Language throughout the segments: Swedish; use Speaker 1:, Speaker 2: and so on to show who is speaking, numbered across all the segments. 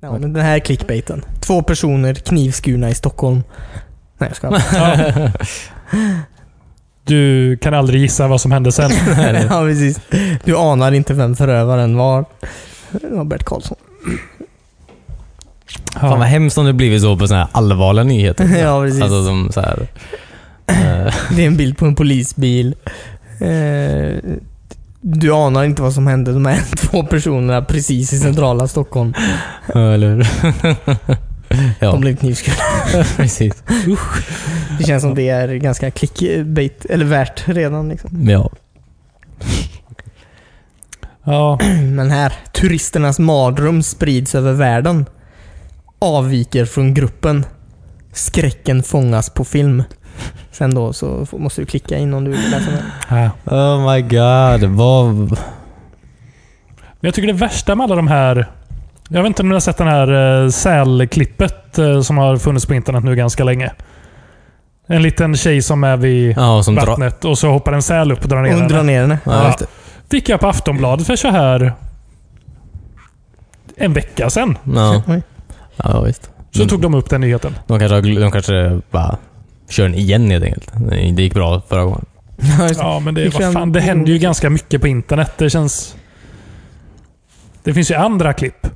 Speaker 1: Ja, men den här är clickbaiten. Två personer knivskurna i Stockholm. Nej, jag skojar. bara.
Speaker 2: Ja. Du kan aldrig gissa vad som hände sen.
Speaker 1: ja, precis. Du anar inte vem förövaren var. Det var Bert Karlsson.
Speaker 3: Fan vad
Speaker 2: Ja.
Speaker 3: hemskt om det blivit så på såna här allvarliga nyheter.
Speaker 1: ja, precis.
Speaker 3: Alltså som så här, eh,
Speaker 1: Det är en bild på en polisbil. Eh, du anar inte vad som hände de här två personerna precis i centrala Stockholm.
Speaker 3: eller hur?
Speaker 1: De
Speaker 3: Ja,
Speaker 1: blev knivskurna.
Speaker 3: precis.
Speaker 1: Det känns som det är ganska clickbait, eller värt redan liksom.
Speaker 3: Ja.
Speaker 2: Ja.
Speaker 1: Men här, turisternas mardröm sprids över världen. Avviker från gruppen. Skräcken fångas på film. Sen då så f- måste du klicka in om du vill läsa mer.
Speaker 2: Ja.
Speaker 3: Oh my god. Vad...
Speaker 2: Men jag tycker det värsta med alla de här... Jag vet inte om ni har sett den här eh, sälklippet eh, som har funnits på internet nu ganska länge. En liten tjej som är vid
Speaker 3: Ja, som drar...
Speaker 2: vattnet och så hoppar en säl upp och drar ner
Speaker 1: Och dra
Speaker 2: henne.
Speaker 1: ner den.
Speaker 3: Ja, just det.
Speaker 2: Fick jag på Aftonbladet för så här en vecka sedan.
Speaker 3: Ja. ja, visst.
Speaker 2: Så tog de upp den nyheten.
Speaker 3: De kanske, har gl- de kanske bara kör den igen helt enkelt. Nej, Det gick bra förra gången.
Speaker 1: Ja, just det.
Speaker 2: Ja, men det,
Speaker 1: Det
Speaker 2: vad
Speaker 1: känns-
Speaker 2: fan, det händer ju ganska mycket på internet. Det känns... Det finns ju andra klipp.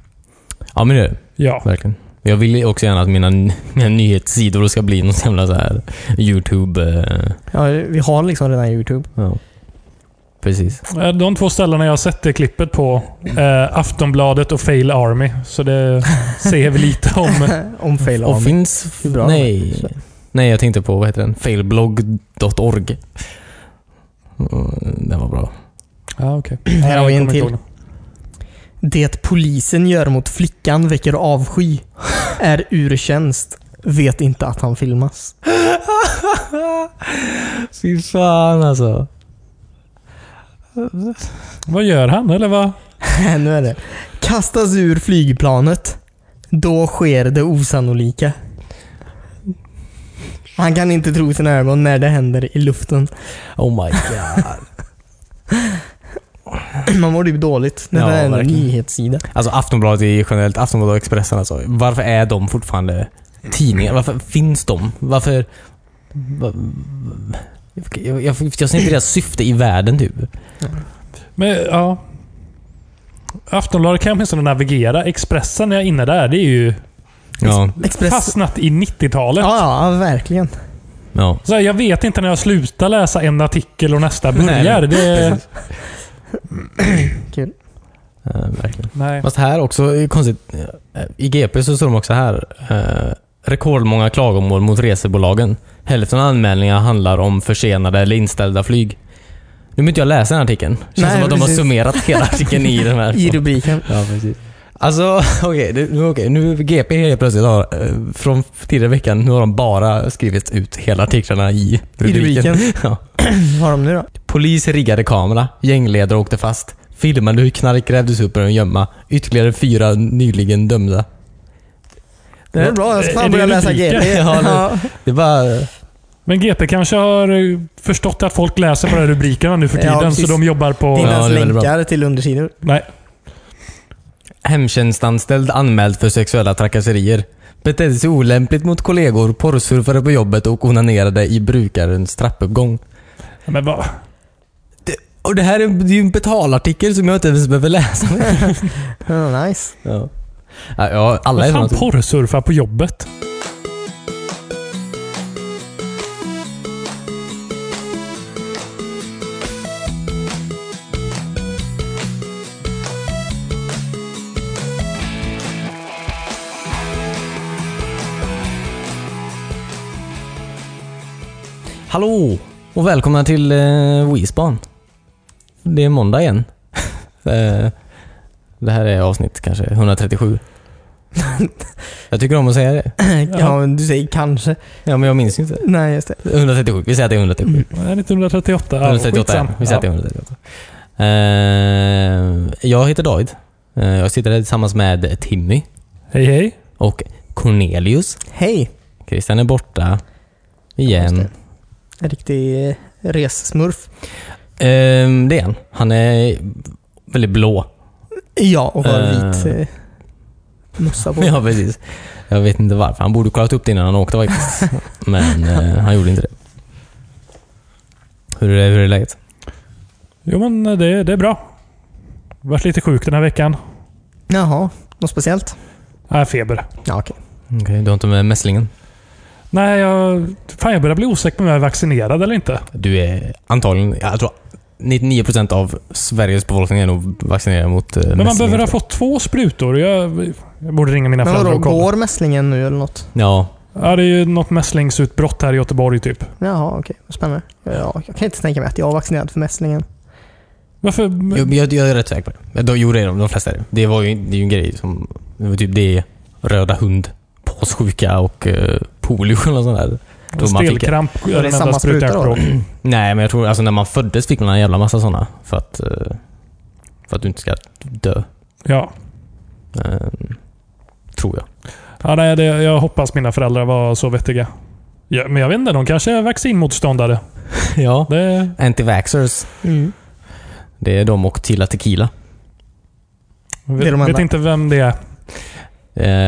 Speaker 3: Ja, men det är det.
Speaker 2: Ja.
Speaker 3: Verkligen. Jag vill ju också gärna att mina, mina nyhetssidor ska bli någon jävla så här YouTube... Eh,
Speaker 1: Ja, vi har liksom redan YouTube.
Speaker 3: ja. Precis.
Speaker 2: Eh, De två ställena jag har sett det klippet på, eh, Aftonbladet och Fail Army. Så det säger vi lite om.
Speaker 1: Om fail
Speaker 3: Och
Speaker 1: av.
Speaker 3: finns...
Speaker 1: Hur bra
Speaker 3: nej.
Speaker 1: de är.
Speaker 3: Nej, jag tänkte på, vad heter den? Failblog.org. Mm, Den var bra.
Speaker 2: Ja, okay.
Speaker 1: Här har vi en till. Det polisen gör mot flickan väcker avsky. Är ur tjänst. Vet inte att han filmas.
Speaker 3: Fy fan alltså.
Speaker 2: Vad gör han? Eller vad?
Speaker 1: nu är det. Kastas ur flygplanet. Då sker det osannolika. Han kan inte tro sina ögon när det händer i luften.
Speaker 3: Oh my god.
Speaker 1: Man mår typ dåligt när
Speaker 3: Ja,
Speaker 1: det är en
Speaker 3: verkligen.
Speaker 1: nyhetssida.
Speaker 3: Alltså Aftonbladet är generellt, Aftonbladet och Expressen alltså. Varför är de fortfarande tidningar? Varför finns de? Varför... va- va- Jag, jag, jag ser inte deras syfte i världen typ.
Speaker 2: Men, ja. Aftonbladet kan jag åtminstone navigera. Expressen när jag är inne där, det är ju
Speaker 3: Ja.
Speaker 1: Express.
Speaker 2: fastnat i 90-talet.
Speaker 1: Ja, ja, verkligen.
Speaker 3: ja.
Speaker 2: Så här, jag vet inte när jag slutar läsa en artikel och nästa börjar. det,
Speaker 1: Kul.
Speaker 3: Eh, verkligen.
Speaker 2: nej.
Speaker 3: Fast här också, är konstigt. eh, I GP så står de också här. Eh, rekordmånga klagomål mot resebolagen. Hälften av anmälningarna handlar om försenade eller inställda flyg. Nu behöver inte jag läsa den här artikeln. Känns
Speaker 1: Nej,
Speaker 3: som att de har
Speaker 1: precis.
Speaker 3: summerat hela artikeln i den här.
Speaker 1: I rubriken.
Speaker 3: Ja, precis. Alltså, okej. det- nu- okej, nu GP helt plötsligt har, eh, från tidigare veckan, nu har de bara skrivit ut hela artiklarna i rubriken.
Speaker 1: rubriken.
Speaker 3: Ja.
Speaker 1: Vad har de nu då?
Speaker 3: Polis riggade kamera, gängledare åkte fast, filmade hur knark grävdes upp ur en gömma, ytterligare fyra nyligen dömda.
Speaker 1: Det är bra, jag
Speaker 3: Eh,
Speaker 1: ska
Speaker 2: Är
Speaker 1: fan
Speaker 2: det
Speaker 1: börja läsa
Speaker 2: rubriken?
Speaker 1: GP.
Speaker 3: Ja,
Speaker 1: Ja.
Speaker 3: Det var...
Speaker 2: Men GP kanske har eh, förstått att folk läser på de här rubrikerna nu för
Speaker 1: Ja,
Speaker 2: tiden, så
Speaker 1: precis.
Speaker 2: de jobbar på...
Speaker 1: Det är inte ens
Speaker 3: det är väldigt bra.
Speaker 1: länkar till undersidor.
Speaker 2: Nej.
Speaker 3: Hemtjänstanställd anmäld för sexuella trakasserier. Betedde sig olämpligt mot kollegor, porrsurfade på jobbet och onanerade i brukarens trappuppgång.
Speaker 2: Men vad?
Speaker 3: Och det här är det är ju en betalartikel som jag inte ens behöver läsa.
Speaker 1: Ja, nice.
Speaker 3: Ja. Ja, Ja, alla
Speaker 2: Vad fan
Speaker 3: är såna. typ.
Speaker 2: porrsurfar på jobbet?
Speaker 3: Hallå! Och välkomna till eh, Wispan. Det är måndag igen. Eh, det här är avsnitt kanske 137. jag tycker om att säga det.
Speaker 1: Ja, men du säger kanske.
Speaker 3: Ja, men jag minns ju inte.
Speaker 1: Nej, just det.
Speaker 3: 137. Vi säger att det är 137.
Speaker 2: Nej, 1938. Ja,
Speaker 3: 138
Speaker 2: skitsam.
Speaker 3: är det. Vi säger att det är 138. Eh, jag heter David. Eh, jag sitter här tillsammans med Timmy
Speaker 2: Hej hej.
Speaker 3: och Cornelius.
Speaker 1: Hej.
Speaker 3: Christian är borta.
Speaker 1: Ja,
Speaker 3: Igen.
Speaker 1: just En riktig eh, ressmurf.
Speaker 3: Ehm, det är han. Han är väldigt blå.
Speaker 1: Ja, och var
Speaker 3: Eh.
Speaker 1: vit. eh, mössa på.
Speaker 3: Ja, precis. Jag vet inte varför. Han borde kollat upp det innan han åkte faktiskt. Men eh, han gjorde inte det. Hur är, det, hur är det läget?
Speaker 2: Jo, men eh, det, det är bra. Varit lite sjuk den här veckan.
Speaker 1: Jaha, något speciellt?
Speaker 2: Nej, feber.
Speaker 1: Ja, okej.
Speaker 3: Okej, du har inte med mässlingen?
Speaker 2: Nej, jag, fan, jag börjar bli osäker på om jag är vaccinerad eller inte.
Speaker 3: Du är antagligen... Jag tror 99% av Sveriges befolkning är nog vaccinerad mot eh,
Speaker 2: Men man
Speaker 3: mässlingen,
Speaker 2: behöver ha
Speaker 3: tror
Speaker 2: fått två sprutor. Jag, jag borde ringa mina
Speaker 1: Men
Speaker 2: föräldrar
Speaker 1: vadå,
Speaker 2: och kolla.
Speaker 1: går mässlingen nu eller något?
Speaker 3: jag. Ja.
Speaker 2: Ja, det är ju något mässlingsutbrott här i Göteborg typ.
Speaker 1: Jaha, okej. Vad Spännande. Ja, jag kan inte tänka mig att jag är vaccinerad för mässlingen.
Speaker 2: Varför?
Speaker 3: Jag, jag, jag är rätt säker på det. De, jo, det är de, de flesta är det. Det, var ju, det är ju en grej som... Det var typ det röda hund, påssjuka och eh, polio och sånt där. Då man fick,
Speaker 2: Stelkramp är
Speaker 1: det
Speaker 2: den enda
Speaker 1: samma
Speaker 2: sprutan jag
Speaker 1: spruta då?
Speaker 2: kommer ihåg.
Speaker 3: nej, men jag tror alltså när man föddes fick man en jävla massa sådana för att... eh, för att du inte ska dö.
Speaker 2: Ja.
Speaker 3: Eh, tror jag.
Speaker 2: ja nej, det, jag hoppas mina föräldrar var så vettiga. Ja, men jag vet inte, de kanske är vaccinmotståndare.
Speaker 3: ja.
Speaker 2: Det,
Speaker 3: Anti-vaxxers.
Speaker 1: Mm.
Speaker 3: Det är de och Tila Tequila.
Speaker 1: Det är
Speaker 2: vet,
Speaker 1: de
Speaker 2: vet
Speaker 1: enda.
Speaker 2: inte vem det är.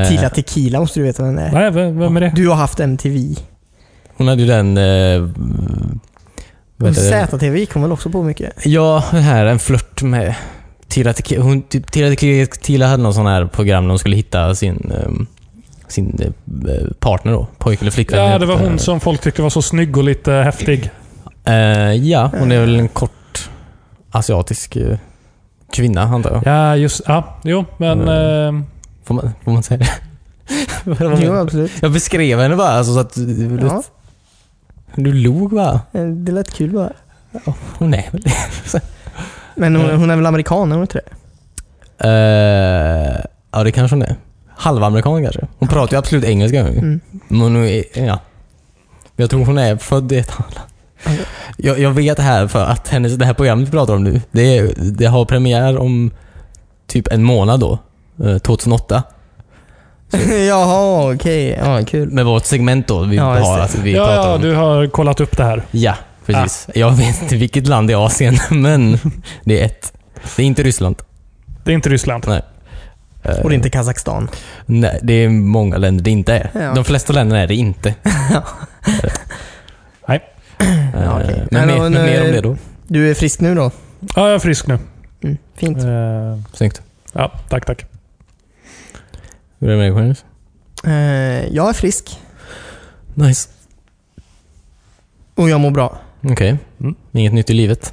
Speaker 3: Eh,
Speaker 1: Tila Tequila måste du veta vem det är.
Speaker 2: Nej, vem, vem är det?
Speaker 1: Du har haft MTV.
Speaker 3: Hon hade ju den... Eh, vad heter det?
Speaker 1: ZTV kom väl också på mycket?
Speaker 3: Ja, den här en flört med Tila Tequila. Hon, typ, Tila Tequila Tila hade någon sån här program där hon skulle hitta sin, ehm, sin eh, partner då. Pojk eller flickvän.
Speaker 2: Ja,
Speaker 3: Jag
Speaker 2: det
Speaker 3: vet
Speaker 2: var
Speaker 3: inte.
Speaker 2: hon som folk tyckte var så snygg och lite häftig.
Speaker 3: Eh, ja, hon är väl en kort asiatisk eh, kvinna antar jag.
Speaker 2: Ja, just Ja, jo, men... eh,
Speaker 3: Får, man, får man säga det? Vad var det?
Speaker 1: Jo, absolut.
Speaker 3: jag beskrev henne bara alltså, så att du,
Speaker 1: Ja, eh,
Speaker 3: du log bara.
Speaker 1: det lät kul bara.
Speaker 3: Hon är väl
Speaker 1: Men hon, hon är väl amerikan, är hon inte det?
Speaker 3: Eh, ja, det kanske hon är. Halvamerikan kanske. Hon pratar ju absolut engelska.
Speaker 1: Mm.
Speaker 3: Men hon är, ja. Jag tror hon är född i ett annat
Speaker 1: Okej.
Speaker 3: jag, jag vet här för att hennes, det här programmet vi pratar om nu, det, är- det har premiär om typ en månad då. eh, 2008.
Speaker 1: Jaha, okej. Ja, kul.
Speaker 3: Men vårt segment då vi
Speaker 1: Ja, Ah. just
Speaker 3: har
Speaker 1: det.
Speaker 3: att vi
Speaker 2: ja,
Speaker 3: pratar
Speaker 2: ja,
Speaker 3: om.
Speaker 2: du har kollat upp det här.
Speaker 3: Ja, precis. Jag vet inte vilket land i Asien, men det är ett. Det är inte Ryssland.
Speaker 2: Det är inte Ryssland.
Speaker 3: Eh,
Speaker 1: Och det är inte Kazakstan.
Speaker 3: Nej, det är många länder det inte är.
Speaker 1: Ja.
Speaker 3: De flesta länder är det inte.
Speaker 2: Nej.
Speaker 1: Ja, okej.
Speaker 3: Eh,
Speaker 1: Men
Speaker 3: Men, mer,
Speaker 1: hon,
Speaker 3: men mer om
Speaker 1: eh,
Speaker 3: det då.
Speaker 1: Du är frisk nu då?
Speaker 2: Ja, jag är frisk nu.
Speaker 1: Mm, fint.
Speaker 2: Eh,
Speaker 3: Snyggt.
Speaker 2: Ja, tack, tack.
Speaker 3: Hur är det med dig Cornelius?
Speaker 1: Eh, jag är frisk
Speaker 3: Nice.
Speaker 1: och jag mår bra.
Speaker 3: Okej.
Speaker 2: Mm.
Speaker 3: Inget nytt i livet?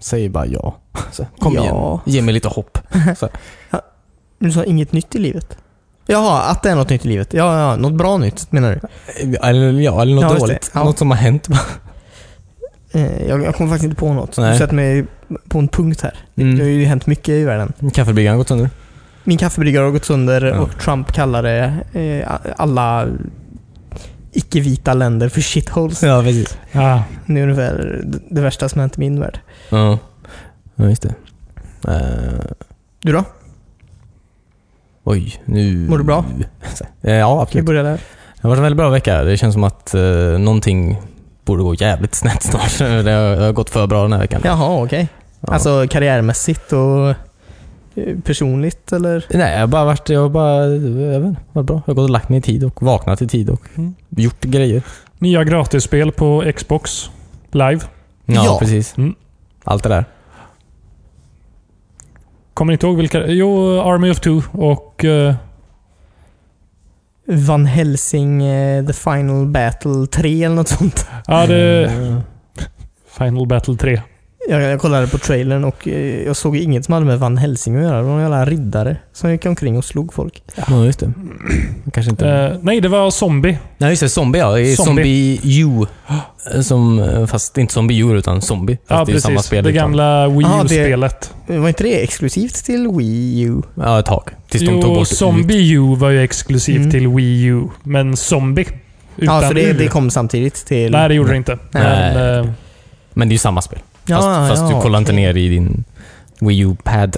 Speaker 3: Säg bara ja. Så, kom
Speaker 1: Ja.
Speaker 3: igen. Ge mig lite hopp.
Speaker 1: Du sa inget nytt i livet? Jaha, att det är något nytt i livet. Ja, ja, något bra nytt menar du?
Speaker 3: Eh, Eller, ja, eller något
Speaker 1: Ja, just det.
Speaker 3: dåligt.
Speaker 1: Ja.
Speaker 3: Något som har hänt.
Speaker 1: Eh, jag, jag kommer faktiskt inte på något.
Speaker 3: Nej.
Speaker 1: Du sätter mig på en punkt här. Det har
Speaker 3: Mm.
Speaker 1: ju hänt mycket i världen.
Speaker 3: Kaffebryggaren har gått sönder.
Speaker 1: Min kaffebryggare har gått sönder
Speaker 3: Ja.
Speaker 1: och Trump kallade eh, alla icke-vita länder för shitholes.
Speaker 3: Ja, precis.
Speaker 2: Ja,
Speaker 1: Det är ungefär det- det värsta som hänt i min värld.
Speaker 3: Ja, ja just det. Eh,
Speaker 1: Du då?
Speaker 3: oj, nu...
Speaker 1: Mår du bra?
Speaker 3: Eh, Ja, absolut.
Speaker 1: Ska vi börja där?
Speaker 3: Det har varit en väldigt bra vecka. Det känns som att eh, någonting borde gå jävligt snett snart. Det har, det har gått för bra den här veckan.
Speaker 1: Jaha, okej.
Speaker 3: Ja.
Speaker 1: Alltså karriärmässigt och eh, personligt eller?
Speaker 3: Nej, jag har bara varit... Jag har bara... Jag vet inte, varit bra. Jag har gått och lagt mig i tid och vaknat i tid och
Speaker 2: Mm.
Speaker 3: gjort grejer.
Speaker 2: nya gratisspel på Xbox Live.
Speaker 3: Ja,
Speaker 1: Ja.
Speaker 3: precis.
Speaker 2: Mm.
Speaker 3: Allt det där.
Speaker 2: Kommer inte ihåg vilka... Jo, Army of Two och... eh,
Speaker 1: Van Helsing eh, The Final Battle 3 eller något sånt.
Speaker 2: Ja, det...
Speaker 3: Mm.
Speaker 2: Final Battle 3.
Speaker 1: Jag, jag kollade på trailern och eh, jag såg inget som hade med Van Helsing att göra. Det var en jävla riddare som gick omkring och slog folk.
Speaker 3: Ja, just det. Kanske inte...
Speaker 2: Eh, nej, det var Zombie.
Speaker 3: Nej, just det. Zombie ja. Det är
Speaker 2: Zombie.
Speaker 3: Zombie U. Som, eh, fast inte Zombie U utan Zombie. Fast
Speaker 2: Ja,
Speaker 3: det är ju samma
Speaker 2: precis.
Speaker 3: spel. liksom.
Speaker 2: Det
Speaker 3: utan-
Speaker 2: gamla Wii
Speaker 1: Ah, det-
Speaker 2: U-spelet.
Speaker 1: Eh, Var inte det exklusivt till Wii U?
Speaker 3: Ja, ett tag. Tills de tog
Speaker 2: Jo,
Speaker 3: bort U.
Speaker 2: Zombie U var ju exklusivt
Speaker 1: Mm.
Speaker 2: till Wii U. Men Zombie utan
Speaker 1: Ja, så det,
Speaker 2: U.
Speaker 1: det kom samtidigt till...
Speaker 2: Nej, det gjorde det inte.
Speaker 3: Nej.
Speaker 2: Men, eh,
Speaker 3: Men det är ju samma spel.
Speaker 1: Ja,
Speaker 3: fast fast
Speaker 1: ja,
Speaker 3: du kollar inte
Speaker 1: okej.
Speaker 3: ner i din Wii U-pad.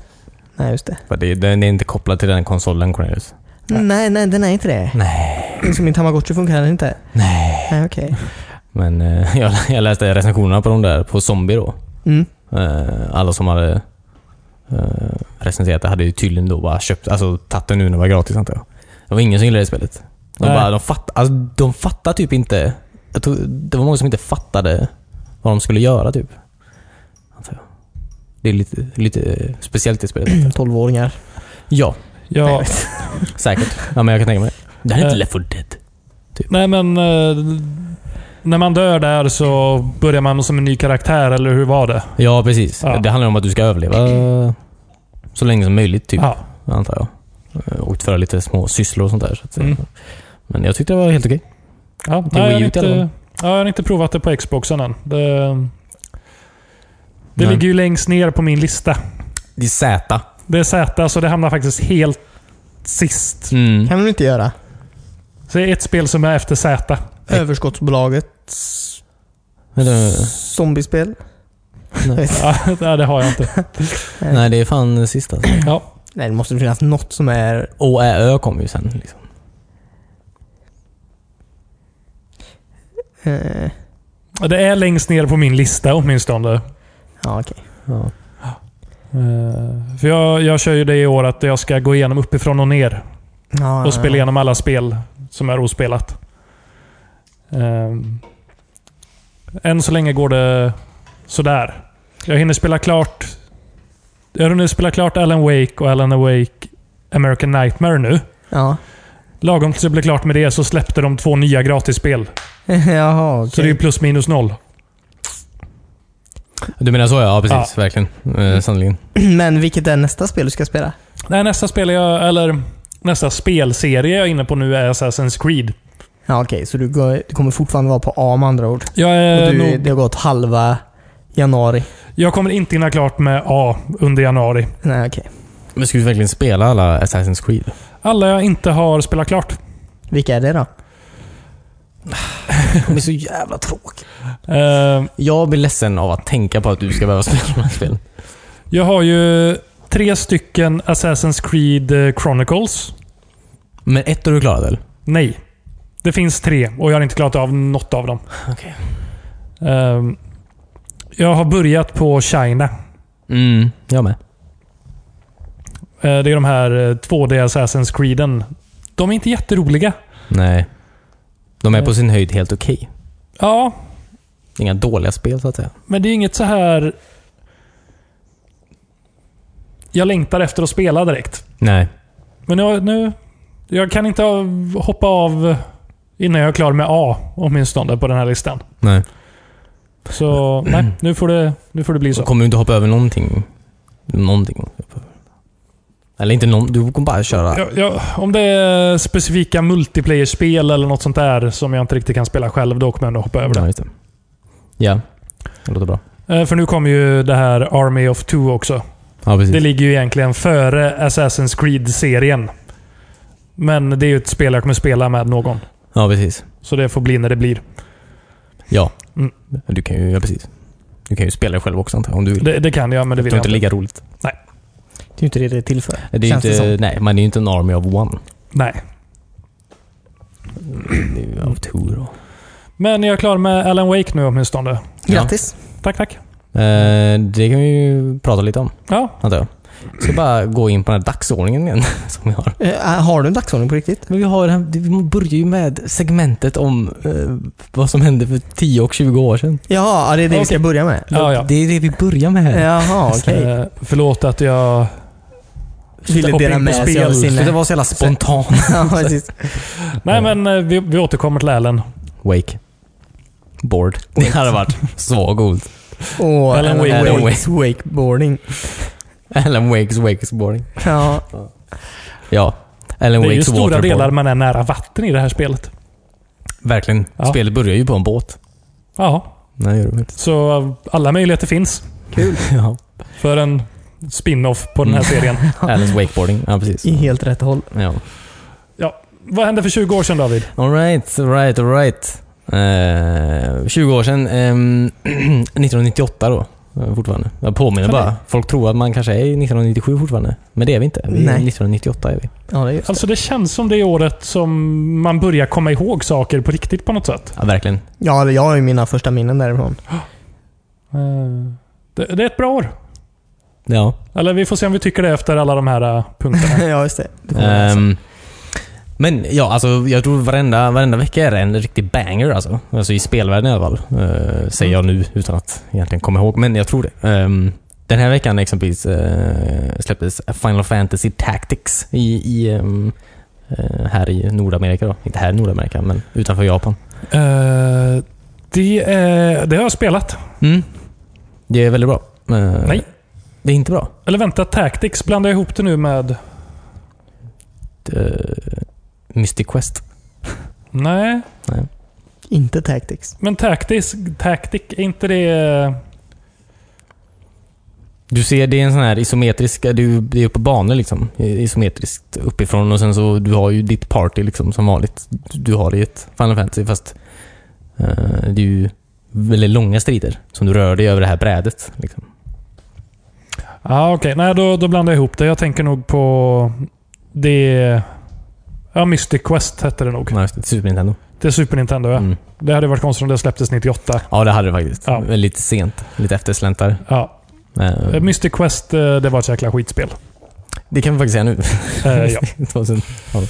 Speaker 1: Nej, just det.
Speaker 3: För det, den är inte kopplad till den konsolen Cornelius. Nej.
Speaker 1: Nej, nej, den är inte det. Nej. Som min Tamagotchi funkar heller inte.
Speaker 3: Nej.
Speaker 1: Nej, okej.
Speaker 3: Men eh, jag, jag läste recensionerna på de där, på Zombie då.
Speaker 1: Mm.
Speaker 3: Eh, alla som hade eh, recenserat det hade ju tydligen då bara köpt, alltså tagit den nu när det var gratis antar jag. Det var ingen som gillade det spelet. De,
Speaker 2: Nej.
Speaker 3: bara, de, fatt, alltså, de fattade typ inte. Jag tror, det var många som inte fattade vad de skulle göra typ. Antar jag. Det är lite, lite speciellt i spelet.
Speaker 1: 12-åringar.
Speaker 3: Ja,
Speaker 2: Ja,
Speaker 3: säkert. Ja, men jag kan tänka mig det. Det här är inte
Speaker 2: Eh.
Speaker 3: Left 4 Dead.
Speaker 2: nej men... eh, När man dör där så börjar man som en ny karaktär, eller hur var det?
Speaker 3: Ja, precis.
Speaker 2: Ja.
Speaker 3: Det handlar om att du ska överleva så länge som möjligt, typ.
Speaker 2: Ja.
Speaker 3: Antar jag. Eh, Och utföra lite små sysslor och sånt där. Så att, säga.
Speaker 2: Mm.
Speaker 3: Men jag tyckte det var helt okej.
Speaker 2: Ja,
Speaker 3: Till
Speaker 2: nej, jag, har
Speaker 3: Wii U
Speaker 2: inte,
Speaker 3: eller vad?
Speaker 2: ja, jag har inte provat det på Xboxen än. Det, det
Speaker 3: Nej.
Speaker 2: ligger ju längst ner på min lista.
Speaker 3: Det är Z.
Speaker 2: Det är Z, så det hamnar faktiskt helt sist.
Speaker 3: Mm.
Speaker 1: kan de inte göra.
Speaker 2: Så det är ett spel som är efter Z.
Speaker 1: Överskottsbolagets
Speaker 3: Men det-
Speaker 1: zombiespel.
Speaker 3: Nej.
Speaker 2: Ja, det har jag inte.
Speaker 3: Nej, det är fan sista.
Speaker 2: Ja.
Speaker 1: Nej, det måste finnas något som är...
Speaker 3: Å, Ä, Ö kom ju sen. Liksom.
Speaker 1: Eh,
Speaker 2: Det är längst ner på min lista åtminstone.
Speaker 1: ja, okej.
Speaker 3: Ja.
Speaker 2: Eh, För jag, jag kör ju det i år att jag ska gå igenom uppifrån och ner
Speaker 1: Ja,
Speaker 2: och spela
Speaker 1: ja.
Speaker 2: igenom alla spel som är ospelat. Ehm, Än så länge går det sådär. Jag hinner spela klart jag hinner spela klart Alan Wake och Alan Wake American Nightmare nu.
Speaker 1: Ja.
Speaker 2: Lagom tills jag blev klart med det så släppte de två nya gratisspel.
Speaker 1: Jaha, okej.
Speaker 2: Så det är ju plus minus noll.
Speaker 3: Du menar så ja, ja precis. Verkligen. Eh, Sannerligen.
Speaker 1: Men vilket är nästa spel du ska spela?
Speaker 2: Nej, nästa spel jag, eller nästa spelserie jag är inne på nu är Assassin's Creed.
Speaker 1: Ja, okej. Så du, går, du kommer fortfarande vara på A med andra ord.
Speaker 2: Jag,
Speaker 1: Och
Speaker 3: Eh,
Speaker 2: är
Speaker 1: du,
Speaker 2: nog,
Speaker 1: Det har gått halva januari.
Speaker 2: jag kommer inte hinna klart med A under januari.
Speaker 1: Nej, okej.
Speaker 3: Men ska du verkligen spela alla Assassin's Creed?
Speaker 2: Alla jag inte har spelat klart.
Speaker 1: Vilka är det då?
Speaker 3: De är så jävla tråkiga.
Speaker 2: Eh,
Speaker 3: Jag blir ledsen av att tänka på att du ska behöva spela de här spelen.
Speaker 2: jag har ju tre stycken Assassin's Creed eh, Chronicles.
Speaker 3: Men ett har du klarat väl?
Speaker 2: Nej. Det finns tre och jag har inte klarat av något av dem.
Speaker 3: Okej.
Speaker 2: Eh, jag har börjat på China.
Speaker 3: Mm, jag med.
Speaker 2: Eh, det är de här eh, 2D Assassin's Creeden. De är inte jätteroliga.
Speaker 3: Nej. De är på sin höjd helt okej.
Speaker 2: Ja,
Speaker 3: Inga dåliga spel så att säga.
Speaker 2: Men det är inget så här... Jag längtar efter att spela direkt.
Speaker 3: Nej.
Speaker 2: Men jag, nu... Jag kan inte av- hoppa av innan jag är klar med A, åtminstone, på den här listan.
Speaker 3: Nej.
Speaker 2: Så nej, nu får det, nu får det bli
Speaker 3: Så
Speaker 2: så.
Speaker 3: kommer du inte hoppa över någonting. Någonting. Eller inte någon, du kommer bara köra.
Speaker 2: Jag, jag, om det är specifika multiplayer-spel eller något sånt där som jag inte riktigt kan spela själv, då kommer jag ändå hoppa över det.
Speaker 3: Ja, just det. Ja. Det låter bra.
Speaker 2: Eh, För nu kommer ju det här Army of Two också.
Speaker 3: Ja, precis.
Speaker 2: Det ligger ju egentligen före Assassin's Creed-serien. Men det är ju ett spel jag kommer spela med någon.
Speaker 3: Ja, precis.
Speaker 2: Så det får bli när det blir.
Speaker 3: Ja.
Speaker 2: Mm.
Speaker 3: Du kan ju, ja precis. Du kan ju spela dig själv också antar jag, om du vill. Det
Speaker 2: Det, det kan jag, men det vill
Speaker 3: behöver
Speaker 2: jag
Speaker 3: inte
Speaker 2: inte.
Speaker 3: lika roligt.
Speaker 1: Det är ju inte det det är till för.
Speaker 3: Det är ju
Speaker 1: känns det
Speaker 3: inte, nej, man är ju inte en army of one.
Speaker 2: Nej.
Speaker 3: Det är ju av tur då.
Speaker 2: Men jag är klar med Alan Wake nu åtminstone.
Speaker 1: som. Grattis.
Speaker 2: Tack, tack.
Speaker 3: Eh, det kan vi ju prata lite om,
Speaker 2: Ja,
Speaker 3: antar jag. Jag ska bara gå in på den här dagsordningen igen, som vi har.
Speaker 1: Eh, har du en dagsordning på riktigt?
Speaker 3: Men vi, har, den här- vi börjar ju med segmentet om eh, vad som hände för 10 och 20 år sedan.
Speaker 1: Jaha, ja, det är det vi ska
Speaker 2: Okej.
Speaker 1: börja med.
Speaker 2: ja, ja.
Speaker 3: Det är det vi börjar med här.
Speaker 1: Jaha, okej.
Speaker 2: Eh, förlåt att jag...
Speaker 1: Ville
Speaker 2: hoppa
Speaker 1: dela
Speaker 2: in på
Speaker 1: med sig av
Speaker 2: spel.
Speaker 1: sin...
Speaker 3: Det var så jävla spontan.
Speaker 1: Ja, precis.
Speaker 2: Nej,
Speaker 3: Eh.
Speaker 2: men eh, vi, vi återkommer till Alan.
Speaker 3: Wake. Board. Det hade varit så coolt.
Speaker 1: Och
Speaker 2: Alan
Speaker 1: Alan
Speaker 2: Wake.
Speaker 1: Wakes wakeboarding.
Speaker 3: Alan Wakes wakeboarding.
Speaker 1: Ja,
Speaker 3: Ja. Alan
Speaker 2: det är ju
Speaker 3: Wakes
Speaker 2: stora
Speaker 3: waterboarding.
Speaker 2: delar man är nära vatten i det här spelet.
Speaker 3: Verkligen.
Speaker 2: Ja.
Speaker 3: Spelet börjar ju på en båt.
Speaker 2: Ja,
Speaker 3: Nej, gör det inte.
Speaker 2: så eh, alla möjligheter finns
Speaker 3: Ja.
Speaker 2: för en spin-off på den här
Speaker 3: Mm.
Speaker 2: serien.
Speaker 3: Alans wakeboarding. Ja, precis.
Speaker 1: i helt rätt håll.
Speaker 3: Ja.
Speaker 2: Vad hände för 20 år sedan David?
Speaker 3: Alright, alright, alright. Eh, 20 år sedan. ehm, 1998 då. eh, Fortfarande. Jag påminner
Speaker 2: Kan
Speaker 3: bara. Folk tror att man kanske är i 1997 fortfarande. Men det är vi inte. Vi är
Speaker 1: Nej.
Speaker 3: 1998 är vi.
Speaker 1: Ja, det är just det.
Speaker 2: Alltså det känns som det året som man börjar komma ihåg saker på riktigt på något sätt.
Speaker 3: Ja, verkligen.
Speaker 1: Ja, jag har ju mina första minnen därifrån.
Speaker 2: Eh, Det, det är ett bra år.
Speaker 3: Ja.
Speaker 2: Eller vi får se om vi tycker det efter alla de här eh, punkterna.
Speaker 1: ja, just det. det kommer jag också.
Speaker 3: Ehm, men ja, alltså, jag tror varenda, varenda vecka är det en riktig banger. Alltså. Alltså, I spelvärlden i alla fall. eh, säger jag nu utan att egentligen komma ihåg, men jag tror det. Ehm, den här veckan exempelvis eh, släpptes Final Fantasy Tactics i, i, ehm, eh, här i Nordamerika. Då. Inte här i Nordamerika, men utanför Japan.
Speaker 2: Eh, det, är, det har jag spelat.
Speaker 3: Mm. Det är väldigt bra. Eh,
Speaker 2: Nej.
Speaker 3: Det är inte bra.
Speaker 2: Eller vänta, Tactics blandar jag ihop det nu med...
Speaker 3: Eh, Mystic Quest.
Speaker 2: Nej,
Speaker 1: Inte Tactics.
Speaker 2: men Tactics, Tactic, är inte det... eh,
Speaker 3: Du ser, det är en sån här isometrisk, du, det är på banor liksom. Isometriskt uppifrån och sen så, du har ju ditt party liksom som vanligt. Du har det i ett Final Fantasy fast eh, det är ju väldigt långa strider som du rör dig över det här brädet. Liksom.
Speaker 2: Ja, okej. Nej, då, då blandar jag ihop det. Jag tänker nog på det... Ja, Mystic Quest hette det nog.
Speaker 3: Ja, just det, Super Nintendo.
Speaker 2: Det är Super Nintendo, ja.
Speaker 3: Mm.
Speaker 2: Det hade varit konstigt om det släpptes 98.
Speaker 3: Ja, det hade det faktiskt.
Speaker 2: Ja.
Speaker 3: Men Lite sent. Lite eftersläntar.
Speaker 2: Ja.
Speaker 3: Eh,
Speaker 2: Eh, Mystic Quest, eh, det var ett jäkla skitspel.
Speaker 3: det kan vi faktiskt säga nu.
Speaker 2: Eh, ja.
Speaker 3: 2000. Ja.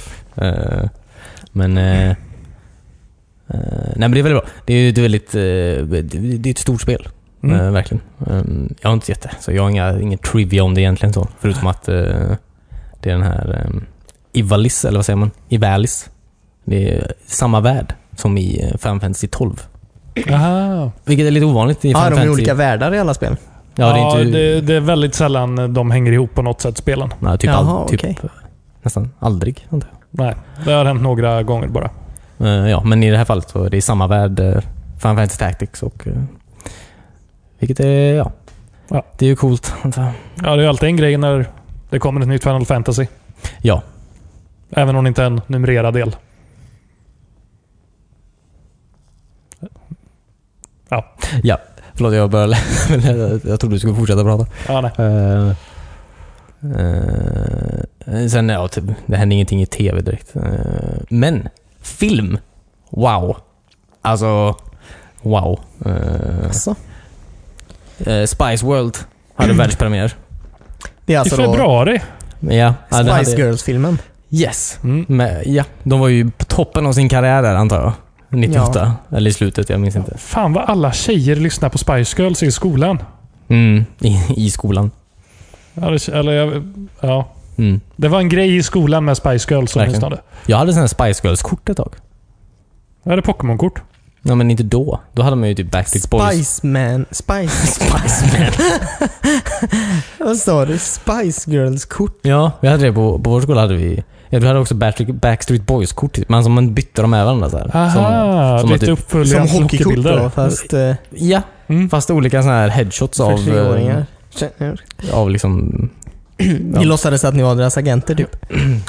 Speaker 3: Eh, Men... eh, eh, nej men det är väldigt bra. Det är ju ett väldigt... eh, det- det är ett stort spel.
Speaker 2: Mm.
Speaker 3: Eh, verkligen. Ehm, jag har inte sett det, så jag har inga, ingen trivia om det egentligen. så. Förutom att eh, det är den här um, Ivalis, eller vad säger man? Ivalis. Det är samma värld som i eh, Final Fantasy 12. Eh.
Speaker 2: Aha.
Speaker 3: Vilket är lite ovanligt i Final
Speaker 1: Ja, Ah, de är
Speaker 3: Fantasy.
Speaker 1: olika världar i alla spel.
Speaker 3: Ja, det är inte...
Speaker 2: det, det är väldigt sällan de hänger ihop på något sätt, spelen.
Speaker 3: Nej, typ,
Speaker 1: Jaha,
Speaker 3: all, typ
Speaker 1: okej.
Speaker 3: nästan aldrig, antar jag.
Speaker 2: Nej, det har hänt några gånger bara.
Speaker 3: Eh, ja, men i det här fallet så är det samma värld, uh, Final Fantasy Tactics och... eh, vilket är... Ja.
Speaker 2: Ja.
Speaker 3: Det är ju coolt. antar jag.
Speaker 2: Ja, det är ju alltid en grej när det kommer ett nytt Final Fantasy.
Speaker 3: ja.
Speaker 2: Även om det inte är en numrerad del.
Speaker 3: Förlåt, jag började... jag- jag trodde du skulle fortsätta prata.
Speaker 2: Ja, nej.
Speaker 3: Eh, eh, sen, ja, typ, det hände ingenting i tv direkt. Eh, men, film! Wow! Alltså, wow. Eh,
Speaker 1: Alltså.
Speaker 3: eh, Spice World hade världspremiär.
Speaker 1: Det är
Speaker 2: I
Speaker 1: alltså då
Speaker 2: februari.
Speaker 3: Ja, ja, det
Speaker 1: Spice Girls-filmen.
Speaker 3: Yes!
Speaker 2: Mm.
Speaker 3: Men, ja, de var ju på toppen av sin karriär där, antar jag. 98. Eller i slutet, jag minns inte.
Speaker 2: Fan vad alla tjejer lyssnar på Spice Girls i skolan.
Speaker 3: Mm, i, I skolan.
Speaker 2: Ja, det- Eller, jag- ja.
Speaker 3: Mm.
Speaker 2: Det var en grej i skolan med Spice Girls
Speaker 3: Verkligen.
Speaker 2: åtminstone.
Speaker 3: Jag hade sån här Spice Girls-kort ett tag.
Speaker 2: Ja, det är Pokémon-kort.
Speaker 3: Ja, men inte då. Då hade man ju typ Backstreet Boys.
Speaker 1: Spice Man. Spice...
Speaker 3: Spice Man.
Speaker 1: Vad sa du? Spice Girls-kort?
Speaker 3: Ja, vi hade det på, på vår skola. Hade vi, ja, du hade också Backstreet, Backstreet Boys-kort, typ. men som man bytte dem med varandra. Så här. Som,
Speaker 2: Aha,
Speaker 3: som att
Speaker 2: lite
Speaker 3: du-
Speaker 1: Som
Speaker 2: uppföljande
Speaker 1: hockeykort då,
Speaker 2: hockeybilder.
Speaker 1: fast eh,
Speaker 3: ja,
Speaker 2: Mm.
Speaker 3: fast olika såna här headshots
Speaker 1: för
Speaker 3: av, eh,
Speaker 1: treåringar.
Speaker 3: av liksom...
Speaker 1: Ni låtsades att ni var deras agenter typ.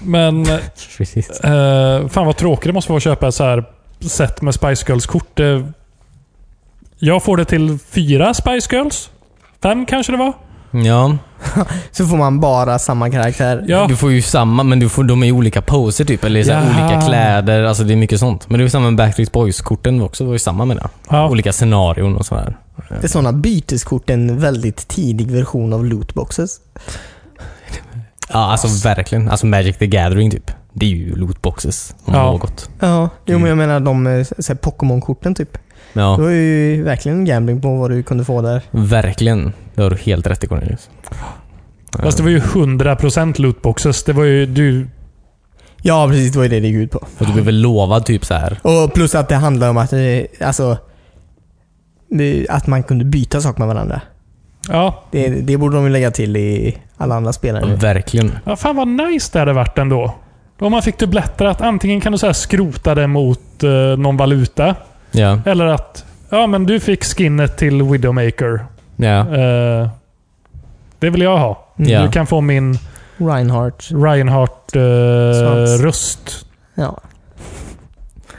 Speaker 2: Men
Speaker 3: Precis.
Speaker 2: eh, fan vad tråkigt det måste vara att köpa ett så här set med Spice Girls-kort. Eh, Jag får det till fyra Spice Girls. Fem kanske det var.
Speaker 3: Ja,
Speaker 1: Så får man bara samma karaktär.
Speaker 2: Ja.
Speaker 3: Du får ju samma, men du får, de är i olika poser typ, eller så här,
Speaker 2: Jaha.
Speaker 3: olika kläder. Alltså det är mycket sånt. Men det är ju samma med Backstreet Boys-korten också. Det var ju samma med det.
Speaker 2: Ja.
Speaker 3: Olika scenarion och sådär.
Speaker 1: Det är sådana byteskort, en väldigt tidig version av lootboxes.
Speaker 3: Ja, alltså verkligen. Alltså Magic the Gathering typ. Det är ju lootboxes om
Speaker 2: Ja.
Speaker 3: något.
Speaker 1: Ja, jo,
Speaker 3: Mm.
Speaker 1: men jag menar de eh, så här Pokémon-korten typ. Det
Speaker 3: Ja,
Speaker 1: var ju verkligen en gambling på vad du kunde få där.
Speaker 3: verkligen. Det har du helt rätt i Cornelius.
Speaker 2: Fast det var ju 100% lootboxes. Det var ju du...
Speaker 1: Ja, precis. Det var ju det det gick ut på.
Speaker 3: Och du blev väl lovad typ så här.
Speaker 1: Och plus att det handlar om att, eh, alltså, det- att man kunde byta saker med varandra.
Speaker 2: Ja.
Speaker 1: Det, det borde de ju lägga till i alla andra spelare nu.
Speaker 3: Verkligen.
Speaker 2: ja fan vad nice det hade varit ändå. Om man fick dubbletter att antingen kan du så här skrota det mot eh, någon valuta.
Speaker 3: Ja.
Speaker 2: Eller att ja, men du fick skinnet till Widowmaker.
Speaker 3: Ja.
Speaker 2: Eh, det vill jag ha.
Speaker 1: Mm.
Speaker 3: Ja.
Speaker 2: Du kan få min eh,
Speaker 1: Reinhardt. Svans.
Speaker 2: Reinhardt-röst.
Speaker 1: Ja.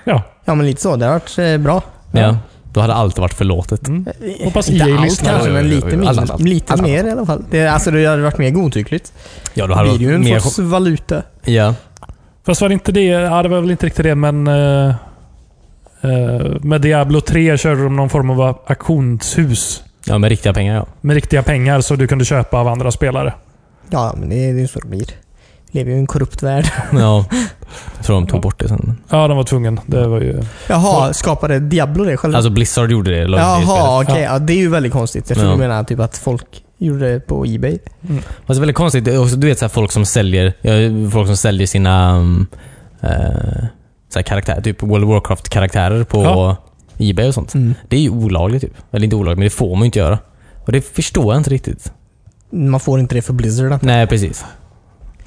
Speaker 2: Ja.
Speaker 1: Ja, men lite så. Det har varit eh, bra.
Speaker 3: ja. Då hade allt varit förlåtet.
Speaker 2: Mm.
Speaker 1: Eh,
Speaker 2: Hoppas
Speaker 1: inte
Speaker 2: EA
Speaker 1: allt
Speaker 2: lyssnar.
Speaker 1: kanske, men
Speaker 3: Jo, jo,
Speaker 1: lite,
Speaker 3: jo, jo.
Speaker 1: mindre,
Speaker 3: Allt, allt, allt.
Speaker 1: lite
Speaker 3: Allt, allt.
Speaker 1: mer i alla fall. Det, alltså, det hade varit mer godtyckligt.
Speaker 3: Ja, då hade det varit
Speaker 1: Videon
Speaker 3: mer...
Speaker 1: får valuta.
Speaker 3: Ja.
Speaker 2: Fast var det inte det? Ja, det var väl inte riktigt det, men... eh, eh, med Diablo 3 körde de någon form av auktionshus.
Speaker 3: Ja, med riktiga pengar ja.
Speaker 2: Med riktiga pengar så du kunde köpa av andra spelare.
Speaker 1: Ja, men det är ju så det blir. Vi lever ju i en korrupt värld.
Speaker 3: ja. Jag tror de tog bort det sen.
Speaker 2: Ja, de var tvungen. Det var ju...
Speaker 1: Jaha, skapade Diablo det själva?
Speaker 3: Alltså Blizzard gjorde det. la ut det i spelet.
Speaker 1: Jaha, okej. Ja. det är ju väldigt konstigt. Jag tror
Speaker 3: Ja.
Speaker 1: du menar typ att folk gjorde det på Ebay.
Speaker 3: Fast det är väldigt konstigt. Det är också, Du vet så här, folk som säljer ja, folk som säljer sina um, eh, så här, karaktärer, typ World of Warcraft-karaktärer på
Speaker 2: Ja.
Speaker 3: Ebay och sånt. Det är ju olagligt typ. Eller inte olagligt, men det får man ju inte göra. Och det förstår jag inte riktigt.
Speaker 1: Man får inte det för Blizzard. antar jag.
Speaker 3: Nej, precis.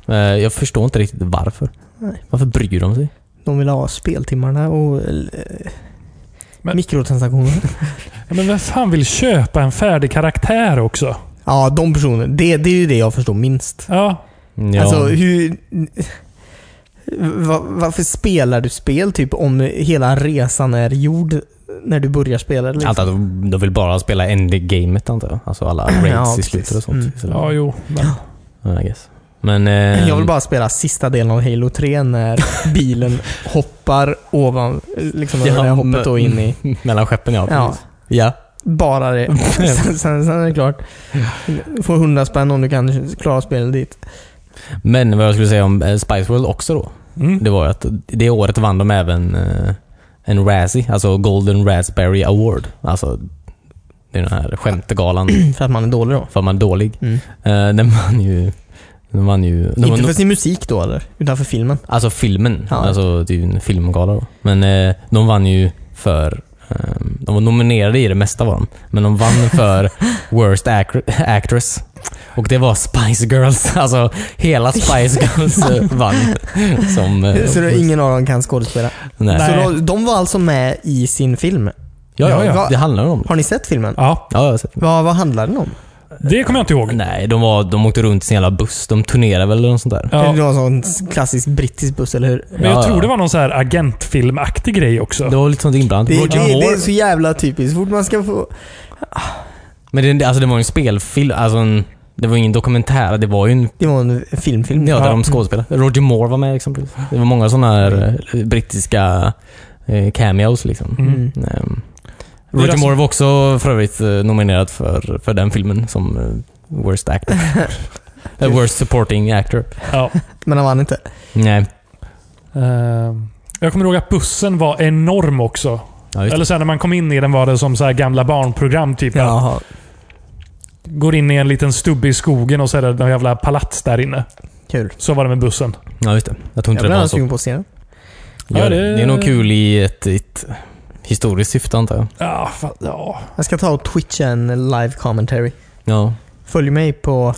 Speaker 3: Eh, jag förstår inte riktigt varför.
Speaker 1: Nej.
Speaker 3: Varför bryr de sig?
Speaker 1: De vill ha speltimmarna och eh,
Speaker 2: Men-
Speaker 1: mikrotransaktioner.
Speaker 2: Ja, Men vem fan vill köpa en färdig karaktär också?
Speaker 1: ja, de personerna. Det, det är ju det jag förstår minst.
Speaker 2: Ja,
Speaker 3: Ja.
Speaker 1: Alltså hur... Va, varför spelar du spel typ om hela resan är gjord när du börjar spela? Liksom?
Speaker 3: Allt att de de vill bara spela endgamet antar jag. Alltså alla raids
Speaker 1: Ja,
Speaker 3: i
Speaker 1: precis.
Speaker 3: slutet och sånt.
Speaker 1: Mm.
Speaker 3: Så,
Speaker 2: ja jo. Men...
Speaker 3: I guess. Men... Eh,
Speaker 1: Jag vill bara spela sista delen av Halo 3 när bilen hoppar ovan, liksom över det här hoppet och in i...
Speaker 3: Mellan skeppen ja.
Speaker 1: Ja,
Speaker 3: precis. ja.
Speaker 1: bara det. sen, sen, sen är det klart. Du får 100 spänn om du kan klara spelet dit.
Speaker 3: Men vad jag skulle säga om eh, Spice World också då.
Speaker 2: Mm.
Speaker 3: Det var ju att det året vann de även eh, en Razzie, alltså Golden Raspberry Award. Alltså det är den här skämtgalan
Speaker 1: För att man är dålig då.
Speaker 3: för att man är dålig.
Speaker 1: Mm.
Speaker 3: Eh, den vann ju... Den vann ju... Den
Speaker 1: Inte
Speaker 3: vann,
Speaker 1: för sin musik då eller? Utan för filmen.
Speaker 3: Alltså filmen.
Speaker 1: Ja.
Speaker 3: Alltså det är ju en filmgala då. Men eh, de vann ju för... eh, de var nominerade i det mesta var de. Men de vann för Worst Actr- Actress. Och det var Spice Girls. Alltså hela Spice Girls eh, vann. Som... eh,
Speaker 1: Så det, ingen av dem kan skådespela.
Speaker 3: nej.
Speaker 1: Så
Speaker 2: Nej.
Speaker 1: då, de var alltså med i sin film.
Speaker 3: Ja,
Speaker 1: Ja,
Speaker 3: ja,
Speaker 1: ja.
Speaker 3: ja. Det handlar om det.
Speaker 1: Har ni sett filmen?
Speaker 2: Ja,
Speaker 3: Ja, jag har sett.
Speaker 1: Vad, vad handlar den om?
Speaker 2: det kommer jag inte ihåg.
Speaker 3: Nej, de, var, de åkte runt i sin jävla buss. De turnerade väl eller något sånt där.
Speaker 1: Är
Speaker 2: Ja.
Speaker 1: det någon sån klassisk brittisk buss eller hur?
Speaker 2: Men jag
Speaker 3: Ja,
Speaker 2: tror
Speaker 3: ja.
Speaker 2: det var någon så här agentfilmaktig grej också.
Speaker 3: Det var lite sånt inblandat.
Speaker 1: Det, det,
Speaker 3: Roger
Speaker 1: det
Speaker 3: Moore.
Speaker 1: är så jävla typiskt. Så fort man ska få...
Speaker 3: Men det, alltså, det var ju en spelfilm. Alltså en, det var ju ingen dokumentär. Det var ju en
Speaker 1: Det var en filmfilm.
Speaker 3: Ja, där
Speaker 2: Ja.
Speaker 3: de skådespelar. Roger Moore var med exempelvis. Det var många sådana här eh, brittiska eh, cameos liksom.
Speaker 2: Mm.
Speaker 3: Ehm,
Speaker 2: Det är
Speaker 3: Roger
Speaker 2: alltså-
Speaker 3: Moore var också för övrigt eh, nominerad för, för den filmen som eh, Worst Actor. Eh, worst Supporting Actor.
Speaker 2: Ja.
Speaker 1: Men han vann inte.
Speaker 3: Nej.
Speaker 2: Eh, Jag kommer ihåg att bussen var enorm också.
Speaker 3: Ja, just det.
Speaker 2: Eller sen när man kom in i den var det som så här gamla barnprogram. Typ.
Speaker 1: Jaha.
Speaker 2: Går in i en liten stubbe i skogen och så är det någon jävla palats där inne.
Speaker 1: Kul.
Speaker 2: Så var det med bussen.
Speaker 3: ja, just det. Jag tror
Speaker 1: Jag
Speaker 3: inte
Speaker 1: blir
Speaker 3: det var
Speaker 1: annars
Speaker 3: så.
Speaker 1: sugen på att se den.
Speaker 2: Ja,
Speaker 3: Ja, det...
Speaker 2: det-
Speaker 3: är nog kul i ett, i ett historiskt syfte antar jag.
Speaker 2: Ja, fan, ja.
Speaker 1: Jag ska ta och twitcha en live commentary.
Speaker 3: Ja.
Speaker 1: Följ mig på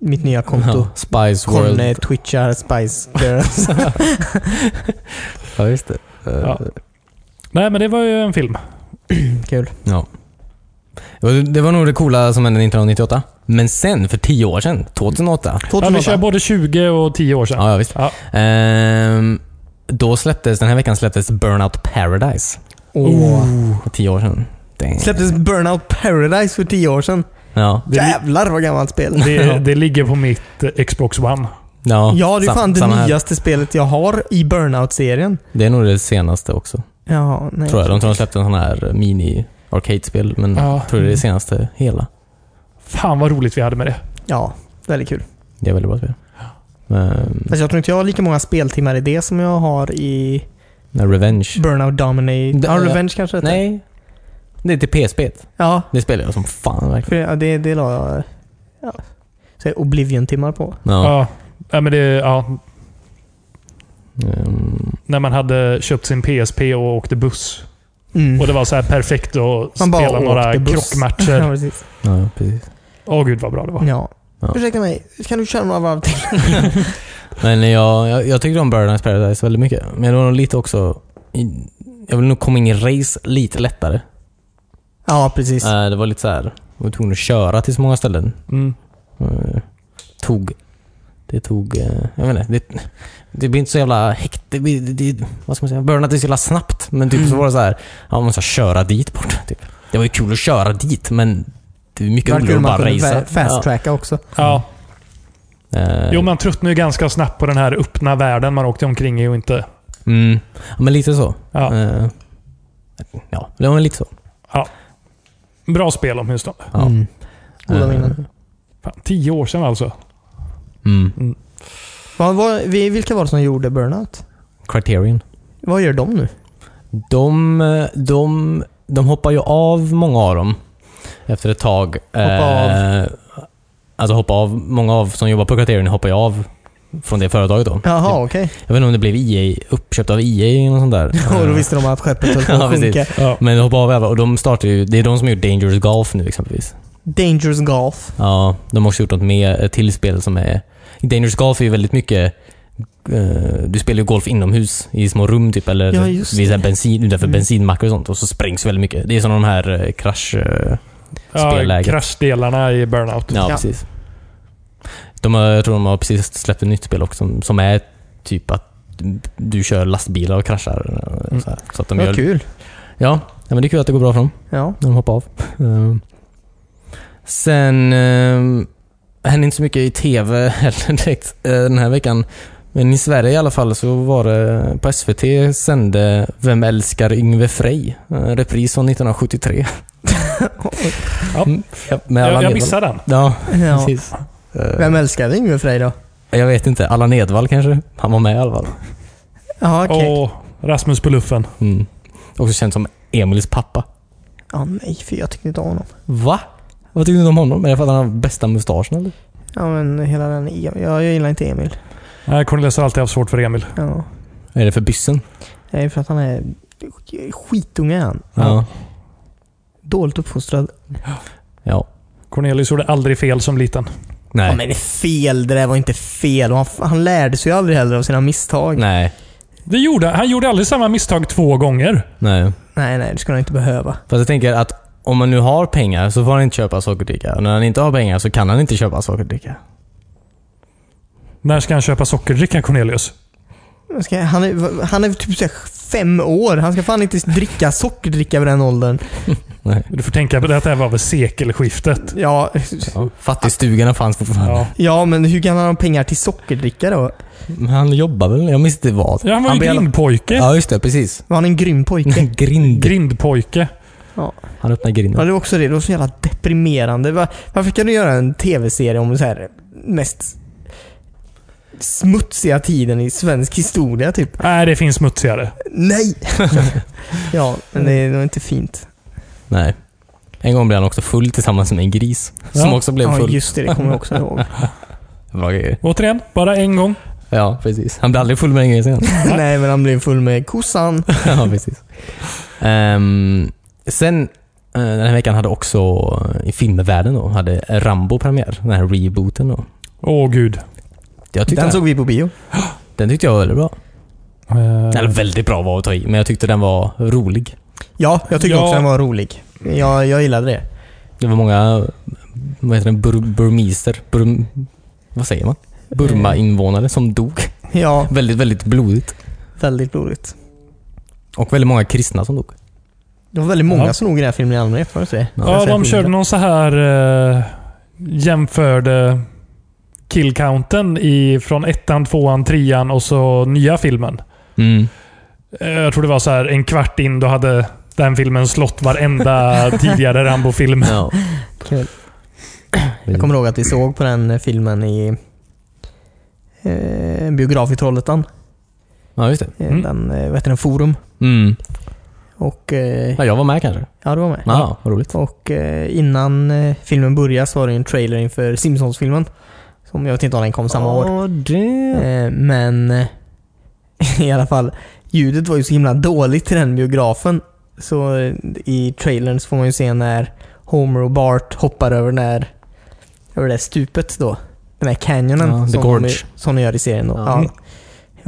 Speaker 1: mitt nya konto.
Speaker 3: ja. Spice World.
Speaker 1: Conny twitchar Spice Girls.
Speaker 3: Ja, just det. Eh,
Speaker 2: Ja. Nej, men det var ju en film.
Speaker 1: Kul.
Speaker 3: Ja. Det var- Det var nog det coola som hände 1998. Men sen, för tio år sedan, 2008.
Speaker 2: Ja, vi kör
Speaker 1: 2008.
Speaker 2: både 20 och 10 år sedan.
Speaker 3: Ja, ja visst.
Speaker 2: Ja.
Speaker 3: Ehm, då släpptes, den här veckan släpptes Burnout Paradise.
Speaker 1: Åh.
Speaker 2: Oh.
Speaker 3: För tio år sedan. Dang.
Speaker 1: Släpptes Burnout Paradise för 10 år sedan.
Speaker 3: Ja.
Speaker 2: Det, li-
Speaker 1: Jävlar vad gammalt spel.
Speaker 2: det, det ligger på mitt eh, Xbox One.
Speaker 3: Ja,
Speaker 1: Ja, det är
Speaker 3: sam-
Speaker 1: fan det
Speaker 3: samma här.
Speaker 1: nyaste spelet jag har i Burnout-serien.
Speaker 3: Det är nog det senaste också.
Speaker 1: Ja, nej.
Speaker 3: Tror jag. De tror de släppte en sån här eh, mini arcade-spel, men
Speaker 2: Ja.
Speaker 3: jag tror det
Speaker 1: Mm.
Speaker 3: är det senaste hela.
Speaker 2: Fan vad roligt vi hade med det.
Speaker 1: Ja, väldigt kul.
Speaker 3: Det är väldigt bra spel. Ehm,
Speaker 1: Fast jag tror inte jag har lika många speltimmar i det som jag har i
Speaker 3: Revenge.
Speaker 1: Burnout Dominate.
Speaker 3: Det-
Speaker 1: Ja, Revenge kanske heter.
Speaker 3: Nej. Det är till PSP. -et.
Speaker 1: Ja,
Speaker 3: Det spelar jag som fan verkligen.
Speaker 1: för ja, det, det la jag ja, så här Oblivion-timmar på.
Speaker 3: Ja.
Speaker 2: Ja. Ja, men det, ja,
Speaker 3: Ehm,
Speaker 2: när man hade köpt sin PSP och åkte buss.
Speaker 1: Mm.
Speaker 2: Och det var så här perfekt att
Speaker 1: Man bara
Speaker 2: spela några
Speaker 1: åkte buss. Ja,
Speaker 2: krockmatcher.
Speaker 1: precis.
Speaker 3: ja, precis.
Speaker 2: Åh gud vad bra det var.
Speaker 1: Ja.
Speaker 3: Ja.
Speaker 1: Ursäkta mig, kan du köra några varv till?
Speaker 3: Men jag, jag, jag tyckte om Paradise Paradise väldigt mycket. Men det var nog lite också... i- Jag ville nog komma in i race lite lättare.
Speaker 1: Ja, precis.
Speaker 3: Eh, det var lite så här. Jag var tvungen att köra till så många ställen.
Speaker 2: Mm.
Speaker 3: Eh, tog... Det tog... eh, jag vet inte. Det, det blir inte så jävla häkt... Det, blir- det, det, vad ska man säga? Burnout är så jävla snabbt. Men typ så var det så här. Ja, man måste köra dit bort. Typ. Det var ju kul att köra dit, men... Det är mycket
Speaker 1: Verkar
Speaker 3: roligare
Speaker 1: kul
Speaker 3: att
Speaker 1: man
Speaker 3: bara
Speaker 1: kunde
Speaker 3: racea.
Speaker 1: fa- fast-tracka också.
Speaker 2: Ja.
Speaker 3: Ja. Eh,
Speaker 2: Jo, man tröttnar ju ganska snabbt på den här öppna världen man åkte omkring i och inte...
Speaker 3: Mm, ja, men lite så.
Speaker 2: Ja.
Speaker 3: Eh, ja, det var väl lite så.
Speaker 2: Ja. Bra spel om Houston.
Speaker 3: Ja.
Speaker 1: Mm. Goda
Speaker 3: Eh,
Speaker 1: minnen.
Speaker 2: Fan, tio år sedan alltså.
Speaker 3: Mm.
Speaker 1: Vad var, vi- vilka var det som gjorde Burnout?
Speaker 3: Criterion.
Speaker 1: Vad gör de nu?
Speaker 3: De, eh, de, de hoppar ju av många av dem efter ett tag.
Speaker 1: Hoppa
Speaker 3: av? Alltså hoppa av. Många av som jobbar på Criterion hoppar ju av från det företaget då.
Speaker 1: Jaha, okej.
Speaker 3: Jag vet inte om det blev EA, uppköpt av EA eller något sånt där.
Speaker 1: Och då visste de att skeppet höll på
Speaker 3: Ja,
Speaker 1: att
Speaker 3: precis.
Speaker 1: sjunka.
Speaker 2: Ja.
Speaker 3: Men de hoppar av alla och de startar ju, det är de som har gjort Dangerous Golf nu exempelvis.
Speaker 1: Dangerous Golf.
Speaker 3: Ja, de har också gjort något med ett till spel som är... Dangerous Golf är ju väldigt mycket... eh, du spelar ju golf inomhus i små rum typ, eller
Speaker 1: Ja, just
Speaker 3: vid så här
Speaker 1: det.
Speaker 3: bensin, utanför
Speaker 1: Mm.
Speaker 3: bensinmackar och sånt och så sprängs väldigt mycket. Det är som de här eh, krasch... eh,
Speaker 2: Ja,
Speaker 3: Spelläget.
Speaker 2: kraschdelarna i Burnout.
Speaker 3: ja,
Speaker 1: Ja.
Speaker 3: precis. De har, jag tror de har precis släppt ett nytt spel också som, som är typ att du kör lastbilar och kraschar. eh,
Speaker 2: Mm.
Speaker 3: Så, här, så att de
Speaker 1: Vad
Speaker 3: gör...
Speaker 1: kul.
Speaker 3: Ja, ja, men det är kul att det går bra för dem.
Speaker 1: Ja.
Speaker 3: när de hoppar av. Ehm. Sen eh, hände inte så mycket i TV heller direkt eh, den här veckan. Men i Sverige i alla fall så var det på SVT sände Vem älskar Yngve Frey? En repris från 1973.
Speaker 2: Ja.
Speaker 3: Mm, ja, med
Speaker 2: Jag,
Speaker 3: Allan
Speaker 2: jag
Speaker 3: Edwall.
Speaker 2: missade den.
Speaker 3: Ja,
Speaker 1: ja.
Speaker 3: precis. Eh,
Speaker 1: Vem älskade Yngve Frej då?
Speaker 3: Jag vet inte. Allan Edwall kanske? Han var med i alla fall.
Speaker 1: Ja, okej.
Speaker 2: Och Rasmus på luffen.
Speaker 3: Mm. Också känd som Emils pappa.
Speaker 1: Ja, nej, för jag tyckte inte om honom.
Speaker 3: Va? Vad tyckte du om honom? Är det för att han har bästa mustaschen eller?
Speaker 1: Ja, men hela den... Jag, jag gillar inte Emil.
Speaker 2: Nej, Cornelius har alltid haft svårt för Emil.
Speaker 1: Ja.
Speaker 3: Är det för byssen?
Speaker 1: Det är för att han är... Skitunge är han.
Speaker 3: Ja.
Speaker 1: Dåligt uppfostrad.
Speaker 3: ja.
Speaker 2: Cornelius gjorde aldrig fel som liten.
Speaker 1: Ja,
Speaker 3: Nej.
Speaker 1: men det är fel. Det där var inte fel. Och Han, han lärde sig ju aldrig heller av sina misstag. Nej,
Speaker 3: Nej.
Speaker 2: Det gjorde, han gjorde aldrig samma misstag två gånger.
Speaker 3: Nej.
Speaker 1: nej, det skulle han inte behöva.
Speaker 3: Fast jag tänker att om man nu har pengar så får han inte köpa sockerdricka. Och när han inte har pengar så kan han inte köpa sockerdricka.
Speaker 2: När ska han köpa sockerdricka, Cornelius?
Speaker 1: Han Ska, han, är, han är typ så här fem år. Han ska fan inte dricka sockerdricka vid den åldern.
Speaker 3: Nej.
Speaker 2: Du får tänka på det att det här var väl sekelskiftet.
Speaker 1: Ja,
Speaker 3: Ja. Fattigstugorna fanns fortfarande.
Speaker 2: Ja.
Speaker 1: ja men hur kan han ha pengar till sockerdricka då?
Speaker 3: Men han jobbar väl? Jag minns inte vad.
Speaker 2: Ja, han var ju
Speaker 3: blir alla-
Speaker 2: grindpojke.
Speaker 3: Ja, just det. Precis.
Speaker 1: Var han en grym pojke?
Speaker 3: Grind.
Speaker 2: Grindpojke.
Speaker 3: Han öppnar
Speaker 1: Ja,
Speaker 3: grinden.
Speaker 1: det var också det. Det var så jävla deprimerande. Va- Varför kan du göra en tv-serie om så här mest smutsiga tiden i svensk historia typ?
Speaker 2: Nej, det finns smutsigare.
Speaker 1: Nej! ja, men det är nog inte fint.
Speaker 3: Nej. En gång blev han också full tillsammans med en gris. Som
Speaker 2: Ja.
Speaker 3: också blev
Speaker 1: Ja,
Speaker 3: full.
Speaker 1: just det. Det kommer jag också ihåg.
Speaker 3: Bra grejer.
Speaker 2: Återigen, bara en gång.
Speaker 3: Ja, precis. Han blev aldrig full med en gris igen.
Speaker 1: Nej, men han blev full med kossan.
Speaker 3: ja, precis. Ehm, sen eh, den här veckan hade också eh, i filmvärlden då, hade Rambo premiär. Den här rebooten då.
Speaker 2: Åh gud.
Speaker 3: Jag tyckte
Speaker 1: Den såg vi på bio.
Speaker 3: Den tyckte jag var väldigt bra.
Speaker 2: Eh,
Speaker 3: Eller väldigt bra var att ta i, men jag tyckte den var rolig.
Speaker 1: Ja, jag tyckte
Speaker 2: Ja.
Speaker 1: också den var rolig. Jag, jag gillade det.
Speaker 3: Det var många, vad heter det, bur, burmiser, bur, vad säger man?
Speaker 1: Eh.
Speaker 3: Burma-invånare som dog.
Speaker 1: Ja,
Speaker 3: Väldigt, väldigt blodigt.
Speaker 1: väldigt blodigt.
Speaker 3: Och väldigt många kristna som dog.
Speaker 1: Det var väldigt många
Speaker 2: Ja.
Speaker 1: som dog i den här filmen i allmänhet, får jag säga. Får jag
Speaker 2: ja,
Speaker 1: säga filmen?
Speaker 2: de körde någon så här eh, jämförde killcounten i, från ettan, tvåan, trean och så nya filmen.
Speaker 3: Mm.
Speaker 2: Eh, jag tror det var så här en kvart in, då hade den filmen slått varenda tidigare Rambo-film.
Speaker 3: Ja.
Speaker 1: Kul. Jag kommer ihåg att vi såg på den eh, filmen i eh, en biograf i Trollhättan.
Speaker 3: ja, just det.
Speaker 1: Eh,
Speaker 2: Mm.
Speaker 1: Den, eh, vad heter den? Forum.
Speaker 3: Mm.
Speaker 1: Och, eh,
Speaker 3: Ja, jag var med kanske.
Speaker 1: ja, du var med.
Speaker 3: Ja, vad roligt.
Speaker 1: Och eh, innan eh, filmen började så var det ju en trailer inför Simpsons-filmen. Som jag vet inte om den kom samma år.
Speaker 3: Ja, det.
Speaker 1: Eh, men eh, i alla fall, ljudet var ju så himla dåligt till den biografen. Så eh, i trailern så får man ju se när Homer och Bart hoppar över den här, över det här stupet då. Den här canyonen
Speaker 3: Ja, the
Speaker 1: som,
Speaker 3: gorge.
Speaker 1: de, som de gör i serien då.
Speaker 3: Ja.
Speaker 1: Ja.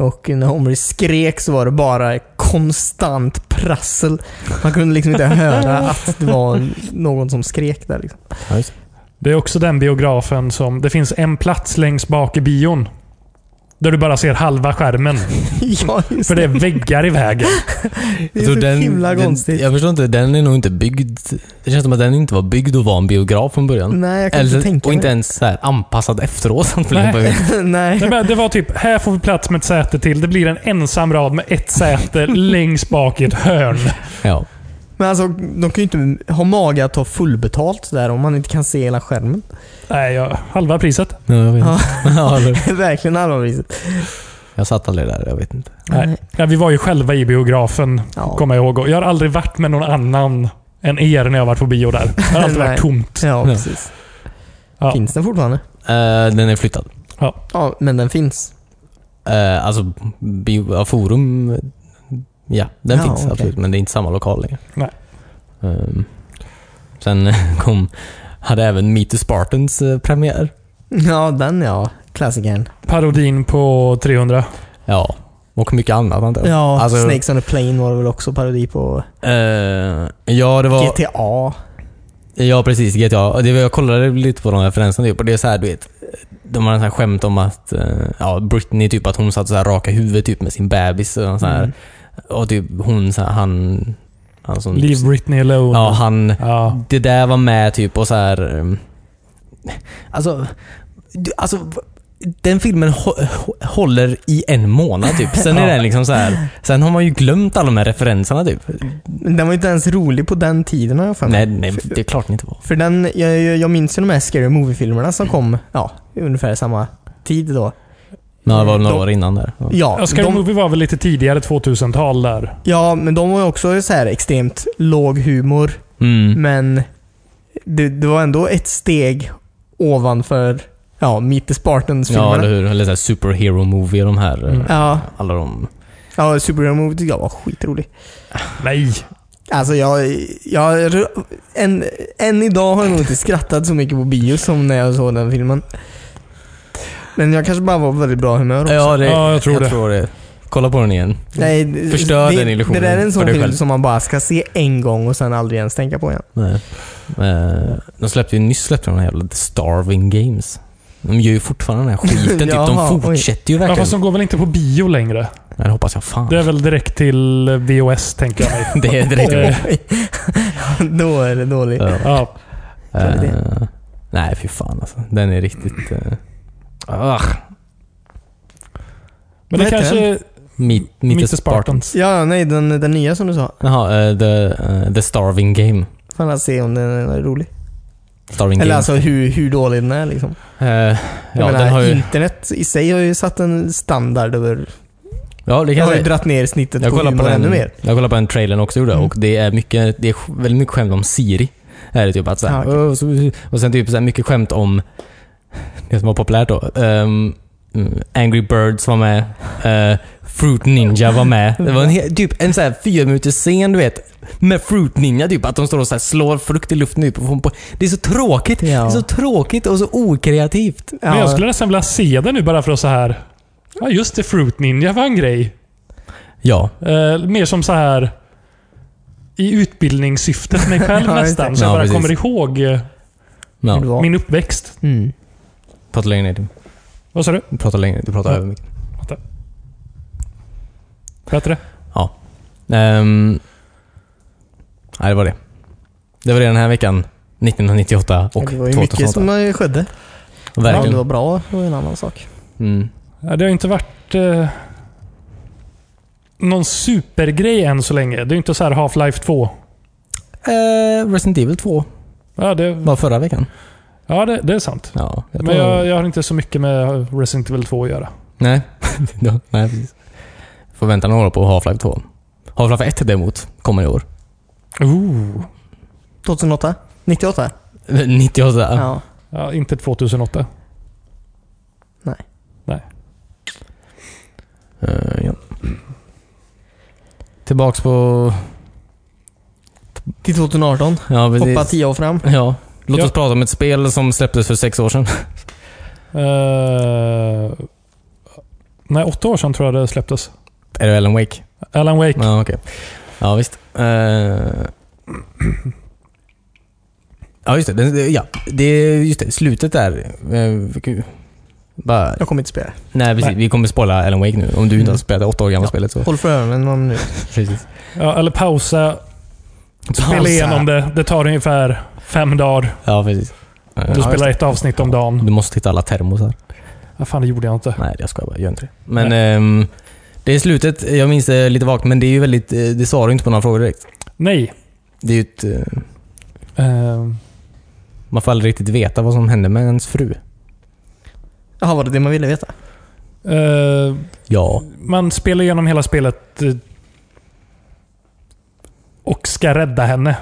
Speaker 1: Och när Homer skrek så var det bara konstant prassel. Man kunde liksom inte höra att det var någon som skrek där. Liksom.
Speaker 3: Ja, just det.
Speaker 2: Det är också den biografen som... Det finns en plats längst bak i bion. Där du bara ser halva skärmen.
Speaker 1: Ja, just
Speaker 2: För det är väggar i vägen.
Speaker 1: det. Det är
Speaker 3: Jag tror
Speaker 1: så himla
Speaker 3: den,
Speaker 1: konstigt.
Speaker 3: Jag förstår inte, den är nog inte byggd. Det känns som att den inte var byggd att vara en biograf från början.
Speaker 1: Nej, jag kan inte
Speaker 3: Eller,
Speaker 1: tänka
Speaker 3: och
Speaker 1: mig.
Speaker 3: inte ens så här anpassad efteråt.
Speaker 2: Nej.
Speaker 1: Nej.
Speaker 2: Nej, men Det var typ, här får vi plats med ett säte till. Det blir en ensam rad med ett säte längst bak i ett hörn.
Speaker 3: ja.
Speaker 1: Men alltså, de kan ju inte ha mage att ta fullbetalt där om man inte kan se hela skärmen.
Speaker 2: Nej, jag, halva priset.
Speaker 3: Ja, jag vet.
Speaker 1: Ja.
Speaker 3: Ja, eller-
Speaker 1: Verkligen allvarligt.
Speaker 3: jag satt aldrig där, jag vet inte.
Speaker 2: Nej. Ja, vi var ju själva i biografen,
Speaker 1: Ja.
Speaker 2: kommer jag ihåg. Och Jag har aldrig varit med någon annan än er när jag har varit på bio där. Det har alltid
Speaker 1: Nej.
Speaker 2: varit tomt.
Speaker 1: Ja, precis.
Speaker 2: Ja.
Speaker 1: Finns den fortfarande?
Speaker 3: Eh, den är flyttad.
Speaker 1: Ja, men den finns.
Speaker 3: Eh, alltså, bio, ja, forum, eh, ja, den
Speaker 1: Ja,
Speaker 3: finns
Speaker 1: okej.
Speaker 3: absolut, men det är inte samma lokal längre.
Speaker 2: Nej.
Speaker 3: Ehm, sen kom, hade även Meet the Spartans eh, premiär.
Speaker 1: Ja, den ja. Klassikern.
Speaker 2: Parodin på 300.
Speaker 3: Ja, och mycket annat antar jag.
Speaker 1: Ja,
Speaker 3: Alltså,
Speaker 1: Snakes on a Plane var det väl också parodi på.
Speaker 3: eh, ja, det var...
Speaker 1: GTA.
Speaker 3: Ja, precis. GTA. Och Det, jag kollade lite på de referenserna typ, och det är så här, du vet. De har en sån här skämt om att eh, ja, Britney typ att hon satt så här raka huvudet typ med sin bebis. Och, så här,
Speaker 1: Mm.
Speaker 3: och typ hon, så här, han... han som,
Speaker 2: Leave Britney alone.
Speaker 3: Ja, han...
Speaker 2: Ja.
Speaker 3: Det där var med typ och så här. ehm, Alltså, du- alltså v- den filmen hå- hå- håller i en månad typ. Sen är
Speaker 2: Ja.
Speaker 3: den liksom så här. Sen har man ju glömt alla de här referenserna typ.
Speaker 1: Men den var ju inte ens rolig på den tiden har jag för mig.
Speaker 3: Nej, nej det är klart det inte var.
Speaker 1: För den, jag, jag, jag minns ju de här Scary Movie-filmerna som kom ja, ungefär samma tid då.
Speaker 3: Men det var några
Speaker 1: De-
Speaker 3: år innan där. Ja.
Speaker 1: Ja,
Speaker 2: Scary
Speaker 1: de,
Speaker 2: Movie var väl lite tidigare 2000-tal där.
Speaker 1: ja men de var ju också så här extremt låg humor.
Speaker 3: Mm.
Speaker 1: Men det, det var ändå ett steg ovanför ja, Meet the
Speaker 3: Ja,
Speaker 1: Spartans-filmerna.
Speaker 3: eller hur? Eller såhär superhero movie, de här. eh,
Speaker 2: Mm.
Speaker 1: Ja,
Speaker 3: Alla de.
Speaker 1: ja, Superhero Movie tyckte jag var skitrolig.
Speaker 2: Nej.
Speaker 1: Alltså jag, jag än, än idag har jag nog inte skrattat så mycket på bio som när jag såg den filmen. Men jag kanske bara var på väldigt bra humör också.
Speaker 3: Ja,
Speaker 2: Ja, jag tror det.
Speaker 3: Kolla på den igen.
Speaker 1: Nej, det-
Speaker 3: Förstör
Speaker 1: det,
Speaker 3: den illusionen
Speaker 1: Det där är en
Speaker 3: för
Speaker 1: sån
Speaker 3: dig
Speaker 1: film
Speaker 3: själv.
Speaker 1: som man bara ska se en gång och sen aldrig ens tänka på igen.
Speaker 3: Nej. Eh, De släppte ju nyss släppte de den här jävla The Starving Games. De gör ju fortfarande den här skiten. typ.
Speaker 1: Jaha,
Speaker 3: De
Speaker 1: oj.
Speaker 3: fortsätter ju
Speaker 2: Ja,
Speaker 3: verkligen.
Speaker 2: fast de går väl inte på bio längre?
Speaker 3: Nej, det hoppas jag fan.
Speaker 2: Det är väl direkt till VOS, tänker jag mig.
Speaker 3: Det är direkt
Speaker 2: Eh,
Speaker 1: Då är det dåligt.
Speaker 3: Ja.
Speaker 2: Ja.
Speaker 1: är det.
Speaker 3: Eh, nej, fy fan alltså. Den är riktigt... eh, ah,
Speaker 2: Men det
Speaker 1: Vad heter
Speaker 2: kanske...
Speaker 3: meet, meet, the Spartans.
Speaker 1: Ja, nej, den, den nya som du sa.
Speaker 3: Jaha, eh, the, eh, the Starving Game.
Speaker 1: Får alla se om den är rolig.
Speaker 3: Starving
Speaker 1: Eller
Speaker 3: Game.
Speaker 1: alltså hur, hur dålig den är liksom.
Speaker 3: Eh,
Speaker 1: Jag
Speaker 3: ja,
Speaker 1: menar,
Speaker 3: den har ju,
Speaker 1: internet i sig har ju satt en standard över...
Speaker 3: ja, det
Speaker 1: Det
Speaker 3: kan
Speaker 1: har
Speaker 3: jag
Speaker 1: ju
Speaker 3: säga.
Speaker 1: dratt ner snittet
Speaker 3: Jag
Speaker 1: på
Speaker 3: kollar på,
Speaker 1: humor
Speaker 3: den,
Speaker 1: ännu mer. Mm.
Speaker 3: jag kollar på den trailern också gjorde jag, och det är, mycket, det är sj- väldigt mycket skämt om Siri. Är det typ att så här,
Speaker 1: Ja, Ah, okej.
Speaker 3: "Åh, så- och sen typ så här mycket skämt om det som var populärt då. Ehm, mm, Angry Birds var med. eh, Fruit Ninja var med. Det var en, he- typ en så här fyra minuters scen du vet. Med Fruit Ninja typ. Att de står och så här slår frukt i luften. Typ, och får på. Det är så tråkigt. Det är
Speaker 1: Ja.
Speaker 3: så tråkigt och så okreativt.
Speaker 2: Men
Speaker 1: Ja.
Speaker 2: jag skulle nästan vilja se den nu bara för att så här... Ja, just det. Fruit Ninja var en grej.
Speaker 3: Ja.
Speaker 2: Eh, mer som så här... I utbildningssyfte för mig själv
Speaker 1: Ja,
Speaker 2: nästan. Så jag
Speaker 3: Ja,
Speaker 2: bara
Speaker 3: precis.
Speaker 2: kommer ihåg eh,
Speaker 1: hur det
Speaker 3: ja.
Speaker 1: var.
Speaker 2: min uppväxt.
Speaker 1: Mm.
Speaker 3: Prata längre ner. Du
Speaker 2: Vad sa du?
Speaker 3: pratar längre ner. Du pratar
Speaker 2: Ja.
Speaker 3: över mycket.
Speaker 2: Bättre?
Speaker 3: Um, nej, det var det. Det var det den här veckan. 1998 och
Speaker 1: det var ju mycket
Speaker 3: 2008.
Speaker 1: som eh, skedde. Men Om det
Speaker 3: Verkligen.
Speaker 1: var bra var en annan sak.
Speaker 3: Mm.
Speaker 2: Ja, det har inte varit eh, någon supergrej än så länge. Det är inte så här Half-Life 2.
Speaker 3: Eh, Resident Evil 2
Speaker 2: Ja, det,
Speaker 3: var förra veckan.
Speaker 2: ja, det, det är sant.
Speaker 3: Ja, jag
Speaker 2: Men
Speaker 3: tror-
Speaker 2: jag, jag har inte så mycket med Resident Evil 2 att göra.
Speaker 3: Nej. ja, nej, precis. Får vänta några år på Half-Life 2. Half-Life 1 däremot kommer i år.
Speaker 2: Ooh.
Speaker 1: 2008? 98?
Speaker 3: 98.
Speaker 1: Ja.
Speaker 2: Ja, inte 2008.
Speaker 3: Eh, ja. Tillbaks på...
Speaker 1: Till 2018?
Speaker 3: Ja, precis.
Speaker 1: Hoppa 10 år fram?
Speaker 3: Ja. Låt
Speaker 2: Ja.
Speaker 3: oss prata om ett spel som släpptes för sex år sedan.
Speaker 2: Eh, nej, åtta år sedan tror jag det släpptes.
Speaker 3: Är det Alan Wake?
Speaker 2: Alan Wake.
Speaker 3: Ja, okej. Ja, visst. Eh, Ja, just det. Den- det. Ja, det just det. Slutet där. eh, gud. Bara,
Speaker 1: Jag kommer inte spela.
Speaker 3: nej, precis.
Speaker 2: Nej. Mm.
Speaker 3: Vi kommer spoila Alan Wake nu. Om du inte har spelat det åtta år gamla
Speaker 1: Ja.
Speaker 3: spelet så.
Speaker 1: Håll för öronen någon nu.
Speaker 3: Precis.
Speaker 2: Ja, eller pausa, spela
Speaker 3: Pausa.
Speaker 2: igenom det. Det tar ungefär fem dagar.
Speaker 3: Ja, precis. Eh,
Speaker 2: Du
Speaker 3: ja,
Speaker 2: spelar ett avsnitt om dagen.
Speaker 3: Du måste hitta alla termosar.
Speaker 2: Ja, fan, det gjorde jag inte.
Speaker 3: Nej, jag skojar bara. Gör inte det. Men ehm, det är slutet. Jag minns det lite vagt, men det är ju väldigt... eh, Det svarar ju inte på några frågor direkt.
Speaker 2: Nej.
Speaker 3: Det är ju ett, eh,
Speaker 2: Eh,
Speaker 3: man får aldrig riktigt veta vad som hände med ens fru.
Speaker 1: Jaha, var det det man ville veta?
Speaker 2: eh,
Speaker 3: Ja.
Speaker 2: man spelar igenom hela spelet eh, och ska rädda henne.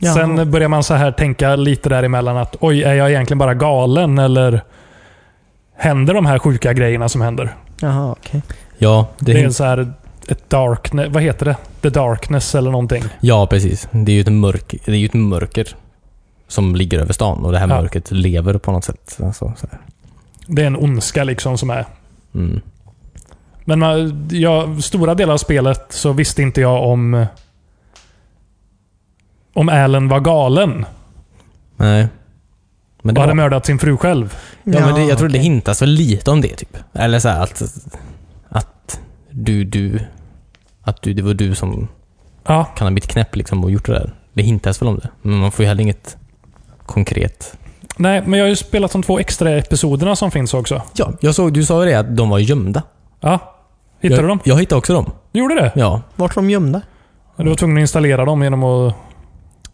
Speaker 1: Jaha.
Speaker 2: Sen börjar man så här tänka lite däremellan att oj, är jag egentligen bara galen eller händer de här sjuka grejerna som händer?
Speaker 1: Jaha, okej.
Speaker 3: Ja, det,
Speaker 2: Det är så här ett darkness, vad heter det? The darkness eller någonting.
Speaker 3: ja, precis. Det är ju ett, mörk, det är ju ett mörker som ligger över stan och det här
Speaker 2: Ja.
Speaker 3: mörkret lever på något sätt. Alltså, så här.
Speaker 2: Det är en ondska liksom som är.
Speaker 3: Mm.
Speaker 2: Men man, ja, stora delar av spelet så visste inte jag om om Alan var galen
Speaker 3: Nej. Men
Speaker 2: och hade
Speaker 3: var-
Speaker 2: mördat sin fru själv.
Speaker 3: Ja, men det, jag tror
Speaker 1: okej.
Speaker 3: det hintas väl lite om det, typ. Eller så här att... Att du, du... Att du, det var du som
Speaker 2: Ja,
Speaker 3: kan ha blivit knäpp liksom och gjort det där. Det hintas väl om det. Men man får ju heller inget konkret.
Speaker 2: nej, men jag har ju spelat de två extra episoderna som finns också.
Speaker 3: Ja, jag såg, du sa ju det att de var gömda.
Speaker 2: Ja, hittade du
Speaker 3: jag,
Speaker 2: dem?
Speaker 3: Jag hittade också dem.
Speaker 2: Du gjorde det?
Speaker 3: Ja.
Speaker 1: Vart var de gömda?
Speaker 2: Du var tvungen att installera dem genom att...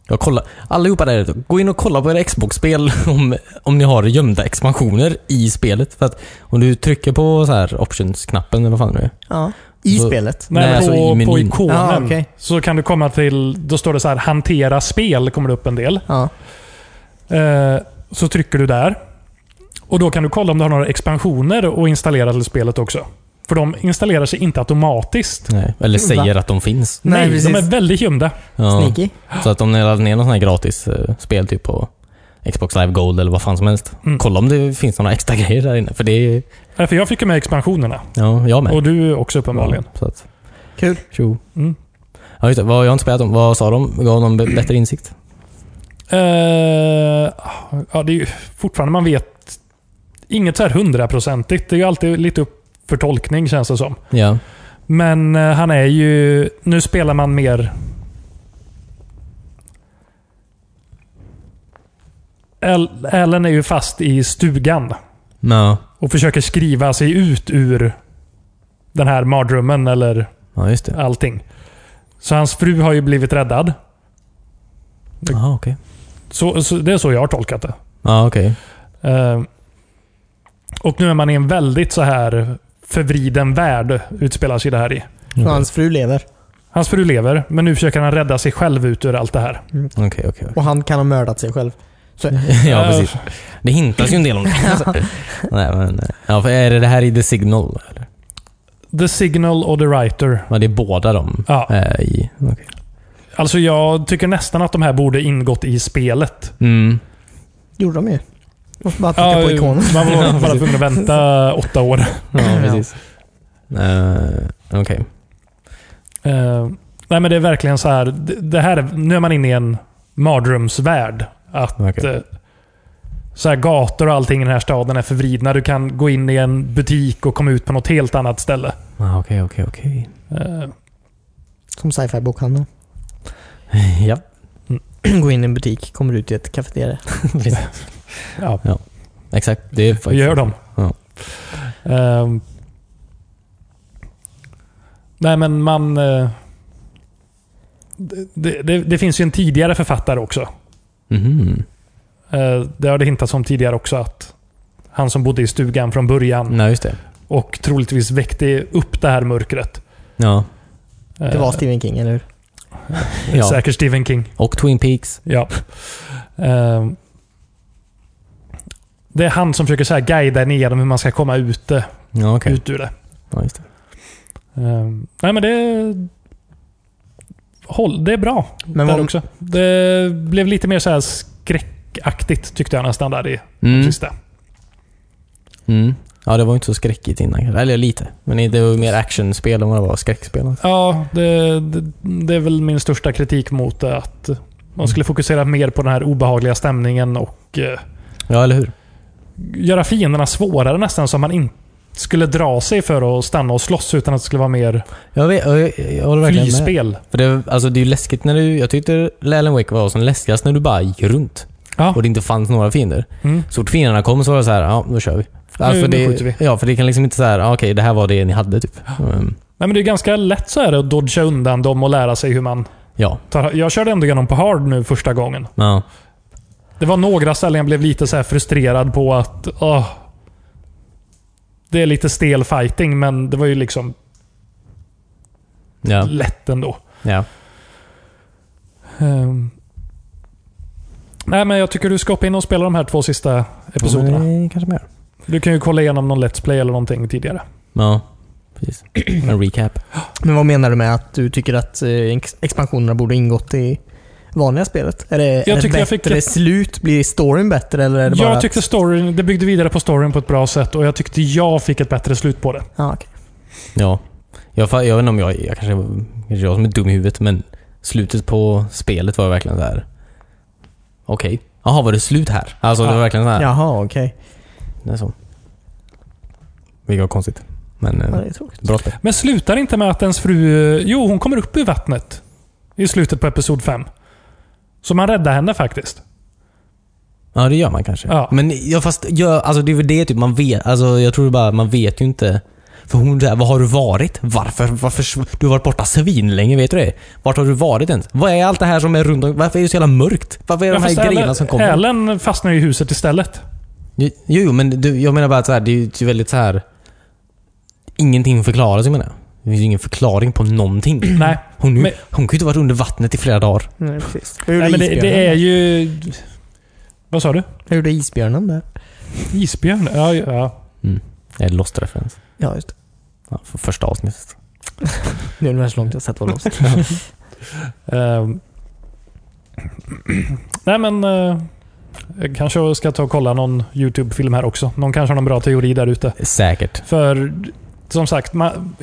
Speaker 3: Jag kollar. Allihopa där ute, gå in och kolla på era Xbox-spel om, om ni har gömda expansioner i spelet. För att om du trycker på så här options-knappen eller vad fan det nu är.
Speaker 1: Ja. I
Speaker 3: Så-
Speaker 1: spelet?
Speaker 2: Nej,
Speaker 3: Nej, alltså i
Speaker 2: på, på
Speaker 3: menyn.
Speaker 2: ikonen.
Speaker 1: Ja, Ah, okej.
Speaker 2: Så kan du komma till... Då står det så här “Hantera spel” kommer det upp en del.
Speaker 1: Ja.
Speaker 2: Eh, så trycker du där. Och Då kan du kolla om du har några expansioner och installera till spelet också. För de installerar sig inte automatiskt.
Speaker 3: Nej. Eller säger att de finns.
Speaker 1: Nej,
Speaker 2: Nej,
Speaker 1: precis.
Speaker 2: de är väldigt gömda.
Speaker 3: Ja.
Speaker 1: Sneaky?
Speaker 3: Så att om ni laddar ner någon sån här gratis eh, spel typ på Xbox Live Gold eller vad fan som helst.
Speaker 2: Mm.
Speaker 3: Kolla om det finns några extra grejer där inne. För det är...
Speaker 2: Nej, För jag fick ju med expansionerna.
Speaker 3: Ja, jag med.
Speaker 2: Och du också uppenbarligen.
Speaker 3: Ja, så att,
Speaker 1: Kul.
Speaker 3: tjo.
Speaker 2: Mm.
Speaker 3: Ja, just det. Vad, jag har inte spelat om. Vad sa de? Gav de b- bättre insikt?
Speaker 2: Eh, ja, det är ju fortfarande, man vet inget så här hundraprocentigt. Det är ju alltid lite upp för tolkning känns det som.
Speaker 3: Ja.
Speaker 2: Men eh, han är ju... Nu spelar man mer... Al- Alan är ju fast i stugan
Speaker 3: Ja.
Speaker 2: och försöker skriva sig ut ur den här mardrömmen eller
Speaker 3: Ja, just det.
Speaker 2: allting. Så hans fru har ju blivit räddad.
Speaker 3: Jaha, okej.
Speaker 2: Så, så, det är så jag har tolkat det.
Speaker 3: Ja, okej.
Speaker 2: Eh, och nu är man i en väldigt så här förvriden värld, utspelar sig det här i.
Speaker 1: Så hans fru lever.
Speaker 2: Hans fru lever, men nu försöker han rädda sig själv ut ur allt det här.
Speaker 3: Okej, okej. okej.
Speaker 1: Och han kan ha mördat sig själv.
Speaker 3: Ja, precis. Det hintas ju en del om det. Alltså. Nej, men... eh, Ja, för är det det här i The Signal? Eller?
Speaker 2: The Signal och The Writer.
Speaker 3: Ja, det är båda de
Speaker 2: Ja.
Speaker 3: är i. Okej.
Speaker 2: Alltså jag tycker nästan att de här borde ingått i spelet.
Speaker 3: Mm.
Speaker 1: gjorde de ju. Måste bara trycka på ikonen.
Speaker 2: man var bara tvungen att vänta åtta år.
Speaker 3: Ja, precis. Eh, Okej.
Speaker 2: Eh, nej men det är verkligen så här. Det, det här är, nu är man inne i en mardrömsvärld. Att,
Speaker 3: Okej.
Speaker 2: eh, så här, gator och allting i den här staden är förvridna. Du kan gå in i en butik och komma ut på något helt annat ställe.
Speaker 3: Ah, Okej, okej, okej.
Speaker 2: Eh,
Speaker 1: Som sci-fi bokhandeln.
Speaker 3: Ja.
Speaker 1: Gå in i en butik, kommer ut i ett kafeteria.
Speaker 2: ja,
Speaker 3: Exakt. Det är
Speaker 2: Vad
Speaker 3: faktiskt...
Speaker 2: gör de?
Speaker 3: Ja.
Speaker 2: Ehm. nej, men man... eh, det- det, det, det finns ju en tidigare författare också. Mm.
Speaker 3: Mhm.
Speaker 2: Eh, det har det hintats om tidigare också. att Han som bodde i stugan från början
Speaker 3: Nej, just det.
Speaker 2: och troligtvis väckte upp det här mörkret. eh,
Speaker 3: Ja.
Speaker 1: Det var Stephen King, eller hur?
Speaker 3: ja.
Speaker 2: Säkert Stephen King.
Speaker 3: Och Twin Peaks.
Speaker 2: Ja. Ehm. det är han som försöker så här guida en igenom hur man ska komma ut, eh,
Speaker 3: Ja, okej.
Speaker 2: ut ur det.
Speaker 3: Ja, just det.
Speaker 2: Ehm, nej men det... Håll, det är bra.
Speaker 1: Men
Speaker 2: där
Speaker 1: vad-
Speaker 2: också. Det blev lite mer så här skräckaktigt tyckte jag nästan där i
Speaker 3: Mm.
Speaker 2: sista.
Speaker 3: Mm. Ja, det var ju inte så skräckigt innan. kanske. Eller lite. Men det var ju mer actionspel än vad det var skräckspel. alltså.
Speaker 2: Ja, det, det, det är väl min största kritik mot det. Att man skulle fokusera mer på den här obehagliga stämningen och eh,
Speaker 3: Ja, eller hur?
Speaker 2: göra fienderna svårare nästan så man inte skulle dra sig för att stanna och slåss utan att det skulle vara mer
Speaker 3: Jag, vet, jag, jag, jag håller verkligen med.
Speaker 2: flyspel.
Speaker 3: För det, alltså, det är ju läskigt när du... Jag tyckte Alan Wake var som läskigast när du bara gick runt.
Speaker 2: Ja.
Speaker 3: Och det inte fanns några fiender.
Speaker 2: Mm.
Speaker 3: Så fort fienderna kom så var det så här, ja, då kör vi. Ja,
Speaker 2: Nu-
Speaker 3: för
Speaker 2: nu
Speaker 3: det,
Speaker 2: skjuter vi.
Speaker 3: Ja, för det kan liksom inte så här, ja, okej, det här var det ni hade typ. Mm.
Speaker 2: Nej, men det är ganska lätt så här att dodga undan dem och lära sig hur man
Speaker 3: Ja.
Speaker 2: Tar- Jag körde ändå igenom på hard nu första gången.
Speaker 3: ja.
Speaker 2: Det var några ställen jag blev lite så här frustrerad på att... åh, det är lite stel fighting, men det var ju liksom
Speaker 3: Ja.
Speaker 2: lätt ändå.
Speaker 3: ja.
Speaker 2: Ehm. Nej, men jag tycker du ska hoppa in och spela de här två sista episoderna.
Speaker 3: Nej, kanske mer.
Speaker 2: Du kan ju kolla igenom någon Let's Play eller någonting tidigare.
Speaker 3: Ja, precis. En recap.
Speaker 1: Men vad menar du med att du tycker att eh, ex- expansionerna borde ingått i vanliga spelet? Är det, är det
Speaker 2: tyckte
Speaker 1: bättre
Speaker 2: jag fick ett-
Speaker 1: slut? Blir storyn bättre? Eller är det bara
Speaker 2: Jag tyckte
Speaker 1: Att...
Speaker 2: storyn, det byggde vidare på storyn på ett bra sätt och jag tyckte jag fick ett bättre slut på det.
Speaker 1: Ja, okej.
Speaker 3: Ja. Jag, fa- jag vet inte om jag, jag kanske kanske jag som är dum i huvudet, men slutet på spelet var verkligen så här. Okej. Jaha, var det slut här? Alltså det
Speaker 2: Ja.
Speaker 3: var verkligen så här.
Speaker 1: Jaha, okej.
Speaker 3: Det är så. Vilket var konstigt. Men
Speaker 1: Ja,
Speaker 3: eh,
Speaker 1: det är tråkigt.
Speaker 3: bra spel.
Speaker 2: Men slutar inte med att ens fru... eh, Jo, hon kommer upp i vattnet. I slutet på episod 5. Så man räddar henne faktiskt.
Speaker 3: Ja, det gör man kanske.
Speaker 2: Ja.
Speaker 3: Men ja, fast ja, alltså, det är väl det typ man vet. Alltså, jag tror bara man vet ju inte. För hon där, vad har du varit? Varför? varför du har varit borta svinlänge, vet du det? Vart har du varit ens? Vad är allt det här som är runt om? Varför är det så jävla mörkt? Varför är det de här
Speaker 2: fast
Speaker 3: grejerna
Speaker 2: Ellen-
Speaker 3: som kommer?
Speaker 2: Ellen fastnar i huset istället.
Speaker 3: Jo, jo men du, jag menar bara att så här, det är ju väldigt så här. Ingenting förklaras, jag menar. Det finns ju ingen förklaring på någonting.
Speaker 2: Nej.
Speaker 3: Hon,
Speaker 2: Men-
Speaker 3: men, hon kan ju inte ha varit under vattnet i flera dagar.
Speaker 1: Nej, precis. Vad gjorde
Speaker 2: Nej, men det,
Speaker 1: isbjörnen?
Speaker 2: det är ju... Vad sa du?
Speaker 1: Vad gjorde isbjörnen där?
Speaker 2: Isbjörn? Ja, ja.
Speaker 3: Det är lost referens.
Speaker 1: Ja, just det.
Speaker 3: Ja, för första avsnittet.
Speaker 1: Det är ungefär så långt jag sett var lost.
Speaker 2: Ehm. Nej, men... eh, jag kanske ska ta och kolla någon YouTube-film här också. Någon kanske har någon bra teori där ute.
Speaker 3: Säkert.
Speaker 2: För som sagt, man,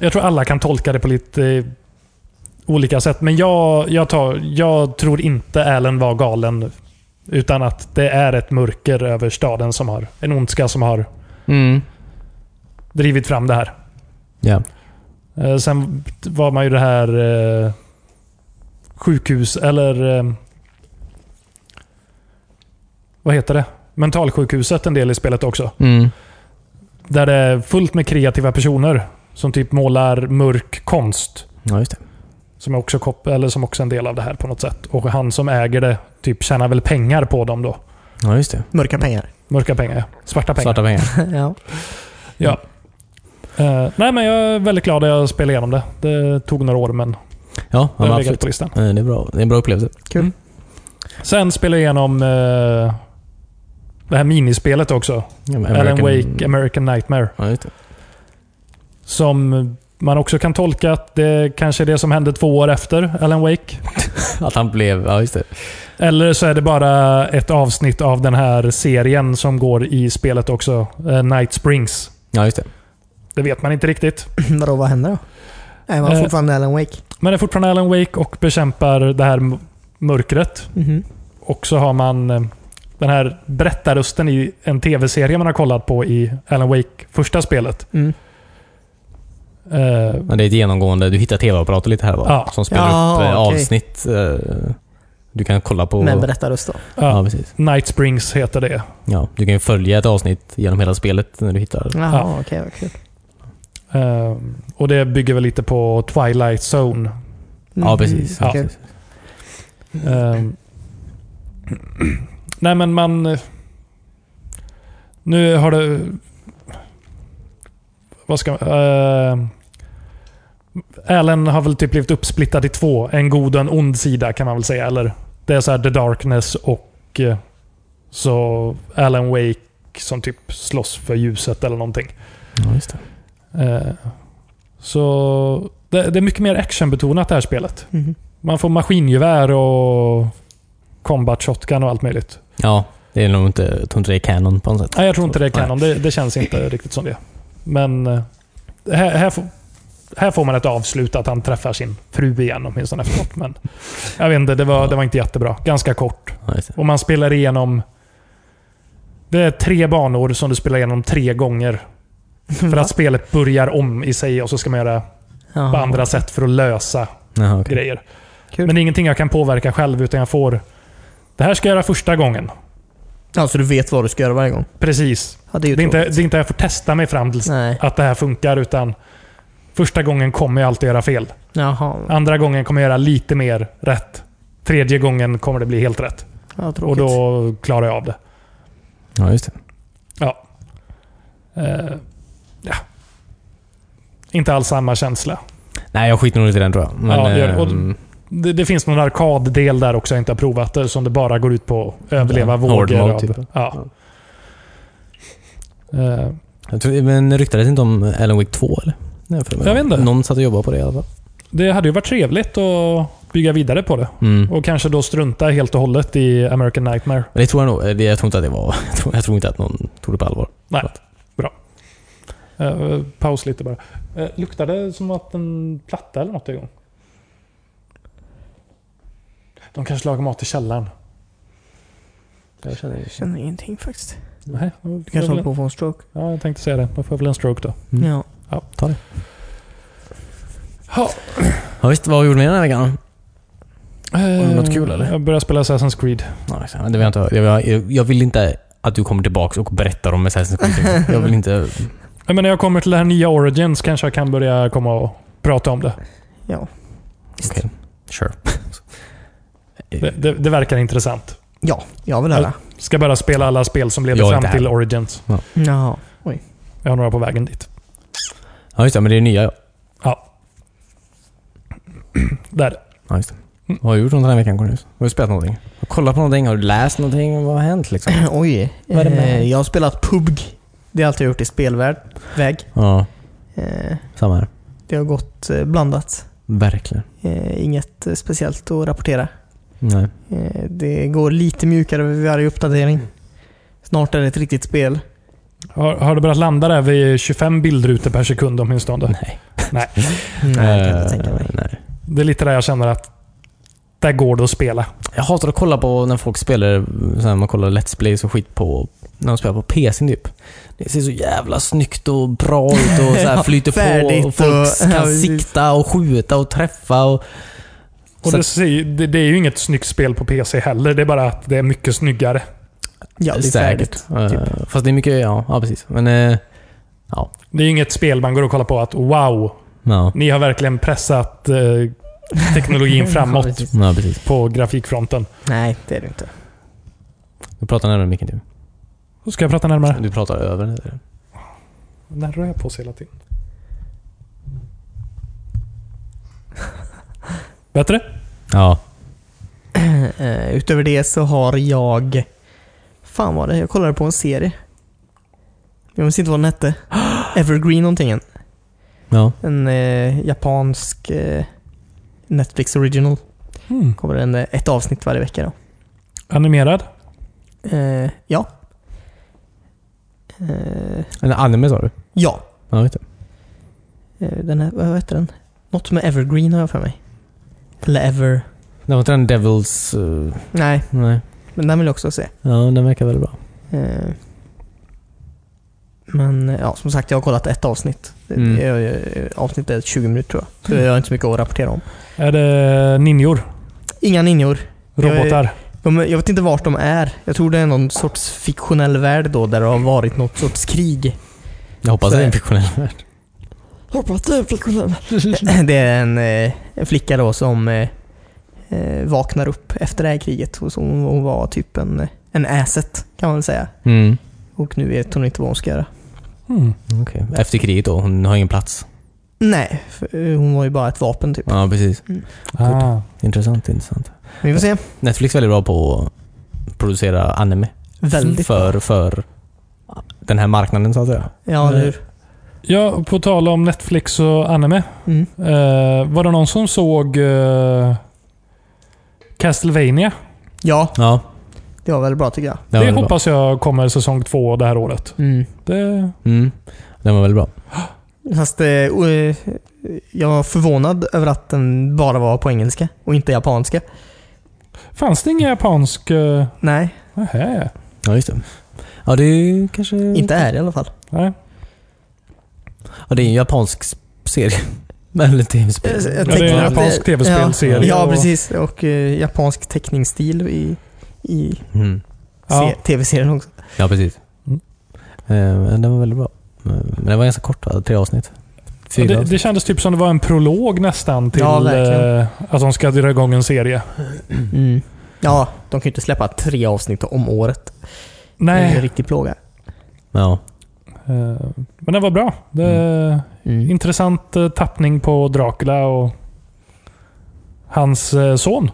Speaker 2: jag tror alla kan tolka det på lite eh, olika sätt. Men jag, jag, tar, jag tror inte Allen var galen. Utan att det är ett mörker över staden som har, en ondska som har
Speaker 3: Mm.
Speaker 2: drivit fram det här.
Speaker 3: Ja.
Speaker 2: Eh, Sen var man ju det här eh, sjukhus, eller eh, vad heter det? Mentalsjukhuset en del i spelet också.
Speaker 3: Mm.
Speaker 2: Där det är fullt med kreativa personer som typ målar mörk konst.
Speaker 3: Ja, just det.
Speaker 2: Som är också, kop- eller som också är en del av det här på något sätt. Och han som äger det typ tjänar väl pengar på dem då.
Speaker 3: Ja, just det.
Speaker 1: Mörka pengar.
Speaker 2: Mörka pengar. Svarta pengar.
Speaker 3: Svarta pengar.
Speaker 1: ja.
Speaker 2: Ja. Eh, nej, men jag är väldigt glad att jag spelade igenom det. Det tog några år, men
Speaker 3: Ja,
Speaker 2: det
Speaker 3: ja men
Speaker 2: har legat
Speaker 3: absolut.
Speaker 2: på listan.
Speaker 3: Eh, Det är, bra. det är en bra upplevelse.
Speaker 2: Sen spelade jag igenom eh, det här minispelet också.
Speaker 3: Ja, men
Speaker 2: Alan
Speaker 3: American-
Speaker 2: Wake American Nightmare.
Speaker 3: Ja, just det.
Speaker 2: Som man också kan tolka att det kanske är det som hände två år efter Alan Wake.
Speaker 3: Att han blev... Ja, just det.
Speaker 2: Eller så är det bara ett avsnitt av den här serien som går i spelet också. eh, Night Springs.
Speaker 3: Ja, just det.
Speaker 2: Det vet man inte riktigt.
Speaker 1: Vadå, vad händer då? Nej, man har
Speaker 2: Eh.
Speaker 1: fortfarande Alan Wake.
Speaker 2: Men det är fortfarande Alan Wake och bekämpar det här m- mörkret.
Speaker 1: Mhm.
Speaker 2: Och så har man eh, den här berättarrösten i en tv-serie man har kollat på i Alan Wake första spelet.
Speaker 1: Mm.
Speaker 2: Eh,
Speaker 3: Ja, det är ett genomgående... Du hittar tv-apparater lite här och var.
Speaker 2: Ja.
Speaker 3: Som spelar
Speaker 1: Ja,
Speaker 3: upp eh,
Speaker 1: okej.
Speaker 3: avsnitt. eh, Du kan kolla på...
Speaker 1: Med berättarröst då.
Speaker 3: Ja,
Speaker 2: ja,
Speaker 3: precis.
Speaker 2: Night Springs heter det.
Speaker 3: Ja, du kan ju följa ett avsnitt genom hela spelet när du hittar...
Speaker 1: Jaha,
Speaker 2: Ja.
Speaker 1: okej. vad kul.
Speaker 2: Eh, och det bygger väl lite på Twilight Zone.
Speaker 3: Ja, precis.
Speaker 1: Mm,
Speaker 2: Ja.
Speaker 1: okej.
Speaker 2: Ehm. Nej, men man... Nu har det... Vad ska man... Uh, Allen har väl typ blivit uppsplittad i två. En god och en ond sida kan man väl säga. Eller Det är så här The Darkness och eh, så Alan Wake som typ slåss för ljuset eller någonting.
Speaker 3: Ja, just det.
Speaker 2: Eh, så det, det är mycket mer actionbetonat det här spelet.
Speaker 1: Mhm.
Speaker 2: Man får maskingevär och combat shotgun och allt möjligt.
Speaker 3: Ja, det är nog inte... Jag tror inte det är canon på något sätt.
Speaker 2: Nej, jag tror inte det kan om det, det känns inte riktigt som det. Men eh, här, här, får, här får man ett avslut att han träffar sin fru igen åtminstone efteråt. Men jag vet inte, det var, det var inte jättebra. Ganska kort.
Speaker 3: Ja, just det.
Speaker 2: Och man spelar igenom... Det är tre banor som du spelar igenom tre gånger. För att spelet börjar om i sig och så ska man göra
Speaker 1: Jaha.
Speaker 2: på andra sätt för att lösa
Speaker 3: Jaha, okej.
Speaker 2: grejer.
Speaker 1: Kul.
Speaker 2: Men det är ingenting jag kan påverka själv, utan jag får... Det här ska jag göra första gången.
Speaker 1: Ja, så du vet vad du ska göra varje gång?
Speaker 2: Precis.
Speaker 1: Ja, det är ju
Speaker 2: Det är inte,
Speaker 1: tråkigt.
Speaker 2: det är inte jag får testa mig fram till
Speaker 1: Nej.
Speaker 2: att det här funkar, utan Första gången kommer jag alltid göra fel.
Speaker 1: Jaha,
Speaker 2: Andra gången kommer jag göra lite mer rätt. Tredje gången kommer det bli helt rätt.
Speaker 1: ja,
Speaker 2: Och
Speaker 1: tråkigt.
Speaker 2: då klarar jag av det.
Speaker 3: Ja, just det.
Speaker 2: Ja. Eh, ja. Inte alls samma känsla.
Speaker 3: Nej, jag skiter nog lite i den tror jag. Men,
Speaker 2: Ja, det gör det. Och-
Speaker 3: ehm,
Speaker 2: Det, det finns någon arkaddel där också jag inte har provat det, som det bara går ut på att överleva
Speaker 3: Ja, hard
Speaker 2: vågor
Speaker 3: mode
Speaker 2: av.
Speaker 3: typ.
Speaker 2: Ja. Eh,
Speaker 3: jag tror, men ryktades inte om Alan Wake 2 eller? Nej, för mig.
Speaker 2: Jag vet inte.
Speaker 3: Någon satt och jobbade på det i alla fall.
Speaker 2: det hade ju varit trevligt att bygga vidare på det.
Speaker 3: Mm.
Speaker 2: Och kanske då strunta helt och hållet i American Nightmare.
Speaker 3: Men det tror jag nog. Det- Jag tror inte att det var... Jag tror, jag tror inte att någon tog det på allvar.
Speaker 2: Nej, bra. Eh, paus lite bara. Eh, luktar det som att en platta eller något är igång? De kanske lagar mat i källaren.
Speaker 3: Jag känner
Speaker 1: Jag känner ingenting faktiskt.
Speaker 2: Nej, då får
Speaker 1: Du kanske
Speaker 2: jag
Speaker 1: håller
Speaker 2: väl
Speaker 1: på att få en stroke?
Speaker 2: en- Ja, jag tänkte säga det. Då får jag väl en stroke då.
Speaker 3: Mm.
Speaker 1: Ja.
Speaker 3: Ta det.
Speaker 2: Ja,
Speaker 3: Ja, visst, vad gjorde ni den här veckan?
Speaker 2: eh,
Speaker 3: det något kul, eller?
Speaker 2: Jag börjar spela Assassin's Creed.
Speaker 3: Ja, exakt. det vill jag, inte, höra. jag, vill, jag vill inte att du kommer tillbaka och berättar om Assassin's Creed. Jag vill inte...
Speaker 2: Ja, Men när jag kommer till det här nya Origins kanske jag kan börja komma och prata om det.
Speaker 1: ja.
Speaker 3: Okej, sure.
Speaker 2: Det, det, det verkar intressant.
Speaker 1: Ja, jag vill höra.
Speaker 2: Ska bara spela alla spel som leder
Speaker 3: Jag är
Speaker 2: fram
Speaker 3: inte här.
Speaker 2: till Origins.
Speaker 1: Jaha. Oj.
Speaker 2: Jag har några på vägen dit.
Speaker 3: Ja, just det. Men det är nya ja.
Speaker 2: Ja. Där.
Speaker 3: Ja, just det. Vad har du gjort under den här veckan Cornelius? Mm. Har du spelat någonting? Har du kollat på någonting? Har du läst någonting? Vad har hänt liksom?
Speaker 1: Oj.
Speaker 3: Vad är det med?
Speaker 1: Eh, jag har spelat PUBG. Det har alltid jag gjort i spelvärld. Väg.
Speaker 3: Ja,
Speaker 1: Eh,
Speaker 3: samma här.
Speaker 1: det har gått eh, blandat.
Speaker 3: Verkligen.
Speaker 1: Eh, inget eh, speciellt att rapportera.
Speaker 3: Nej.
Speaker 1: Eh, det går lite mjukare vid varje uppdatering. Snart är det ett riktigt spel.
Speaker 2: Har, har du börjat landa där vid 25 bildrutor per sekund åtminstone?
Speaker 3: Nej.
Speaker 2: Nej.
Speaker 1: Nej, det kan jag inte
Speaker 3: Eh,
Speaker 1: tänka mig.
Speaker 3: Nej.
Speaker 2: Det är lite där jag känner att där går det att spela.
Speaker 3: Jag hatar att kolla på när folk spelar, så här, man kollar Let's Plays och skit på, när de spelar på PC typ. Det ser så jävla snyggt och bra ut och så här
Speaker 1: Ja,
Speaker 3: flyter
Speaker 1: färdigt
Speaker 3: på och folk
Speaker 1: och-
Speaker 3: kan
Speaker 1: ja, precis.
Speaker 3: sikta och skjuta och träffa och...
Speaker 2: Och
Speaker 3: Så-
Speaker 2: det, ser ju- det, det är ju inget snyggt spel på PC heller. Det är bara att det är mycket snyggare.
Speaker 1: Ja, det är färdigt. typ.
Speaker 3: Eh, Fast det är mycket, ja, ja precis. Men, eh, ja.
Speaker 2: Det är ju inget spel man går och kollar på att wow,
Speaker 3: Ja,
Speaker 2: ni har verkligen pressat eh, teknologin
Speaker 1: Ja,
Speaker 2: framåt
Speaker 1: precis.
Speaker 3: ja precis.
Speaker 2: på grafikfronten.
Speaker 1: Nej, det är det inte.
Speaker 3: Du pratar närmare micken typ.
Speaker 2: Ska jag prata närmare?
Speaker 3: Du pratar över den. eller?
Speaker 2: När rör jag på sig hela tiden? Bättre?
Speaker 3: Ja.
Speaker 1: Eh, Utöver det så har jag... Fan var det? Jag kollade på en serie. Jag minns inte vad den hette. Evergreen någonting.
Speaker 3: Ja.
Speaker 1: En eh, japansk eh, Netflix original.
Speaker 2: Mm.
Speaker 1: Kommer en, eh, ett avsnitt varje vecka då.
Speaker 2: Animerad?
Speaker 1: Eh, ja. Eh,
Speaker 3: En anime sa du?
Speaker 1: ja.
Speaker 3: Ja, vet du.
Speaker 1: Eh, Den här, vad heter den? Något med Evergreen har jag för mig. Eller Ever...
Speaker 3: Det var inte den Devils... eh,
Speaker 1: Nej,
Speaker 3: nej.
Speaker 1: men den vill jag också se.
Speaker 3: Ja, den verkar väldigt bra.
Speaker 1: Eh, Men eh, ja, som sagt, jag har kollat ett avsnitt. Det-
Speaker 3: Mm.
Speaker 1: det är, eh, Avsnittet är 20 minuter tror jag. Så jag har inte så mycket att rapportera om.
Speaker 2: Är det ninjor?
Speaker 1: Inga ninjor.
Speaker 2: Robotar?
Speaker 1: De, jag vet inte vart de är. Jag tror det är någon sorts fiktionell värld då där det har varit något sorts krig.
Speaker 3: Jag hoppas
Speaker 1: Så-
Speaker 3: det är en fiktionell värld.
Speaker 1: Hoppas det är fiktionell Det är en, eh, en flicka då som eh, eh, vaknar upp efter det här kriget. Och så hon, hon var typ en, eh, en asset kan man väl säga.
Speaker 3: Mm.
Speaker 1: Och nu vet hon inte vad hon ska göra.
Speaker 2: Mm.
Speaker 3: Okej. Efter kriget då, hon har ingen plats.
Speaker 1: Nej, för, eh, hon var ju bara ett vapen typ.
Speaker 3: Ja, precis.
Speaker 2: Ah.
Speaker 3: Intressant, intressant.
Speaker 1: Vi får se.
Speaker 3: Netflix är väldigt bra på att producera anime.
Speaker 1: Väldigt bra.
Speaker 3: för, för den här marknaden så att säga.
Speaker 1: Ja, eller hur?
Speaker 2: Ja, på tal om Netflix och anime.
Speaker 1: Mm.
Speaker 2: Eh, var det någon som såg eh, Castlevania?
Speaker 1: Ja,
Speaker 3: Ja.
Speaker 1: det var väldigt bra tycker jag.
Speaker 2: det
Speaker 3: väldigt bra.
Speaker 2: hoppas jag kommer säsong två det här året. Det,
Speaker 3: Mm. Den var väldigt bra.
Speaker 1: Fast eh, o- eh, jag var förvånad över att den bara var på engelska och inte japanska.
Speaker 2: fanns det ingen japansk... Uh,
Speaker 1: Nej,
Speaker 2: nej.
Speaker 3: Ja, just det. Ja, det är ju kanske...
Speaker 1: inte här i alla fall.
Speaker 2: nej.
Speaker 3: Ja, det är en japansk s- serie. Eller tv-spel.
Speaker 1: Jag
Speaker 2: det är en
Speaker 1: tänkte att
Speaker 2: japansk tv-spelserie
Speaker 1: Ja,
Speaker 2: och-
Speaker 1: ja, precis. Och eh, japansk teckningsstil i, i se-
Speaker 3: Mm.
Speaker 2: Ja.
Speaker 1: tv-serien också.
Speaker 3: Ja, precis.
Speaker 2: Mm.
Speaker 3: Eh, men den var väldigt bra. Eh, Men den var ganska kort, va? tre avsnitt. Fyra
Speaker 2: det, det kändes typ som det var en prolog nästan till
Speaker 1: Ja, verkligen.
Speaker 2: eh, att de ska dra igång en serie.
Speaker 1: Mm. Ja, de kan ju inte släppa tre avsnitt om året. Det är en
Speaker 2: Nej,
Speaker 1: riktig plåga.
Speaker 3: Ja.
Speaker 2: eh, men den var bra. Det,
Speaker 1: Mm.
Speaker 2: Intressant eh, tappning på Dracula och hans eh, son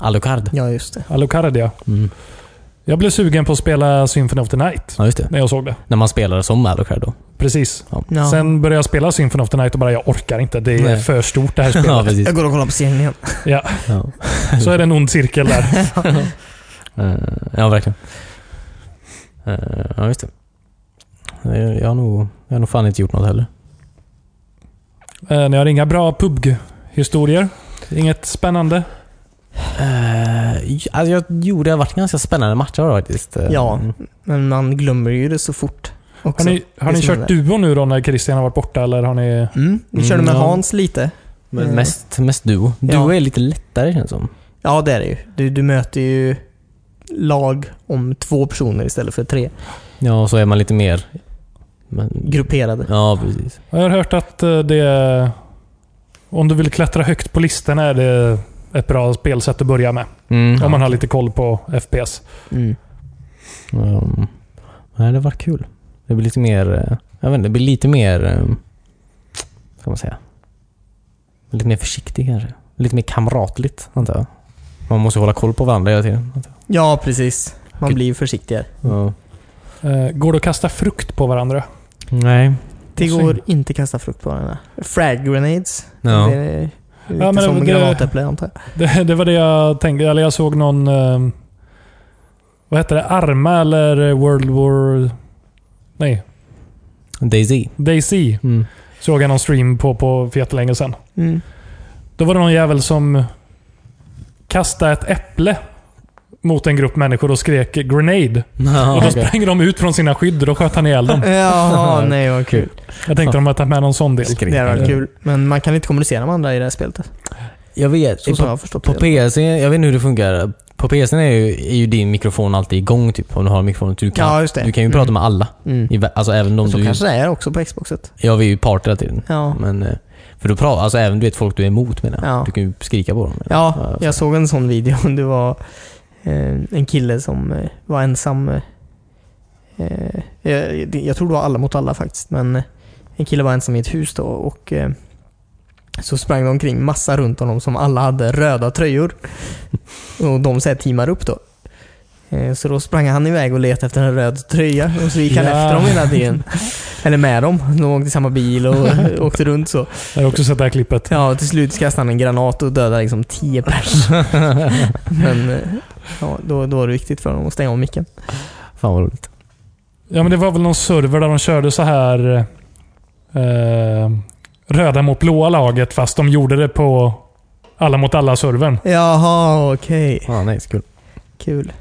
Speaker 3: Alucard.
Speaker 1: Ja, just det.
Speaker 2: Alucard. Ja.
Speaker 3: Mm.
Speaker 2: Jag blev sugen på att spela Symphony of the Night
Speaker 3: Ja, just det.
Speaker 2: när jag såg det.
Speaker 3: När man spelar som Alucard då.
Speaker 2: Precis.
Speaker 1: Ja.
Speaker 2: Sen började jag spela Symphony of the Night och bara jag orkar inte. Det är
Speaker 3: Nej.
Speaker 2: för stort det här
Speaker 3: ja,
Speaker 2: spelet.
Speaker 3: precis.
Speaker 1: jag går och kollar på serien igen.
Speaker 2: ja,
Speaker 3: Ja.
Speaker 2: så är det en ond cirkel där.
Speaker 3: Eh, ja, verkligen. Eh, ja, just det. Nej, Jag har, nog, jag har nog fan inte gjort något heller.
Speaker 2: Eh, Ni har inga bra PUBG-historier? Inget spännande?
Speaker 3: Eh, j- alltså jag, jo, det har varit ganska spännande matcher faktiskt. Eh,
Speaker 1: Ja. Men man glömmer ju det så fort.
Speaker 2: Har
Speaker 1: Också.
Speaker 2: ni, har
Speaker 1: det
Speaker 2: ni
Speaker 1: som
Speaker 2: kört
Speaker 1: är
Speaker 2: duo nu då när Christian har varit borta? Eller har ni...
Speaker 1: Mm. Vi körde med
Speaker 3: Mm, ja.
Speaker 1: Hans lite.
Speaker 3: Men
Speaker 1: Mm.
Speaker 3: mest, mest duo.
Speaker 1: Ja.
Speaker 3: Duo är lite lättare känns det som.
Speaker 1: Ja, det är det ju. Du, du möter ju lag om två personer istället för tre.
Speaker 3: Ja, och så är man lite mer... Men,
Speaker 1: Grupperade.
Speaker 3: ja, precis.
Speaker 2: Jag har hört att eh, det... Om du vill klättra högt på listorna är det ett bra spelsätt att börja med.
Speaker 3: Mm, ja.
Speaker 2: Om man har lite koll på FPS.
Speaker 1: Mm.
Speaker 3: Um, nej, det var kul. Det blir lite mer... eh, Jag vet inte, det blir lite mer... eh, vad Ska man säga? Lite mer försiktig kanske. Lite mer kamratligt, antar jag. Man måste hålla koll på varandra hela tiden. antar
Speaker 1: Ja, precis. Man
Speaker 3: Okej.
Speaker 1: blir ju försiktigare.
Speaker 3: jag. Ja.
Speaker 2: Eh, Går det att kasta frukt på varandra?
Speaker 3: Nej.
Speaker 1: Det
Speaker 2: Vad
Speaker 1: går
Speaker 2: synd.
Speaker 1: inte kasta frukt på den här. Frag grenades.
Speaker 3: Ja.
Speaker 1: Det är lite
Speaker 2: men det-
Speaker 1: som
Speaker 2: det-
Speaker 1: granatäpple antar jag.
Speaker 2: Det, det var det jag tänkte. Eller jag såg någon... eh, Vad heter det? Arma eller World War... Nej.
Speaker 3: Daisy.
Speaker 2: DayZ
Speaker 3: Mm.
Speaker 2: såg jag någon stream på, på för jättelänge sedan.
Speaker 1: Mm.
Speaker 2: Då var det någon jävel som kastade ett äpple mot en grupp människor och skrek “grenade”.
Speaker 3: Ja,
Speaker 2: och då
Speaker 3: okej.
Speaker 2: spränger de ut från sina skydd och då sköt han ihjäl dem.
Speaker 1: Jaha, nej vad kul.
Speaker 2: Jag tänkte de hade tagit med någon sån del.
Speaker 1: Det hade
Speaker 3: Ja.
Speaker 1: varit kul. Men man kan inte kommunicera med andra i det här spelet.
Speaker 3: Jag vet.
Speaker 1: Så som jag har förstått
Speaker 3: På
Speaker 1: det.
Speaker 3: PC, jag vet inte hur det funkar. På PC är ju, är ju din mikrofon alltid igång typ, om du har mikrofonen. Du kan,
Speaker 1: Ja, just det.
Speaker 3: du kan ju prata med alla.
Speaker 1: Mm.
Speaker 3: I vä- Alltså även de
Speaker 1: Så
Speaker 3: du...
Speaker 1: kanske det är också på Xboxet.
Speaker 3: Ja, vi är ju part hela tiden.
Speaker 1: Ja.
Speaker 3: Men, eh, för då pratar, alltså även du vet folk du är emot menar jag.
Speaker 1: Ja.
Speaker 3: Du kan ju skrika på dem. menar jag.
Speaker 1: Ja,
Speaker 3: Ja,
Speaker 1: jag såg en sån video. Det var eh, en kille som eh, var ensam. eh, Eh, jag, jag tror det var alla mot alla faktiskt, men eh, en kille var ensam i ett hus då och eh, så sprang det omkring massa runt honom som alla hade röda tröjor. Och de så här teamar upp då. Eh, så då sprang han iväg och letade efter en röd tröja och så gick han
Speaker 2: Ja.
Speaker 1: efter dem hela tiden. Eller med dem. De åkte i samma bil och åkte runt så.
Speaker 2: Jag har också sett det här klippet.
Speaker 1: Ja, till slut kastade han en granat och dödade liksom 10 pers. Men eh, ja, då, då var det viktigt för honom att stänga av micken.
Speaker 3: Fan vad roligt.
Speaker 2: Ja, men det var väl någon server där de körde så här eh, röda mot blåa laget fast de gjorde det på alla mot alla-servern.
Speaker 1: Jaha, okej.
Speaker 3: Ja, nice, kul.
Speaker 1: Kul.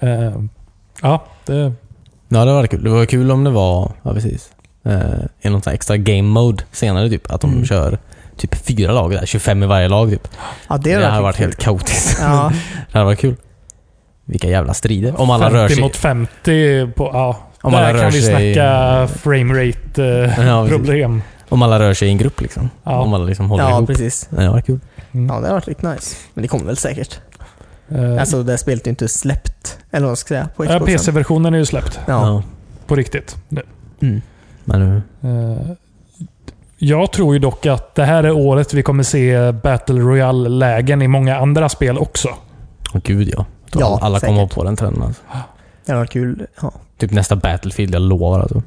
Speaker 2: Eh, ja, det,
Speaker 3: Ja, det var kul. Det var kul om det var, ja precis. Eh, I någon sån här extra game mode senare typ. Att de
Speaker 1: Mm.
Speaker 3: kör typ fyra lag där. 25 i varje lag typ.
Speaker 1: Ja, det,
Speaker 3: Det,
Speaker 1: hade
Speaker 3: hade varit
Speaker 1: kul.
Speaker 3: helt kaotiskt.
Speaker 1: Ja,
Speaker 3: Det hade varit kul. Vilka jävla strider. Om alla rör
Speaker 2: 50
Speaker 3: sig.
Speaker 2: mot 50. På, ja,
Speaker 3: Om alla
Speaker 2: där
Speaker 3: rör
Speaker 2: kan vi
Speaker 3: sig-
Speaker 2: snacka framerate-problem.
Speaker 3: Ja,
Speaker 2: Eh,
Speaker 3: precis.
Speaker 2: problem.
Speaker 3: Om alla rör sig i en grupp liksom.
Speaker 2: Ja.
Speaker 3: Om alla liksom håller
Speaker 1: ja
Speaker 3: ihop.
Speaker 1: precis.
Speaker 3: Ja, det var kul.
Speaker 1: Ja, det hade varit riktigt nice. Men det kommer väl säkert.
Speaker 2: Mm. Eh,
Speaker 1: Alltså, det här spelet är ju inte släppt. Eller vad ska jag säga? På
Speaker 2: ja,
Speaker 1: Xboxen.
Speaker 2: PC-versionen är ju släppt
Speaker 1: Ja.
Speaker 2: på riktigt. nu.
Speaker 1: Mm.
Speaker 3: Men, eh,
Speaker 2: Eh, jag tror ju dock att det här är året vi kommer se Battle Royale-lägen i många andra spel också.
Speaker 3: åh, gud ja. Jag tror
Speaker 1: Ja,
Speaker 3: alla kommer
Speaker 1: säkert.
Speaker 3: hoppa på den trenden alltså.
Speaker 1: Det hade varit kul. Ja.
Speaker 3: Typ nästa Battlefield, jag lovar alltså.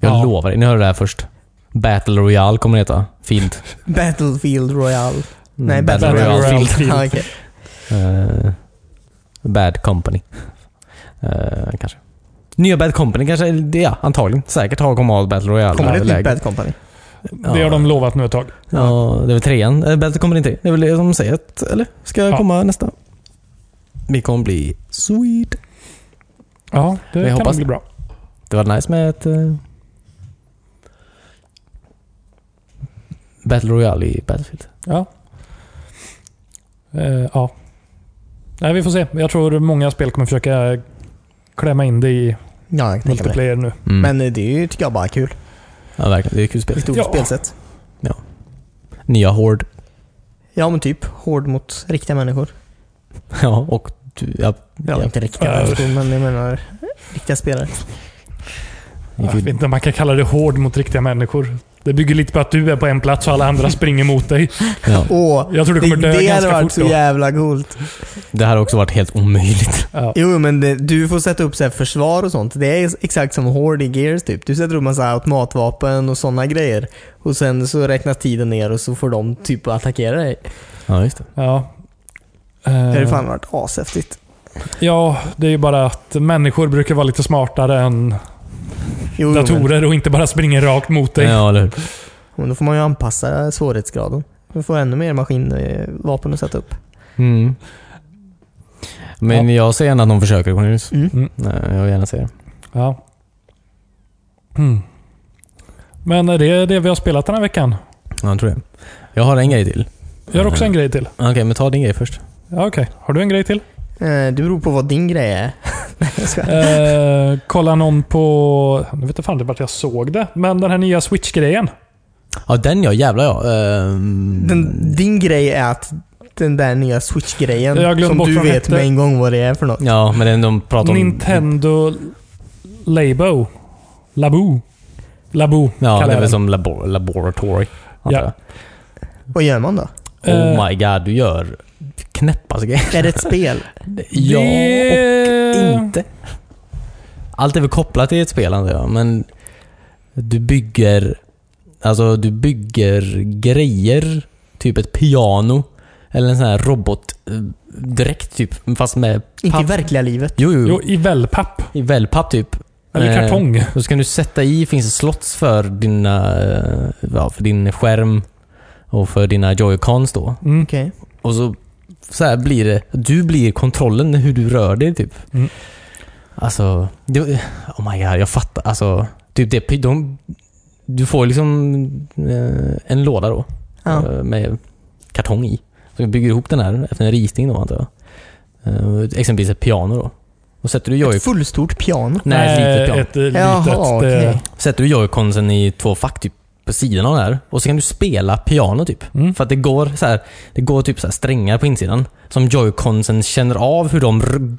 Speaker 3: Jag
Speaker 2: Ja.
Speaker 3: lovar, ni hörde det här först. Battle Royale kommer det heta. Field. Mm.
Speaker 1: Battlefield Royale. Nej, Battle,
Speaker 2: Battle
Speaker 1: Royale.
Speaker 2: Royale.
Speaker 1: Field. Ja, okej.
Speaker 3: Eh, bad Company. Eh, kanske. Nya Bad Company kanske, eller det ja, antagligen. Säkert har kommer ha ett Battle Royale.
Speaker 1: Kommer det typ ett
Speaker 3: läge.
Speaker 1: nytt Bad Company?
Speaker 2: Det
Speaker 3: Ja.
Speaker 2: har de lovat nu ett tag.
Speaker 3: Ja, det är väl trean. Eh, Battle Company 3. Det är väl det de säger att, eller? Ska
Speaker 2: Ja.
Speaker 3: komma nästa. Vi kommer bli sweet.
Speaker 2: Ja, det
Speaker 3: Jag
Speaker 2: kan
Speaker 3: hoppas
Speaker 2: nog bli
Speaker 3: det.
Speaker 2: bra.
Speaker 3: Det var nice med ett... eh, Battle Royale i Battlefield.
Speaker 2: Ja. Eh, ja. Nej, vi får se. Jag tror många spel kommer försöka klämma in det i
Speaker 1: Ja, jag tänker mig.
Speaker 2: multiplayer nu.
Speaker 1: Mm. Men eh, det är ju, tycker jag, bara kul.
Speaker 3: Ja, verkligen. Det är ett kul spel.
Speaker 1: Stort
Speaker 2: Ja.
Speaker 1: spelsätt.
Speaker 3: Nya Horde.
Speaker 1: Ja men typ, hård mot riktiga människor.
Speaker 3: Ja, och... du- Ja,
Speaker 1: Ja, inte riktiga
Speaker 2: Ja.
Speaker 1: människor, men jag menar riktiga spelare.
Speaker 2: Jag vet inte om man kan kalla det hård mot riktiga människor. Det bygger lite på att du är på en plats och alla andra springer mot dig.
Speaker 3: ja,
Speaker 1: Åh,
Speaker 2: Jag tror du
Speaker 1: det,
Speaker 2: kommer dö
Speaker 1: det hade
Speaker 2: ganska
Speaker 1: varit
Speaker 2: fort
Speaker 1: så
Speaker 2: då.
Speaker 1: jävla coolt.
Speaker 3: det här har också varit helt omöjligt.
Speaker 2: Ja.
Speaker 1: Jo, men det, du får sätta upp så här försvar och sånt. Det är exakt som Horde i Gears typ. Du sätter upp massa automatvapen och sådana grejer. Och sen så räknas tiden ner och så får de typ attackera dig.
Speaker 3: Ja, just det.
Speaker 2: Ja.
Speaker 1: Det
Speaker 2: Eh,
Speaker 1: hade fan varit ashäftigt.
Speaker 2: Ja, det är ju bara att människor brukar vara lite smartare än
Speaker 1: Jo, jo, men,
Speaker 2: datorer och inte bara springer rakt mot dig.
Speaker 3: Ja, eller hur?
Speaker 1: men då får man ju anpassa svårighetsgraden. Du får ännu mer maskinvapen att sätta upp.
Speaker 3: Mm. Men jag ser gärna att någon försöker, Cornelius.
Speaker 1: Mm.
Speaker 2: Mm.
Speaker 3: Nej, jag vill gärna se det.
Speaker 2: Ja. Mm. Men är det är det vi har spelat den här veckan.
Speaker 3: Ja, jag tror det. Jag har en grej till.
Speaker 2: Jag har också en grej till.
Speaker 3: Okej, men ta din grej först.
Speaker 2: Ja, Okej, har du en grej till?
Speaker 1: Eh, Det beror på vad din grej är. Nej, jag skojar.
Speaker 2: Eh, kolla någon på... Jag vet inte fan det vart jag såg det, men den här nya Switch-grejen.
Speaker 3: Ja, den ja. Jävlar ja. Ehm,
Speaker 1: Den, din grej är att den där nya
Speaker 2: Jag har
Speaker 1: switch-grejen
Speaker 2: glömt
Speaker 1: som
Speaker 2: bort
Speaker 1: du
Speaker 2: vad den
Speaker 1: vet
Speaker 2: hette.
Speaker 1: med en gång vad det är för något.
Speaker 3: Ja, men den de pratar om...
Speaker 2: Nintendo Labo. Labo. Labo kallar
Speaker 3: Ja, det
Speaker 2: jag
Speaker 3: är väl
Speaker 2: den.
Speaker 3: som labor laboratory. antar
Speaker 2: Ja.
Speaker 1: Vad gör man då?
Speaker 3: jag.
Speaker 2: Eh.
Speaker 3: Oh my god, du gör knäppaste grejer.
Speaker 1: Är det ett spel?
Speaker 3: Ja,
Speaker 2: Det-
Speaker 3: och inte. Allt är väl kopplat till ett spel antar jag, men du bygger... Alltså, du bygger grejer. Typ ett piano. Eller en sån här robot eh, direkt typ, fast med...
Speaker 1: Inte i
Speaker 3: papp.
Speaker 1: verkliga livet.
Speaker 3: Jo, jo.
Speaker 2: Jo, i wellpapp.
Speaker 3: I wellpapp typ.
Speaker 2: Eller
Speaker 3: Eh,
Speaker 2: kartong.
Speaker 3: Då ska du sätta i, finns det slots för dina, eh, ja, för din skärm och för dina joycons då.
Speaker 2: Mm.
Speaker 1: Okej.
Speaker 3: Och så, så här blir det, du blir kontrollen hur du rör dig typ.
Speaker 2: Mm.
Speaker 3: Alltså, det, oh my god, jag fattar. Alltså, typ det, de, du får liksom eh, en låda då
Speaker 1: Ja.
Speaker 3: eh, med kartong i. Så vi bygger ihop den här efter en ritning då antar jag. Eh, exempelvis ett piano då. Och sätter du joy...
Speaker 1: Ett fullstort piano.
Speaker 3: Nej, ett litet piano.
Speaker 2: Ett eh, litet.
Speaker 1: Jaha,
Speaker 2: eh,
Speaker 1: okej.
Speaker 3: Sätter du joyconsen i två fack typ på sidan av det här och så kan du spela piano typ.
Speaker 2: Mm.
Speaker 3: För att det går så här, det går typ så här strängar på insidan som joyconsen känner av hur de r-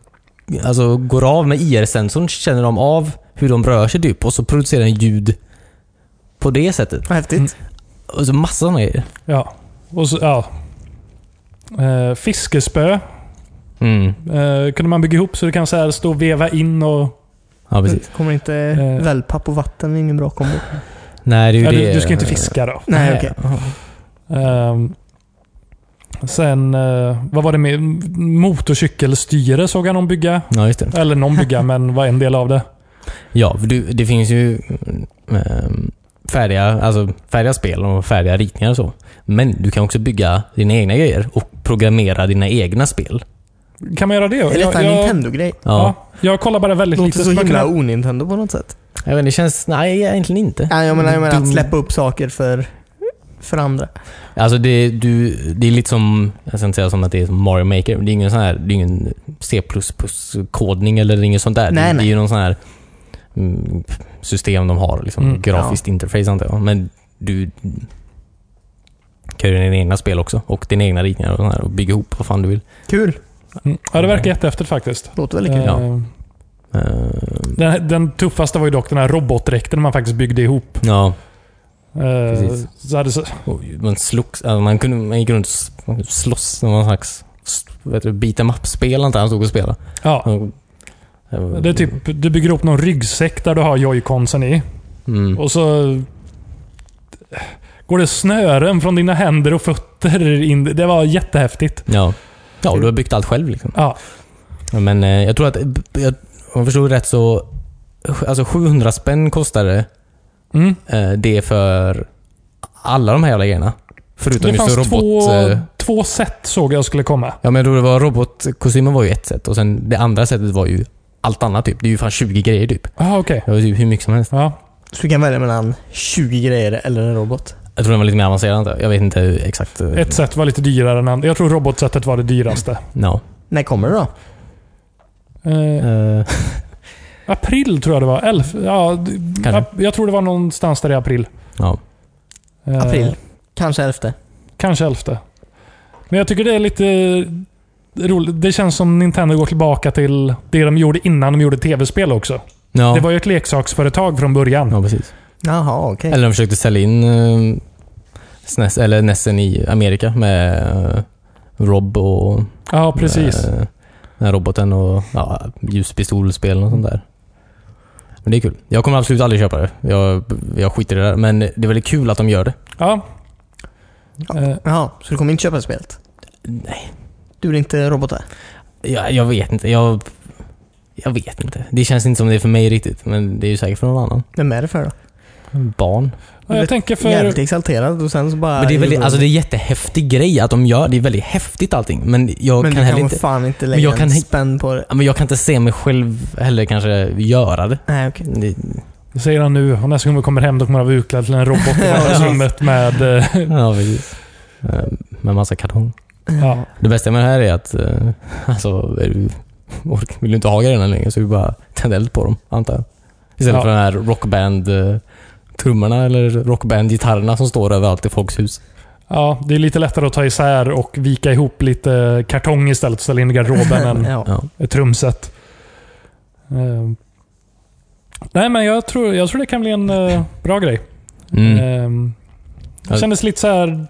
Speaker 3: alltså går av med IR-sensorn känner de av hur de rör sig typ och så producerar den ljud på det sättet.
Speaker 1: Vad häftigt.
Speaker 3: Och så massa sådana grejer.
Speaker 2: Ja. Och så, ja. Eh, fiskespö
Speaker 3: Mm.
Speaker 2: eh, kunde man bygga ihop så du kan så här stå och veva in och...
Speaker 3: Ja precis.
Speaker 1: Kommer inte
Speaker 2: Eh.
Speaker 1: wellpapp och vatten är ingen bra kombo.
Speaker 3: Nej, det är ju
Speaker 2: Ja,
Speaker 3: det.
Speaker 2: du, du ska ju inte fiska då.
Speaker 1: Nej, okej.
Speaker 2: Ehm, sen, eh, vad var det med motorcykelstyre såg jag någon bygga.
Speaker 3: Ja, just det.
Speaker 2: Eller någon bygga, men var en del av det.
Speaker 3: Ja, för du, det finns ju ehm, färdiga, alltså, färdiga spel och färdiga ritningar och så. Men du kan också bygga dina egna grejer och programmera dina egna spel.
Speaker 2: Kan man göra det?
Speaker 1: Är detta en
Speaker 2: jag,
Speaker 1: Nintendo-grej?
Speaker 3: Ja.
Speaker 2: jag kollar bara väldigt
Speaker 1: Låter
Speaker 2: lite.
Speaker 1: så
Speaker 2: man kan-
Speaker 1: himla o-Nintendo på något sätt.
Speaker 3: Jag vet inte, det känns... Nej, egentligen inte.
Speaker 1: Nej, jag menar, jag menar att
Speaker 3: Dum.
Speaker 1: släppa upp saker för, för andra.
Speaker 3: Alltså det, du, det är lite som, jag ska inte säga som att det är som Mario Maker, det är ingen sån här, det är ingen C++-kodning eller inget sånt där.
Speaker 1: Nej, nej.
Speaker 3: det, det är ju någon sån här mm, system de har, liksom,
Speaker 2: Mm,
Speaker 3: grafiskt interface antar jag. Men du kan ju dina egna spel också och dina egna ritningar och, sån här, och bygga ihop vad fan du vill.
Speaker 1: Kul.
Speaker 2: Mm. Ja, det verkar jättehäftigt faktiskt.
Speaker 1: Låter väldigt kul.
Speaker 3: Ja.
Speaker 2: Ehm,
Speaker 3: Eh,
Speaker 2: Den, den tuffaste var ju dock den här robotdräkten man faktiskt byggde ihop.
Speaker 3: ja,
Speaker 2: Eh,
Speaker 3: Precis.
Speaker 2: så hade, så-
Speaker 3: och man slogs, alltså man, kunde, man gick runt och s- slåss, det var någon slags s- vet du, beat em up-spel antar jag han stod och spelade.
Speaker 2: ja, det är typ, du bygger upp någon ryggsäck där du har joyconsen i.
Speaker 3: Mm.
Speaker 2: Och så eh, går det snören från dina händer och fötter in. Det var jättehäftigt.
Speaker 3: Ja. Ja, och du har byggt allt själv liksom.
Speaker 2: Ja,
Speaker 3: Men eh, jag tror att, jag, om jag förstod rätt så, alltså 700 spänn kostar det,
Speaker 2: mm.
Speaker 3: eh, det för alla de här jävla grejerna. Förutom
Speaker 2: Det
Speaker 3: just
Speaker 2: fanns
Speaker 3: robot...
Speaker 2: två,
Speaker 3: eh,
Speaker 2: två sätt såg jag skulle komma.
Speaker 3: Ja men jag tror det var robotkostymen var ju ett sätt och sen det andra sättet var ju allt annat typ. Det är ju fan 20 grejer typ.
Speaker 2: Ah, okej.
Speaker 3: Det var typ hur mycket som helst.
Speaker 2: Ja.
Speaker 1: Så du kan välja mellan 20 grejer eller en robot.
Speaker 3: Jag tror den var lite mer avancerad antar jag. Jag vet inte hur exakt. eh,
Speaker 2: Ett sätt var lite dyrare än andra. Jag tror robotsättet var det dyraste.
Speaker 3: No.
Speaker 1: När kommer det då?
Speaker 2: Eh,
Speaker 3: Eh,
Speaker 2: April tror jag det var. Elf, ja, d-
Speaker 3: Kanske.
Speaker 2: ap- jag tror det var någonstans där i april.
Speaker 3: Ja.
Speaker 2: Eh,
Speaker 1: April. Kanske elfte.
Speaker 2: Kanske elfte. Men jag tycker det är lite roligt. Det känns som Nintendo går tillbaka till det de gjorde innan de gjorde tv-spel också.
Speaker 3: Ja.
Speaker 2: Det var ju ett leksaksföretag från början.
Speaker 3: ja, precis.
Speaker 1: Jaha, okej.
Speaker 3: Eller de försökte sälja in eh, SNES, eller Nessen i Amerika med eh, Rob och
Speaker 2: Ja, precis.
Speaker 3: eh, den här roboten och ja, ljuspistolspel och sånt där. Men det är kul. Jag kommer absolut aldrig köpa det. Jag, jag skiter i det där. Men det är väldigt kul att de gör det.
Speaker 2: Ja.
Speaker 1: Ja.
Speaker 2: Eh,
Speaker 1: Jaha, så du kommer inte köpa spelet?
Speaker 3: Nej.
Speaker 1: Du vill inte robotar?
Speaker 3: Jag, jag vet inte. Jag, jag vet inte. Det känns inte som det är för mig riktigt. Men det är ju säkert för någon annan.
Speaker 1: Vem är det för då?
Speaker 3: Barn.
Speaker 2: ja,
Speaker 1: Vet-
Speaker 2: jag tänker
Speaker 1: Jävligt
Speaker 2: för...
Speaker 1: exalterad och sen så bara...
Speaker 3: Men det är, väldigt, alltså det är en jättehäftig grej att de gör. Det är väldigt häftigt allting. Men jag
Speaker 1: men
Speaker 3: kan
Speaker 1: du
Speaker 3: heller
Speaker 1: kan
Speaker 3: inte...
Speaker 1: inte... fan inte
Speaker 3: Men
Speaker 1: lägga
Speaker 3: jag
Speaker 1: en
Speaker 3: kan he-
Speaker 1: spänn på det.
Speaker 3: Ja, Men jag kan inte se mig själv heller kanske göra det.
Speaker 1: Nej, okej.
Speaker 3: det
Speaker 2: Det säger han nu. Och nästa gång vi kommer hem då kommer han vara utklädd till en robot i
Speaker 1: Ja,
Speaker 2: vardagsrummet med... eh,
Speaker 3: ja, precis. Eh, Med massa kartong.
Speaker 2: Ja.
Speaker 3: Det bästa med det här är att, eh, alltså, är du, ork- vill du inte ha grejerna längre så är det bara tända eld på dem, antar jag. Istället
Speaker 2: Ja.
Speaker 3: för de här rockband eh, trummorna eller rockband-gitarrerna som står överallt i folks hus.
Speaker 2: ja, det är lite lättare att ta isär och vika ihop lite kartong istället och ställa in i garderoben än
Speaker 1: ja.
Speaker 3: Ja.
Speaker 2: ett trumset. Eh, Nej, men jag tror, jag tror det kan bli en eh, bra grej.
Speaker 3: Mm.
Speaker 2: Ehm,
Speaker 3: Ja.
Speaker 2: Det kändes lite så här...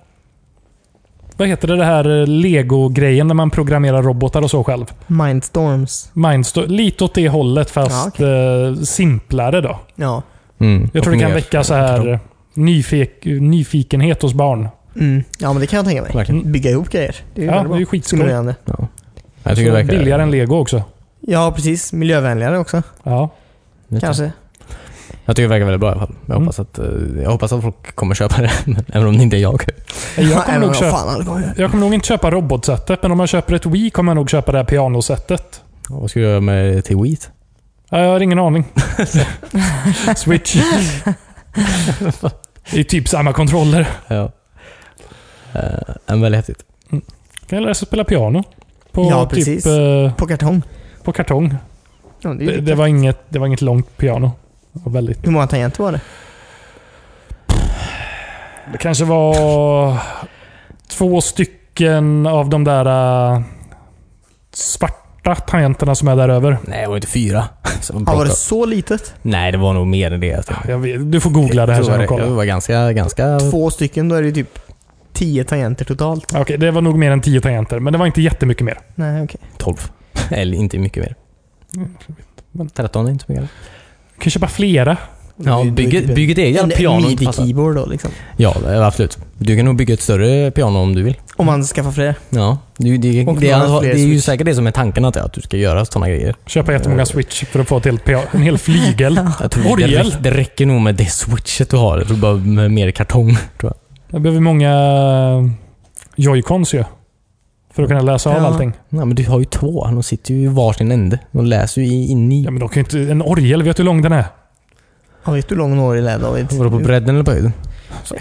Speaker 2: Vad heter det, det här eh, Lego-grejen när man programmerar robotar och så själv?
Speaker 1: Mindstorms.
Speaker 2: Mindsto- lite åt det hållet fast
Speaker 1: Ja, okej.
Speaker 2: eh, simplare då.
Speaker 1: Ja.
Speaker 3: Mm.
Speaker 2: Jag tror det kan
Speaker 3: Optimerat.
Speaker 2: väcka så här nyfik- nyfikenhet hos barn.
Speaker 1: Mm. Ja, men det kan jag tänka mig.
Speaker 3: Verkligen.
Speaker 2: eh,
Speaker 1: Bygga ihop grejer. Det är ju
Speaker 2: Ja,
Speaker 1: väldigt
Speaker 2: det
Speaker 1: bra.
Speaker 2: är ju skitskoj.
Speaker 1: Stimulerande.
Speaker 3: Ja. Jag tycker det verkar...
Speaker 2: Billigare än lego också.
Speaker 1: Ja, precis. Miljövänligare också.
Speaker 2: Ja.
Speaker 3: lite.
Speaker 1: Kanske.
Speaker 3: Jag tycker det verkar väldigt bra i alla fall.
Speaker 2: Mm.
Speaker 3: Jag hoppas, att, eh, jag hoppas att folk kommer köpa det, men även om det inte är jag.
Speaker 2: Jag kommer,
Speaker 1: Även om
Speaker 2: nog
Speaker 1: jag
Speaker 2: köpa,
Speaker 1: fan aldrig kommer göra.
Speaker 2: jag kommer nog inte köpa robotsetet, men om jag köper ett Wii kommer jag nog köpa det här pianosetet.
Speaker 3: Ja, Vad ska du göra med till Wheat?
Speaker 2: Ja, Jag har ingen aning. Switch. Det är typ samma kontroller.
Speaker 3: Ja. Eh, en väldigt häftigt.
Speaker 2: kan jag lära sig spela piano. På,
Speaker 1: Ja,
Speaker 2: typ,
Speaker 1: precis.
Speaker 2: eh,
Speaker 1: På kartong.
Speaker 2: på kartong.
Speaker 1: Ja, det är ju
Speaker 2: Det,
Speaker 1: lite-
Speaker 2: det, var inget, det var inget långt piano. Det var väldigt...
Speaker 1: Hur många tangenter var det?
Speaker 2: Det kanske var två stycken av de där eh, svarta tangenterna som är där över.
Speaker 3: Nej, det var inte fyra. Som
Speaker 1: Ja, var det
Speaker 3: pratar-
Speaker 1: så litet?
Speaker 3: Nej, det var nog mer än det. Jag tror.
Speaker 2: Jag vet, du får googla det här
Speaker 3: Jag tror
Speaker 2: sen och
Speaker 3: det- jag tror Det
Speaker 2: kolla.
Speaker 3: var ganska... ganska
Speaker 1: Två stycken, då är det ju typ tio tangenter totalt.
Speaker 2: Okej, det var nog mer än tio tangenter, men det var inte jättemycket mer.
Speaker 1: Nej, okej.
Speaker 3: 12. Eller inte mycket mer.
Speaker 2: Men-
Speaker 3: 13 är inte så mycket.
Speaker 2: Du kan köpa flera.
Speaker 3: Ja,
Speaker 1: Du- du-
Speaker 3: bygg,
Speaker 1: du-
Speaker 3: bygg ett
Speaker 1: typ En
Speaker 3: eget piano. om det Alltså- passar.
Speaker 1: midi-keyboard då liksom.
Speaker 3: Ja, eh, absolut. Du kan nog bygga ett större piano om du vill.
Speaker 1: Om man skaffar fler.
Speaker 3: Ja. Du, det,
Speaker 1: Och
Speaker 3: det,
Speaker 1: några
Speaker 3: är- det
Speaker 1: fler
Speaker 3: är ju
Speaker 1: switch.
Speaker 3: säkert det som är tanken, att, att du ska göra sådana grejer.
Speaker 2: Köpa
Speaker 1: Eh.
Speaker 2: jättemånga switch för att få ett helt pia- en hel flygel.
Speaker 3: Jag tror det,
Speaker 2: Orgel.
Speaker 3: räck- det räcker nog med det switchet du har. Jag tror bara med mer kartong. Tror jag.
Speaker 2: Jag behöver många eh, joycons ju. För att kunna läsa av
Speaker 1: Ja.
Speaker 2: allting.
Speaker 3: Nej, men du har ju två. De sitter ju i varsin ände. De läser ju i- in i...
Speaker 2: Ja, men de kan ju inte, en orgel, vet du hur lång den är?
Speaker 1: Ja, vet du hur lång Norge är David?
Speaker 3: Vadå, på bredden eller på höjden?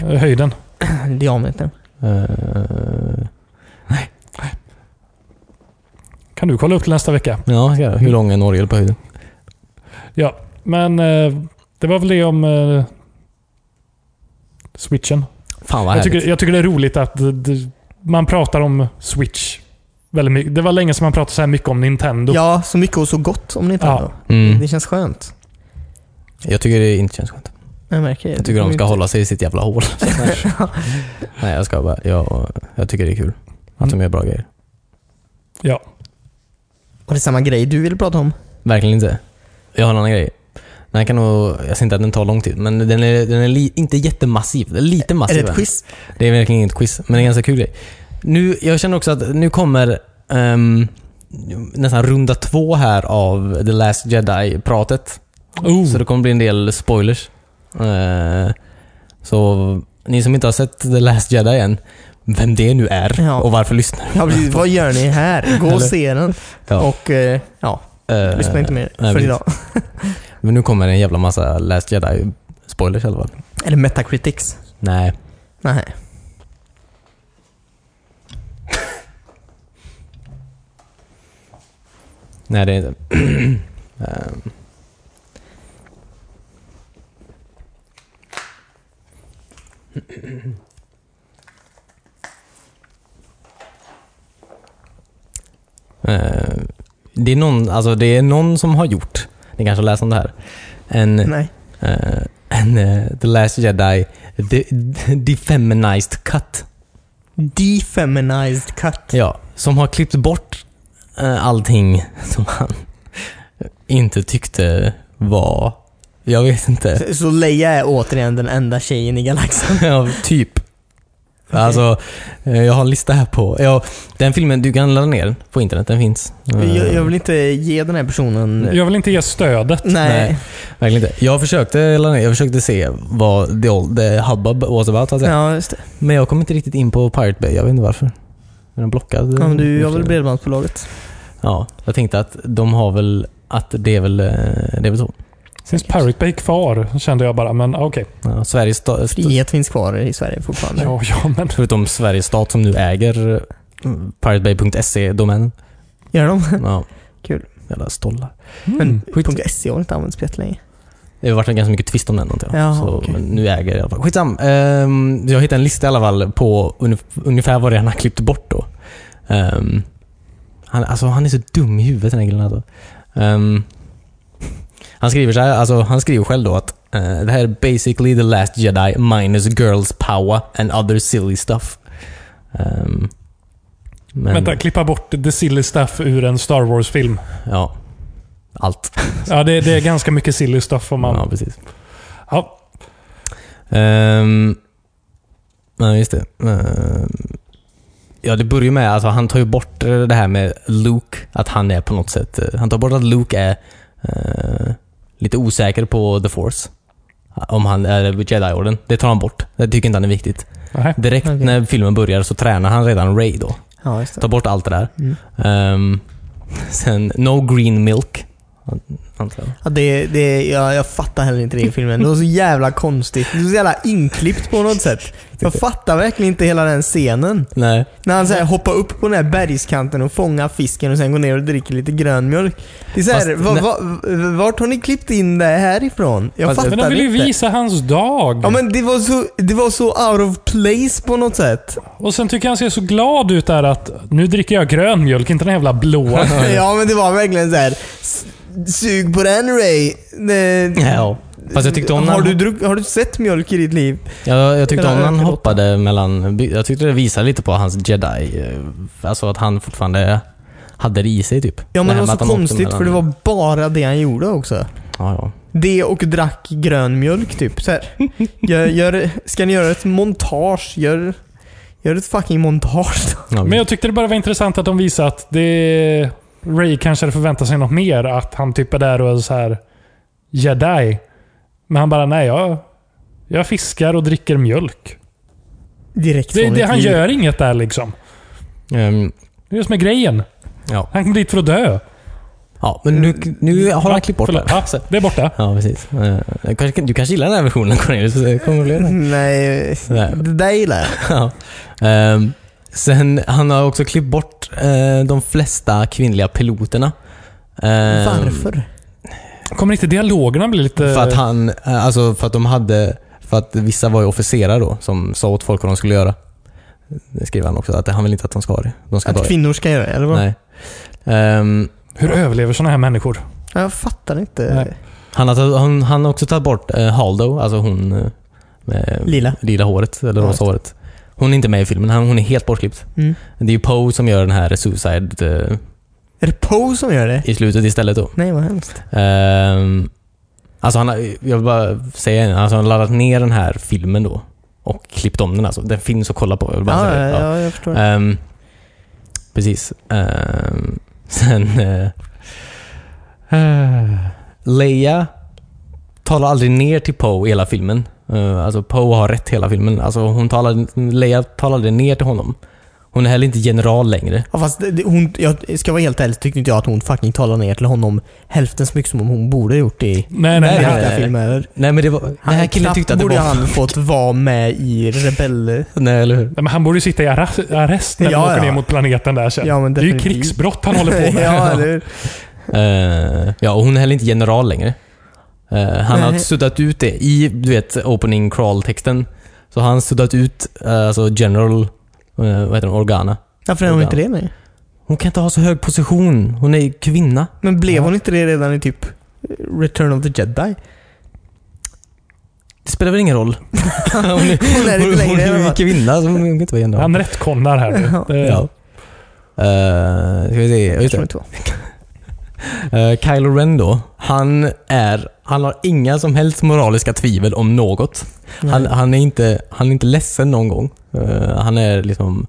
Speaker 2: Eh, Höjden.
Speaker 1: Diametern.
Speaker 3: Eh,
Speaker 2: Kan du kolla upp till nästa vecka?
Speaker 3: ja, ska jag göra. hur lång är en orgel på höjden?
Speaker 2: Ja, men eh, det var väl det om eh, switchen. Jag
Speaker 3: Fan vad härligt.
Speaker 2: tycker, jag tycker det är roligt att d- d- man pratar om switch väldigt mycket. Det var länge sedan man pratade så här mycket om Nintendo.
Speaker 1: Ja, så mycket och så gott om ni inte
Speaker 2: Ja.
Speaker 1: har.
Speaker 3: Mm.
Speaker 1: Det känns skönt.
Speaker 3: Jag tycker det inte känns skönt.
Speaker 1: Jag märker det.
Speaker 3: Jag tycker de ska hålla sig i sitt jävla hål. Nej, jag ska bara. Jag, jag tycker det är kul att de gör bra grejer.
Speaker 2: Ja.
Speaker 1: Och det är samma grej du ville prata om.
Speaker 3: Verkligen inte. Jag har en annan grej. Den här kan nog, jag ser inte att den tar lång tid, men den är, den är li, inte jättemassiv. Den är lite massiv.
Speaker 1: är det ett
Speaker 3: än.
Speaker 1: quiz?
Speaker 3: Det är verkligen inget quiz, men det är en ganska kul grej. Nu, jag känner också att nu kommer ehm, nästan runda två här av The Last Jedi-pratet.
Speaker 2: Oh,
Speaker 1: Mm.
Speaker 3: Så det kommer bli en del spoilers. Eh, så ni som inte har sett The Last Jedi än, vem det nu är
Speaker 1: Ja.
Speaker 3: och varför lyssnar.
Speaker 1: Ja, precis. Vad gör ni här? Gå och
Speaker 3: Eller-
Speaker 1: se den.
Speaker 3: Ja.
Speaker 1: Och eh, ja,
Speaker 3: Eh,
Speaker 1: lyssna inte mer
Speaker 3: nej,
Speaker 1: för
Speaker 3: precis.
Speaker 1: idag.
Speaker 3: Men nu kommer en jävla massa Last Jedi-spoilers i alla fall.
Speaker 1: Eller Metacritics.
Speaker 3: Nej.
Speaker 1: Nej.
Speaker 3: Nej, det är inte. Ehm, Eh, det, är någon, alltså det är någon som har gjort, ni kanske har läst om det här, en,
Speaker 1: Nej.
Speaker 3: eh, en eh, The Last Jedi the, Defeminized Cut.
Speaker 1: Defeminized cut.
Speaker 3: Ja, som har klippt bort eh, allting som han inte tyckte var... Jag vet inte.
Speaker 1: Så- Så Leia är återigen den enda tjejen i galaxen.
Speaker 3: ja, typ. Alltså, eh, jag har en lista här på... Ja, den filmen, du kan ladda ner den på internet. Den finns. Eh,
Speaker 1: Jag, jag vill inte ge den här personen...
Speaker 2: Jag vill inte ge stödet.
Speaker 1: Nej.
Speaker 3: Nej. Eh, Verkligen inte. Jag försökte ladda ner, jag försökte se vad the, old, the hubbub was about. så att säga.
Speaker 1: Ja, just det.
Speaker 3: Men jag kom inte riktigt in på Pirate Bay. Jag vet inte varför. Är den blockad?
Speaker 1: Ja, men du, jag vill bredbandsbolaget.
Speaker 3: Ja, jag tänkte att de har väl... Att det är väl... eh, Det är väl så.
Speaker 2: Finns Pirate Bay kvar? Kände jag bara, men okej.
Speaker 3: Ja, Sveriges sta- st-
Speaker 1: Frihet finns kvar i Sverige fortfarande.
Speaker 2: Ja, ja, men.
Speaker 3: förutom Sveriges stat som nu äger eh,
Speaker 1: Mm.
Speaker 3: piratebay.se-domänen.
Speaker 1: Gör de?
Speaker 3: Ja.
Speaker 1: Kul.
Speaker 3: Jävla stollar.
Speaker 1: Men
Speaker 2: Mm.
Speaker 1: .se har inte använts på jättelänge.
Speaker 3: Det har varit en ganska mycket tvist om den. antar jag.
Speaker 1: Ja,
Speaker 3: så,
Speaker 1: okej.
Speaker 3: men nu äger jag i alla fall. Skitsam. Ehm, jag hittade en lista i alla fall på unif- ungefär vad det är han har klippt bort då. Ehm, han, alltså, han är så dum i huvudet den här killen alltså. Ehm, han skriver så här, alltså, han skriver själv då att eh, det här är basically the last jedi minus girls power and other silly stuff. Ehm, men,
Speaker 2: Vänta, klippa bort the silly stuff ur en Star Wars-film.
Speaker 3: Ja. Allt.
Speaker 2: Ja, det, det är ganska mycket silly stuff om man...
Speaker 3: Ja, precis.
Speaker 1: Mm.
Speaker 2: Ja.
Speaker 3: Ehm, nej, just det. Ehm, ja, det börjar ju med att alltså, han tar ju bort eh, det här med Luke. Att han är på något sätt... eh, Han tar bort att Luke är eh, lite osäker på the force. Om han är Jedi-orden. Det tar han bort. Det tycker inte han är viktigt.
Speaker 2: Nej.
Speaker 3: Direkt
Speaker 1: Okej.
Speaker 3: när filmen börjar så tränar han redan Ray då.
Speaker 1: Ja, just
Speaker 3: Tar
Speaker 1: det.
Speaker 3: bort allt det där.
Speaker 1: Mm.
Speaker 3: Ehm, sen, no green milk. Antar jag.
Speaker 1: Ja, det, det, jag, jag fattar heller inte det i filmen. Det var så jävla konstigt. Det var så jävla inklippt på något sätt. Jag fattar verkligen inte hela den scenen.
Speaker 3: Nej.
Speaker 1: När han så här hoppar upp på den här bergskanten och fångar fisken och sen går ner och dricker lite grönmjölk. Det är så här,
Speaker 3: Fast-
Speaker 1: va,
Speaker 3: nej.
Speaker 1: va, vart har ni klippt in det här ifrån? Jag
Speaker 3: Fast-
Speaker 1: fattar
Speaker 2: Men de vill ju
Speaker 1: inte.
Speaker 2: visa hans dag.
Speaker 1: Ja men det var, så, det var så out of place på något sätt.
Speaker 2: Och sen tycker jag han ser så glad ut där att nu dricker jag grön mjölk, inte den jävla blåa.
Speaker 1: ja men det var verkligen så här. "S- Sug på den Ray. Det-
Speaker 3: Ja. Fast jag tyckte om när
Speaker 1: har,
Speaker 3: han-
Speaker 1: du druck, har du sett mjölk i ditt liv?
Speaker 3: Jag, jag tyckte
Speaker 1: Eller
Speaker 3: om när han
Speaker 1: överlåta.
Speaker 3: hoppade mellan... by- Jag tyckte det visade lite på hans jedi. eh, Alltså att han fortfarande hade det i sig typ.
Speaker 1: Ja men det
Speaker 3: här
Speaker 1: var
Speaker 3: med
Speaker 1: så
Speaker 3: att han åkte
Speaker 1: konstigt
Speaker 3: mellan-
Speaker 1: för det var bara det han gjorde också.
Speaker 3: Ja, ja.
Speaker 1: Det och drack grön mjölk typ. Så här. Gör, gör, ska ni göra ett montage? Gör, gör ett fucking montage.
Speaker 3: ja
Speaker 2: Men jag tyckte det bara var intressant att de visade att det... Ray kanske hade förväntat sig något mer. Att han typ är där och är så här jedi. Men han bara, nej jag, jag fiskar och dricker mjölk.
Speaker 1: Direkt
Speaker 2: Det,
Speaker 1: från
Speaker 2: det,
Speaker 1: ett
Speaker 2: han
Speaker 1: djur.
Speaker 2: gör inget där liksom.
Speaker 3: Ehm,
Speaker 2: Det är det som är grejen.
Speaker 3: ja.
Speaker 2: Han kom dit för att dö.
Speaker 3: ja, men nu, nu har han klippt bort
Speaker 2: Förlåt.
Speaker 3: det.
Speaker 2: Ja, det är borta.
Speaker 3: Ja, precis. Eh, jag kanske, du kanske gillar den här versionen Cornelius? Det kommer att bli det.
Speaker 1: Nej,
Speaker 3: Nej.
Speaker 1: det där gillar jag.
Speaker 3: Ja. Ehm, sen, han har också klippt bort eh, de flesta kvinnliga piloterna. Ehm,
Speaker 1: Varför?
Speaker 2: Kommer inte dialogerna bli lite...
Speaker 3: För att han, eh, alltså för att de hade, för att vissa var ju officerare då som sa åt folk vad de skulle göra. Det skriver han också, att han vill inte att de ska ha det. De ska ta
Speaker 1: Att
Speaker 3: det.
Speaker 1: kvinnor ska göra det, eller vad?
Speaker 3: Nej. Ehm,
Speaker 2: Hur överlever sådana här människor?
Speaker 1: Jag fattar inte.
Speaker 2: Nej.
Speaker 3: han, har, tagit- han, han har också tagit bort eh, Haldo, alltså hon eh, med
Speaker 1: Lila.
Speaker 3: lila håret, eller
Speaker 1: Ja,
Speaker 3: rosa håret. Hon är inte med i filmen, han- hon är helt bortklippt.
Speaker 1: Mm.
Speaker 3: Det är ju Poe som gör den här Suicide eh,
Speaker 1: Är det Poe som gör det?
Speaker 3: i slutet istället då.
Speaker 1: Nej, vad hemskt.
Speaker 3: Ehm, alltså han har, jag vill bara säga en, alltså han har laddat ner den här filmen då. Och klippt om den alltså. Den finns att kolla på. Jag vill bara
Speaker 1: Ja,
Speaker 3: säga det.
Speaker 1: ja,
Speaker 3: Ja.
Speaker 1: ja, jag förstår.
Speaker 3: Ehm, precis. Ehm, sen... eh, eh, Leia talar aldrig ner till Poe i hela filmen. Eh, alltså Poe har rätt hela filmen. Alltså hon talar, Leia talar aldrig ner till honom. Hon är heller inte general längre.
Speaker 1: Ja, fast det, det, hon, jag ska vara helt ärlig, så tyckte inte jag att hon fucking talade ner till honom hälften så mycket som hon borde gjort i
Speaker 2: Nej, nej,
Speaker 3: Nej,
Speaker 2: nej.
Speaker 3: nej.
Speaker 1: filmer.
Speaker 3: Nej men det var... Den här killen
Speaker 1: knappt
Speaker 3: tyckte att det
Speaker 1: borde
Speaker 3: var...
Speaker 1: han fått vara med i Rebell...
Speaker 3: Nej, eller hur?
Speaker 2: Nej, men han borde ju sitta i arrest, arrest när
Speaker 1: Ja,
Speaker 2: de åker
Speaker 1: ja.
Speaker 2: ner mot planeten där sen.
Speaker 1: Ja, men
Speaker 2: det är ju
Speaker 1: definitivt.
Speaker 2: krigsbrott han håller på med.
Speaker 1: ja, eller hur?
Speaker 3: Eh, ja, och hon är heller inte general längre. Eh, han har
Speaker 1: Nej.
Speaker 3: suddat ut det i, du vet, opening crawl-texten. Så han suddat ut, eh, alltså general, eh, vad heter hon, Organa.
Speaker 1: Varför är hon inte det nu?
Speaker 3: Hon kan inte ha så hög position. Hon är kvinna.
Speaker 1: Men blev
Speaker 3: Ja.
Speaker 1: hon inte det redan i typ Return of the Jedi?
Speaker 3: Det spelar väl ingen roll. hon
Speaker 1: Hon är
Speaker 3: är, hon,
Speaker 1: inte
Speaker 3: hon
Speaker 1: längre i alla
Speaker 3: är ju
Speaker 1: fall.
Speaker 3: kvinna, så hon kan inte vara general.
Speaker 2: Han rättkonnar här nu.
Speaker 1: Ja.
Speaker 2: Det,
Speaker 3: Ja. Eh, ska vi se. Just
Speaker 1: Tror
Speaker 3: det.
Speaker 1: inte det.
Speaker 3: Eh, Kylo Ren då. Han är... Han har inga som helst moraliska tvivel om något. Han, han, är, inte, han är inte ledsen någon gång. Eh, han är liksom...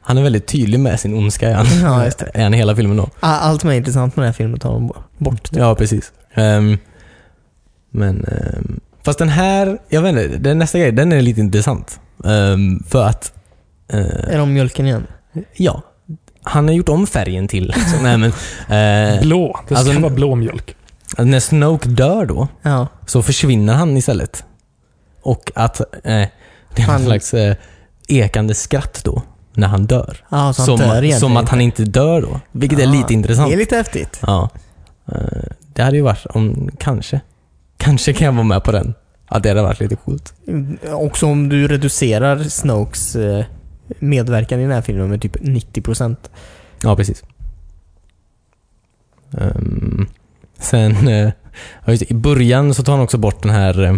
Speaker 3: Han är väldigt tydlig med sin ondska, är han,
Speaker 1: Ja, just
Speaker 3: är han i hela filmen då.
Speaker 1: Ah, Allt som är intressant med den här filmen tar de bo- bort.
Speaker 3: Ja, precis. Ehm, men... ehm, fast den här, jag vet inte, den nästa grej, den är lite intressant. Ehm, för att... eh,
Speaker 1: Är de mjölken igen?
Speaker 3: ja. Han har gjort om färgen till. Så, nej, men, eh,
Speaker 2: Blå. Det ska
Speaker 3: Alltså-
Speaker 2: vara blå mjölk.
Speaker 3: när Snoke dör då,
Speaker 1: Ja.
Speaker 3: så försvinner han istället. Och att eh, det är
Speaker 1: Han-
Speaker 3: någon slags eh, ekande skratt då, när han dör.
Speaker 1: Ah, så han
Speaker 3: som,
Speaker 1: dör egentligen.
Speaker 3: som att han inte dör då, vilket är
Speaker 1: Ah,
Speaker 3: lite intressant.
Speaker 1: Det är lite häftigt.
Speaker 3: Ja. Eh, Det hade ju varit om, kanske. Kanske kan jag vara med på den. Ja, det hade varit lite coolt.
Speaker 1: Mm, Också om du reducerar Snokes eh, medverkan i den här filmen med typ 90%.
Speaker 3: Ja, precis. Ehm, sen, eh, ja, just, det, i början så tar han också bort den här, eh,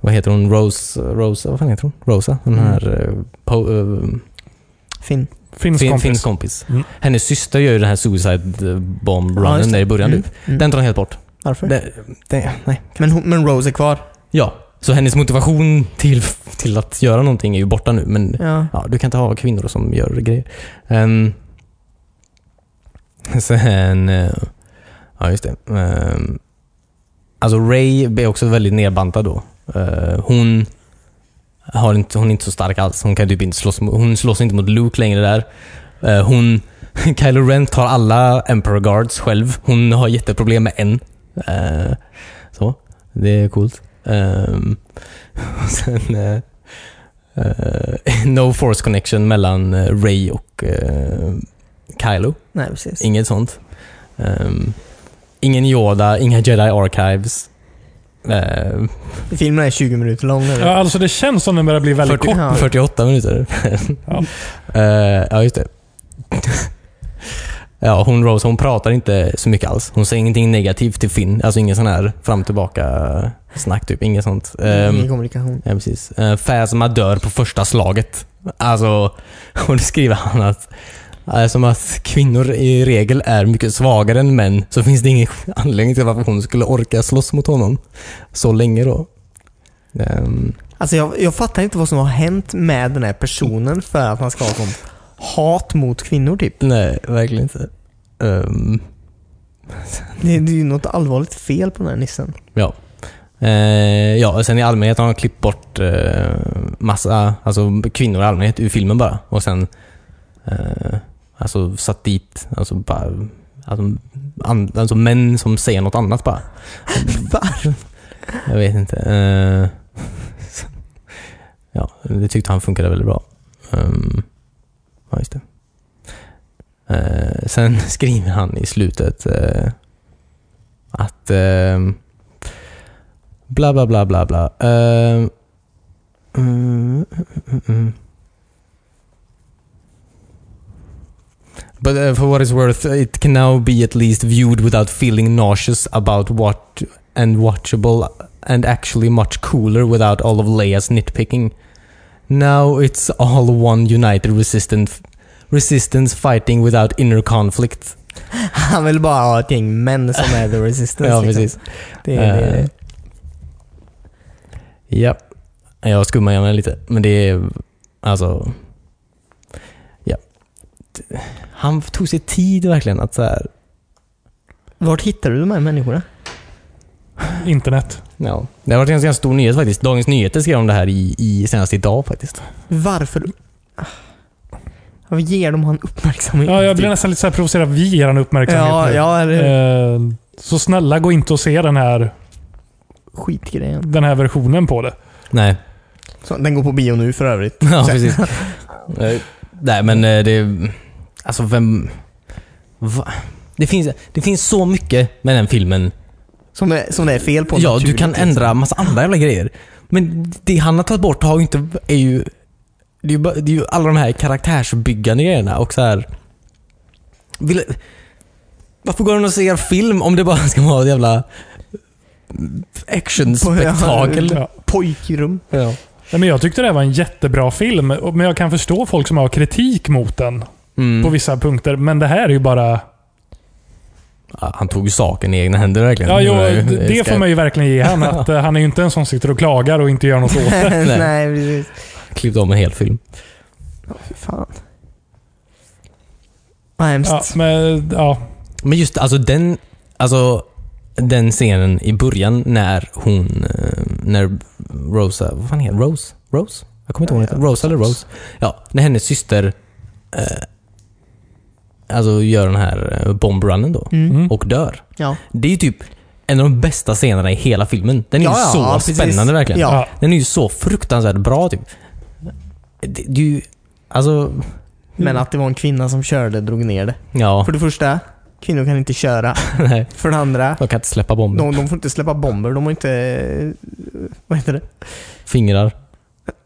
Speaker 3: vad heter hon, Rose, Rosa, vad fan heter hon? Rosa? Den
Speaker 1: Mm.
Speaker 3: här eh, po, eh,
Speaker 1: Finn.
Speaker 2: Finns
Speaker 3: fin,
Speaker 2: kompis.
Speaker 3: finns kompis.
Speaker 2: Mm.
Speaker 3: Hennes syster gör ju den här Suicide Bomb
Speaker 1: Ja,
Speaker 3: runnen
Speaker 1: just det.
Speaker 3: där i början.
Speaker 1: Mm,
Speaker 3: typ.
Speaker 1: mm.
Speaker 3: Den tar han helt bort.
Speaker 1: Varför?
Speaker 3: Den, den, nej.
Speaker 1: Men, hon- men Rose är kvar.
Speaker 3: Ja, så hennes motivation till, till att göra någonting är ju borta nu. Men
Speaker 1: Ja.
Speaker 3: ja, du kan inte ha kvinnor som gör grejer. Ehm, sen, eh, ja just det. Ehm, alltså Ray är också väldigt nedbantad då. Eh, hon, har inte, hon är inte så stark alls. Hon kan typ inte slåss, mo- hon slåss inte mot Luke längre där. Eh, hon, Kylo Ren tar alla Emperor Guards själv. Hon har jätteproblem med en. Eh, så, det är coolt. Ehm, och sen... eh, Eh, no force connection mellan eh, Ray och eh, Kylo.
Speaker 1: Nej, precis.
Speaker 3: Inget sånt. Ehm, ingen Yoda, inga Jedi Archives. Eh,
Speaker 1: Filmen är 20 minuter lång. eller?
Speaker 2: Ja, alltså det känns som den börjar bli väldigt
Speaker 3: 40
Speaker 2: kort.
Speaker 1: Ja.
Speaker 3: 48 minuter.
Speaker 2: Ja.
Speaker 3: Eh, ja, just det. ja, hon Rose hon pratar inte så mycket alls. Hon säger ingenting negativt till Finn. Alltså ingen sån här fram och tillbaka-snack typ. Inget sånt. Ehm,
Speaker 1: Ingen kommunikation.
Speaker 3: Ja, precis. Eh, Phasma dör på första slaget. Alltså, och då skriver han att eh, som att kvinnor i regel är mycket svagare än män så finns det ingen anledning till varför hon skulle orka slåss mot honom så länge då. Ehm,
Speaker 1: Alltså jag, jag fattar inte vad som har hänt med den här personen för att man ska ha sånt hat mot kvinnor typ.
Speaker 3: nej, verkligen inte. Ehm,
Speaker 1: Det, det är ju något allvarligt fel på den här nissen.
Speaker 3: ja. Eh, ja, och sen i allmänhet har han klippt bort eh, massa, alltså kvinnor i allmänhet ur filmen bara. Och sen eh, alltså satt dit, alltså bara, alltså, an, alltså män som säger något annat bara.
Speaker 1: Varför?
Speaker 3: Jag vet inte. Eh, ja, det tyckte han funkade väldigt bra. Um, ja, just det. Eh, sen skriver han i slutet eh, att uh, bla bla bla bla bla. Eh, mm, mm, mm. But uh, for what it's worth, it can now be at least viewed without feeling nauseous about what and watchable and actually much cooler without all of Leia's nitpicking. Now it's all one united resistance, resistance fighting without inner conflict.
Speaker 1: Han vill bara ha ett gäng män som är the resistance.
Speaker 3: Ja,
Speaker 1: liksom.
Speaker 3: precis.
Speaker 1: Det, är- det,
Speaker 3: Eh, Ja. Jag skummar gärna lite, men det är alltså... Ja. Han tog sig tid verkligen att så här...
Speaker 1: Vart hittar du de här människorna?
Speaker 2: Internet.
Speaker 3: Ja. Det har varit en ganska stor nyhet faktiskt. Dagens Nyheter skrev om det här i, i senast idag faktiskt.
Speaker 1: Varför? Ah. Varför ger de han uppmärksamhet?
Speaker 2: Ja, jag blir nästan lite så här provocerad. Vi ger han uppmärksamhet
Speaker 1: Ja,
Speaker 2: nu.
Speaker 1: ja eller hur?
Speaker 2: Eh, Så snälla gå inte och se den här,
Speaker 1: Skitgrejen.
Speaker 2: den här versionen på det.
Speaker 3: Nej.
Speaker 1: Så, den går på bio nu för övrigt.
Speaker 3: Ja, precis. Eh, Nej, men eh, det... Alltså vem... Va? Det, finns, det finns så mycket med den filmen.
Speaker 1: Som, är, som det är fel på.
Speaker 3: Ja, du kan
Speaker 1: naturligtvis.
Speaker 3: ändra massa andra jävla grejer. Men det han har tagit bort har ju inte, är ju, det är ju, bara- det är ju alla de här karaktärsbyggande grejerna och så här. Vill, varför går han och ser film om det bara ska vara ett jävla actionspektakel?
Speaker 2: Ja.
Speaker 1: Pojkrum.
Speaker 3: Ja.
Speaker 2: Nej, men jag tyckte det här var en jättebra film, och- men jag kan förstå folk som har kritik mot den på
Speaker 3: Mm.
Speaker 2: vissa punkter. Men det här är ju bara...
Speaker 3: Ja, Han tog ju saken i egna händer verkligen.
Speaker 2: Ja, jo,
Speaker 3: var ju-
Speaker 2: det det
Speaker 3: ska-
Speaker 2: får man ju verkligen ge han. Att, eh, han är ju inte en som sitter och klagar och inte gör något åt det.
Speaker 1: Nej, precis.
Speaker 3: Klippt om en hel film.
Speaker 1: Fy fan. Vad hemskt.
Speaker 2: Ja, men, ja.
Speaker 3: Men just alltså den, alltså, den scenen i början när hon, eh, när Rosa, vad fan heter Rose? Rose? Jag kommer inte ihåg.
Speaker 1: Ja,
Speaker 3: Ja,
Speaker 1: ja.
Speaker 3: Rose eller Rose? Ja, när hennes syster eh, alltså gör den här eh, bombrunnen då
Speaker 1: Mm.
Speaker 2: Mm.
Speaker 3: och dör.
Speaker 1: Ja.
Speaker 3: Det är ju typ en av de bästa scenerna i hela filmen. Den är
Speaker 1: Ja,
Speaker 3: ju
Speaker 1: ja,
Speaker 3: så
Speaker 1: ja, precis.
Speaker 3: spännande verkligen.
Speaker 1: Ja.
Speaker 2: Ja.
Speaker 3: Den är ju så fruktansvärt bra typ. Det, det är ju, alltså,
Speaker 1: Men att det var en kvinna som körde drog ner det.
Speaker 3: ja.
Speaker 1: För det första, kvinnor kan inte köra.
Speaker 3: Nej,
Speaker 1: För det andra,
Speaker 3: de kan inte släppa bomber.
Speaker 1: de, de får inte släppa bomber. De har inte... eh, Vad heter det?
Speaker 3: Fingrar.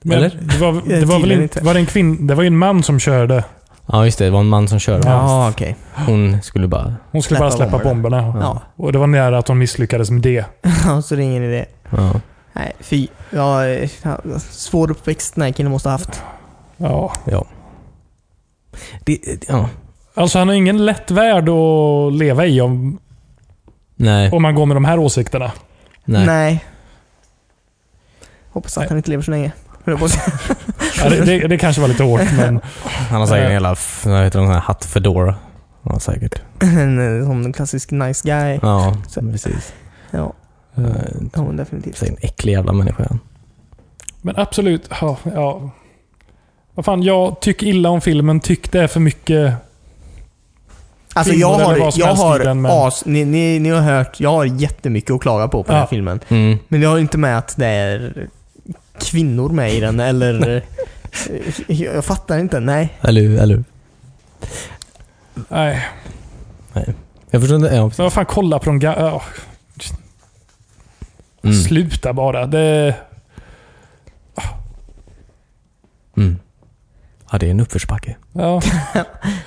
Speaker 2: Men
Speaker 3: Eller?
Speaker 2: Det var, det var väl
Speaker 1: Tydligen
Speaker 2: inte,
Speaker 1: inte.
Speaker 2: var det en kvinn, det var ju en man som körde.
Speaker 3: Ja, just det. Det var en man som körde.
Speaker 1: Ja, okej.
Speaker 3: Hon skulle bara...
Speaker 2: Hon skulle
Speaker 1: Släppa
Speaker 2: bara släppa
Speaker 1: bomber.
Speaker 2: bomberna.
Speaker 1: Ja.
Speaker 2: Och det var nära att hon misslyckades med det.
Speaker 1: Ja, så det är ingen idé.
Speaker 3: Ja.
Speaker 1: Nej, fy. Ja, eh, ja, svår uppväxt den här killen måste ha haft.
Speaker 2: Ja.
Speaker 3: ja. Det, det- ja.
Speaker 2: Alltså han har ingen lätt värld att leva i om,
Speaker 3: Nej.
Speaker 2: om man går med de här åsikterna.
Speaker 3: nej.
Speaker 1: Hoppas att
Speaker 2: Nej.
Speaker 1: han inte lever så länge. Höll jag på att säga.
Speaker 2: Ja, det, det, det kanske var lite hårt, men
Speaker 3: Han har säkert en jävla... f- Vad heter de? Sån här hatt Fedora. Ja, säkert.
Speaker 1: En, eh, Som en klassisk nice guy.
Speaker 3: Ja,
Speaker 1: Så-
Speaker 3: precis.
Speaker 1: Ja,
Speaker 3: Eh,
Speaker 1: ja men definitivt.
Speaker 3: Säg en äcklig jävla människa. han.
Speaker 2: Men absolut. Ja, ja. Vad fan, jag tycker illa om filmen. Tyckte är för mycket.
Speaker 1: Alltså
Speaker 2: Filmer
Speaker 1: jag
Speaker 2: eller vad
Speaker 1: har,
Speaker 2: som
Speaker 1: jag
Speaker 2: helst i
Speaker 1: har
Speaker 2: den, men-
Speaker 1: as... Ni, ni, ni har hört, jag har jättemycket att klaga på på den här
Speaker 2: Ja.
Speaker 1: filmen.
Speaker 3: Mm.
Speaker 1: Men jag har inte med att det är kvinnor med i den eller... eh, jag fattar inte, nej.
Speaker 3: Eller hur? Eller hur?
Speaker 2: Nej.
Speaker 3: Jag förstår inte. Ja, precis.
Speaker 2: Men vad fan, kolla på de gamla. Ja,
Speaker 3: Mm.
Speaker 2: Sluta bara. Det,
Speaker 3: Mm. Ja, det är en uppförsbacke.
Speaker 2: ja.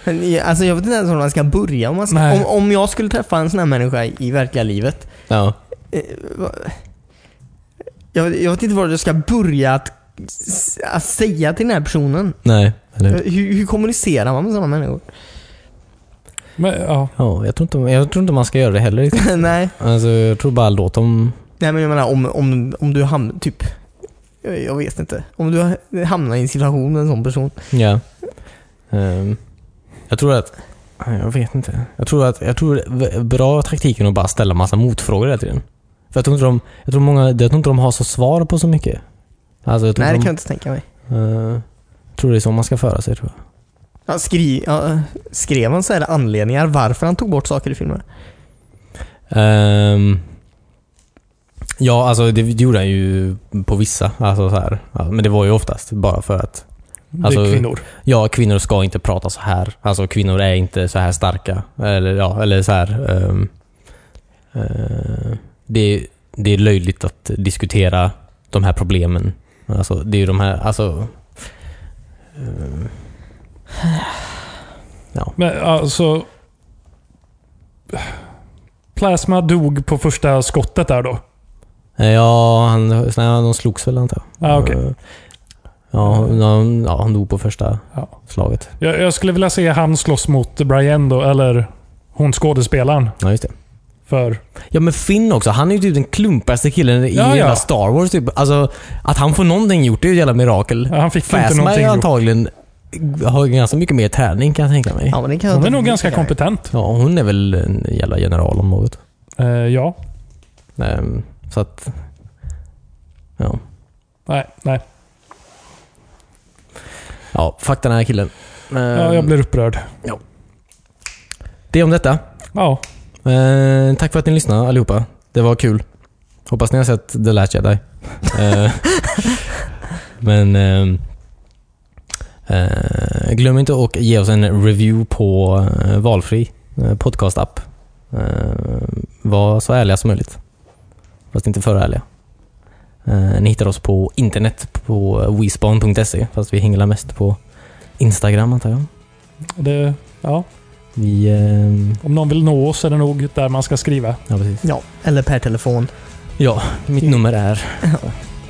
Speaker 1: Men, eh, Alltså jag vet inte ens om man ska börja. Om, man ska,
Speaker 2: Nej.
Speaker 1: om, om jag skulle träffa en sån här människa i verkliga livet.
Speaker 3: Ja.
Speaker 1: Eh, va- Jag, jag vet inte var jag ska börja att, s- att säga till den här personen.
Speaker 3: Nej. Eller hur?
Speaker 1: Eh, Hur, hur kommunicerar man med sådana människor?
Speaker 2: Men, ja.
Speaker 3: Ja, jag tror, inte, jag tror inte man ska göra det heller. riktigt.
Speaker 1: nej.
Speaker 3: Alltså, jag tror bara låt dem...
Speaker 1: nej, men jag menar om, om, om du hamnar, typ, jag, jag vet inte. Om du ha- hamnar i en situation med en sån person.
Speaker 3: Ja. Ehm, jag tror att... nej, Jag vet inte. Jag tror att jag tror det är bra taktiken att bara ställa massa motfrågor hela tiden. För jag tror inte de, jag tror många, jag tror inte de har så svar på så mycket. Alltså, jag tror
Speaker 1: Nej, det
Speaker 3: de,
Speaker 1: kan jag inte tänka mig.
Speaker 3: eh, jag tror det är så man ska föra sig tror jag.
Speaker 1: Ja, skri, ja, eh, skrev han så här anledningar varför han tog bort saker i filmer?
Speaker 3: Ehm, ja, alltså det, det gjorde han ju på vissa. Alltså, så här. Ja, men det var ju oftast bara för att
Speaker 2: Det är
Speaker 3: Alltså,
Speaker 2: kvinnor.
Speaker 3: ja, kvinnor ska inte prata så här. Alltså kvinnor är inte så här starka. Eller ja, eller så här. ehm, eh, det, det är löjligt att diskutera de här problemen. Alltså, det är ju de här, alltså... ehm, ja.
Speaker 2: Men alltså... Plasma dog på första skottet där då.
Speaker 3: Eh, Ja, han, nej, de slogs väl antar jag.
Speaker 2: Ah, okej.
Speaker 3: Eh, Ja, han, ja, han dog på första
Speaker 2: Ja.
Speaker 3: slaget.
Speaker 2: Jag, jag skulle vilja se han slåss mot Brian då, eller hon skådespelaren.
Speaker 3: Ja, just det.
Speaker 2: För
Speaker 3: Ja men Finn också, han är ju typ den klumpigaste killen i
Speaker 2: Ja, ja.
Speaker 3: hela Star Wars. Typ. Alltså, att han får någonting gjort det är ju ett jävla mirakel.
Speaker 2: ja, han fick ju inte
Speaker 3: Phasma är
Speaker 2: någonting gjort.
Speaker 3: antagligen har ju ganska mycket mer träning kan jag tänka mig.
Speaker 1: Ja, men det kan jag
Speaker 2: Hon är
Speaker 1: inte
Speaker 2: nog ganska
Speaker 1: tänka mig.
Speaker 2: kompetent.
Speaker 3: Ja, hon är väl en jävla general om något.
Speaker 2: Eh, ja.
Speaker 3: Ehm, Så att... Ja.
Speaker 2: Nej, nej.
Speaker 3: ja, fuck den här killen. Ehm,
Speaker 2: Ja, jag blir upprörd.
Speaker 3: Det om detta.
Speaker 2: Ja.
Speaker 3: Ehm, Tack för att ni lyssnade allihopa. Det var kul. Hoppas ni har sett The Last Jedi. Ehm, Men ehm, eh, glöm inte att ge oss en review på eh, valfri eh, podcastapp. Eh, var så ärliga som möjligt. Fast inte för ärliga. Eh, Ni hittar oss på internet på eh, wespawn.se, fast vi hänger mest på Instagram antar jag.
Speaker 2: Det, ja,
Speaker 3: Vi, ehm,
Speaker 2: om någon vill nå oss är det nog där man ska skriva.
Speaker 3: ja, precis.
Speaker 1: Ja, eller per telefon.
Speaker 3: ja, mitt
Speaker 1: Mm.
Speaker 3: nummer är...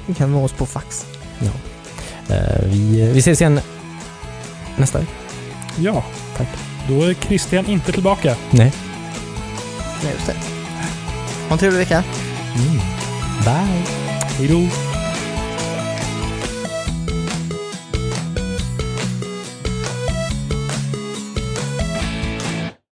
Speaker 1: Du kan nå oss på fax.
Speaker 3: eh, Vi, vi ses igen nästa vecka.
Speaker 2: Ja, tack. Då är Christian inte tillbaka.
Speaker 3: Nej.
Speaker 1: Nej, just det. Ha en trevlig vecka.
Speaker 3: Bye!
Speaker 2: Hej då!